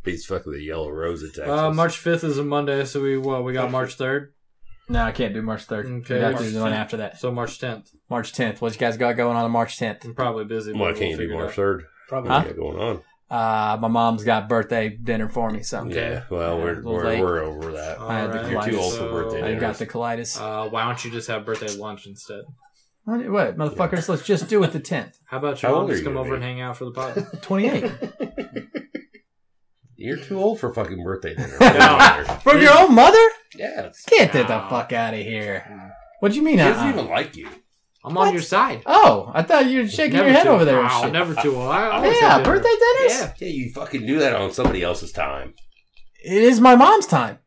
S3: He's fucking the Yellow Rose of Texas.
S4: Uh, March 5th is a Monday, so we well, we got March 3rd,
S2: No, I can't do March third.
S4: Okay,
S2: Okay, got to
S4: March
S2: do the one
S4: 10th.
S2: after that.
S4: so March 10th.
S2: March tenth. What you guys got going on on March tenth?
S4: I'm probably busy. but
S3: Why
S4: we'll
S3: can't you do
S4: figure it
S3: March
S4: out.
S3: 3rd?
S5: Probably.
S3: What do you got going on?
S2: Uh, my mom's got birthday dinner for me, so
S3: Yeah, well, we're,
S2: little
S3: we're,
S2: late.
S3: we're over that.
S4: All
S2: I had the
S4: right,
S2: You're too
S3: old for
S4: so,
S3: birthday
S2: I
S3: dinner.
S2: got the colitis.
S4: Uh, why don't you just have birthday lunch instead?
S2: What, what motherfuckers? Let's just do it the tenth,
S4: How about
S3: How
S4: your
S3: old
S4: mom
S3: are
S4: just
S3: you
S4: come
S3: gonna
S4: over
S3: be?
S4: and hang out for the pod?
S2: twenty-eight.
S3: You're too old for fucking birthday dinner.
S2: From your own mother?
S3: Yeah. it's-
S2: Get that the
S4: No.
S2: fuck out of here. What do you mean?
S3: He doesn't
S2: uh-uh?
S3: even like you.
S4: I'm
S2: What?
S4: on your side.
S2: Oh, I thought you were shaking
S4: Never
S2: your head
S4: too-
S2: over there. and
S4: Wow,
S2: shit.
S4: never too old. I always
S2: yeah,
S4: have dinner.
S2: birthday dinners.
S4: Yeah,
S3: Yeah, you fucking do that on somebody else's time.
S2: It is my mom's time.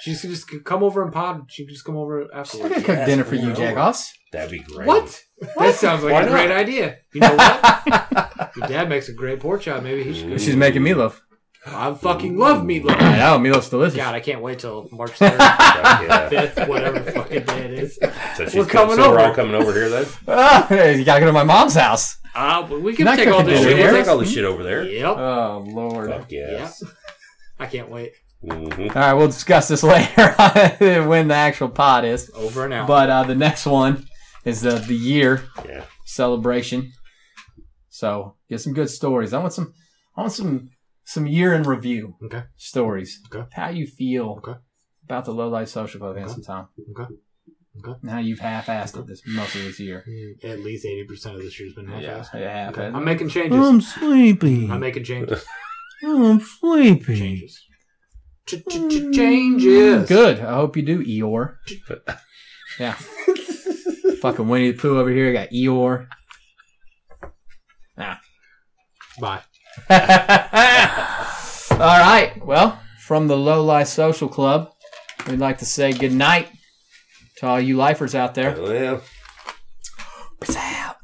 S4: she's gonna just come over and pod. She can just come over
S2: I'm gonna
S4: afterwards.
S2: cook
S3: yes,
S2: dinner for
S3: we
S2: you,
S3: know.
S2: jackoffs.
S3: That'd be great.
S4: What? That sounds like
S3: Why
S4: a
S3: not?
S4: great idea. You know what? Your dad makes a great pork chop. Maybe he should.
S3: Mm.
S2: She's making meatloaf.
S8: I fucking love meatloaf.
S2: I know, Milo's delicious.
S4: God, I can't wait till March 3rd,
S3: Yeah.
S4: 5th, whatever fucking day it is.
S3: So she's
S4: We're coming
S3: so We're
S4: over.
S3: all coming over here then.
S2: Ah, you gotta go to my mom's house.
S4: Uh, but we can
S2: Not
S4: take all
S2: cooking
S4: this
S2: over
S3: We'll
S4: shit.
S2: here.
S4: with
S3: take
S4: us.
S3: all this shit over there.
S4: Yep.
S2: Oh lord. All
S3: Fuck yes.
S4: Yep. I can't wait.
S3: Mhm.
S2: right, we'll discuss this later when the actual pod is.
S4: Over and out.
S2: But uh, the next one is the the year
S3: Yeah.
S2: celebration. So get some good stories. I want some. I want some some year in review.
S8: Okay.
S2: Stories.
S8: Okay.
S2: How you feel.
S8: Okay.
S2: About the low life social club, Handsome Tom.
S8: Okay. Okay.
S2: Now you've half-assed it this most of this year.
S4: At least 80% of this year's been half
S8: Yeah.
S4: assed.
S2: Yeah, half
S8: Okay.
S4: I'm making changes. I'm sleepy. I'm making changes. I'm sleepy. Changes. Changes.
S2: Good. I hope you do, Eeyore. yeah. Fucking Winnie the Pooh over here. Got Eeyore.
S4: Bye.
S2: All right. Well, from the Low Life Social Club, we'd like to say good night to all you lifers out there.
S3: Well,
S2: Peace out.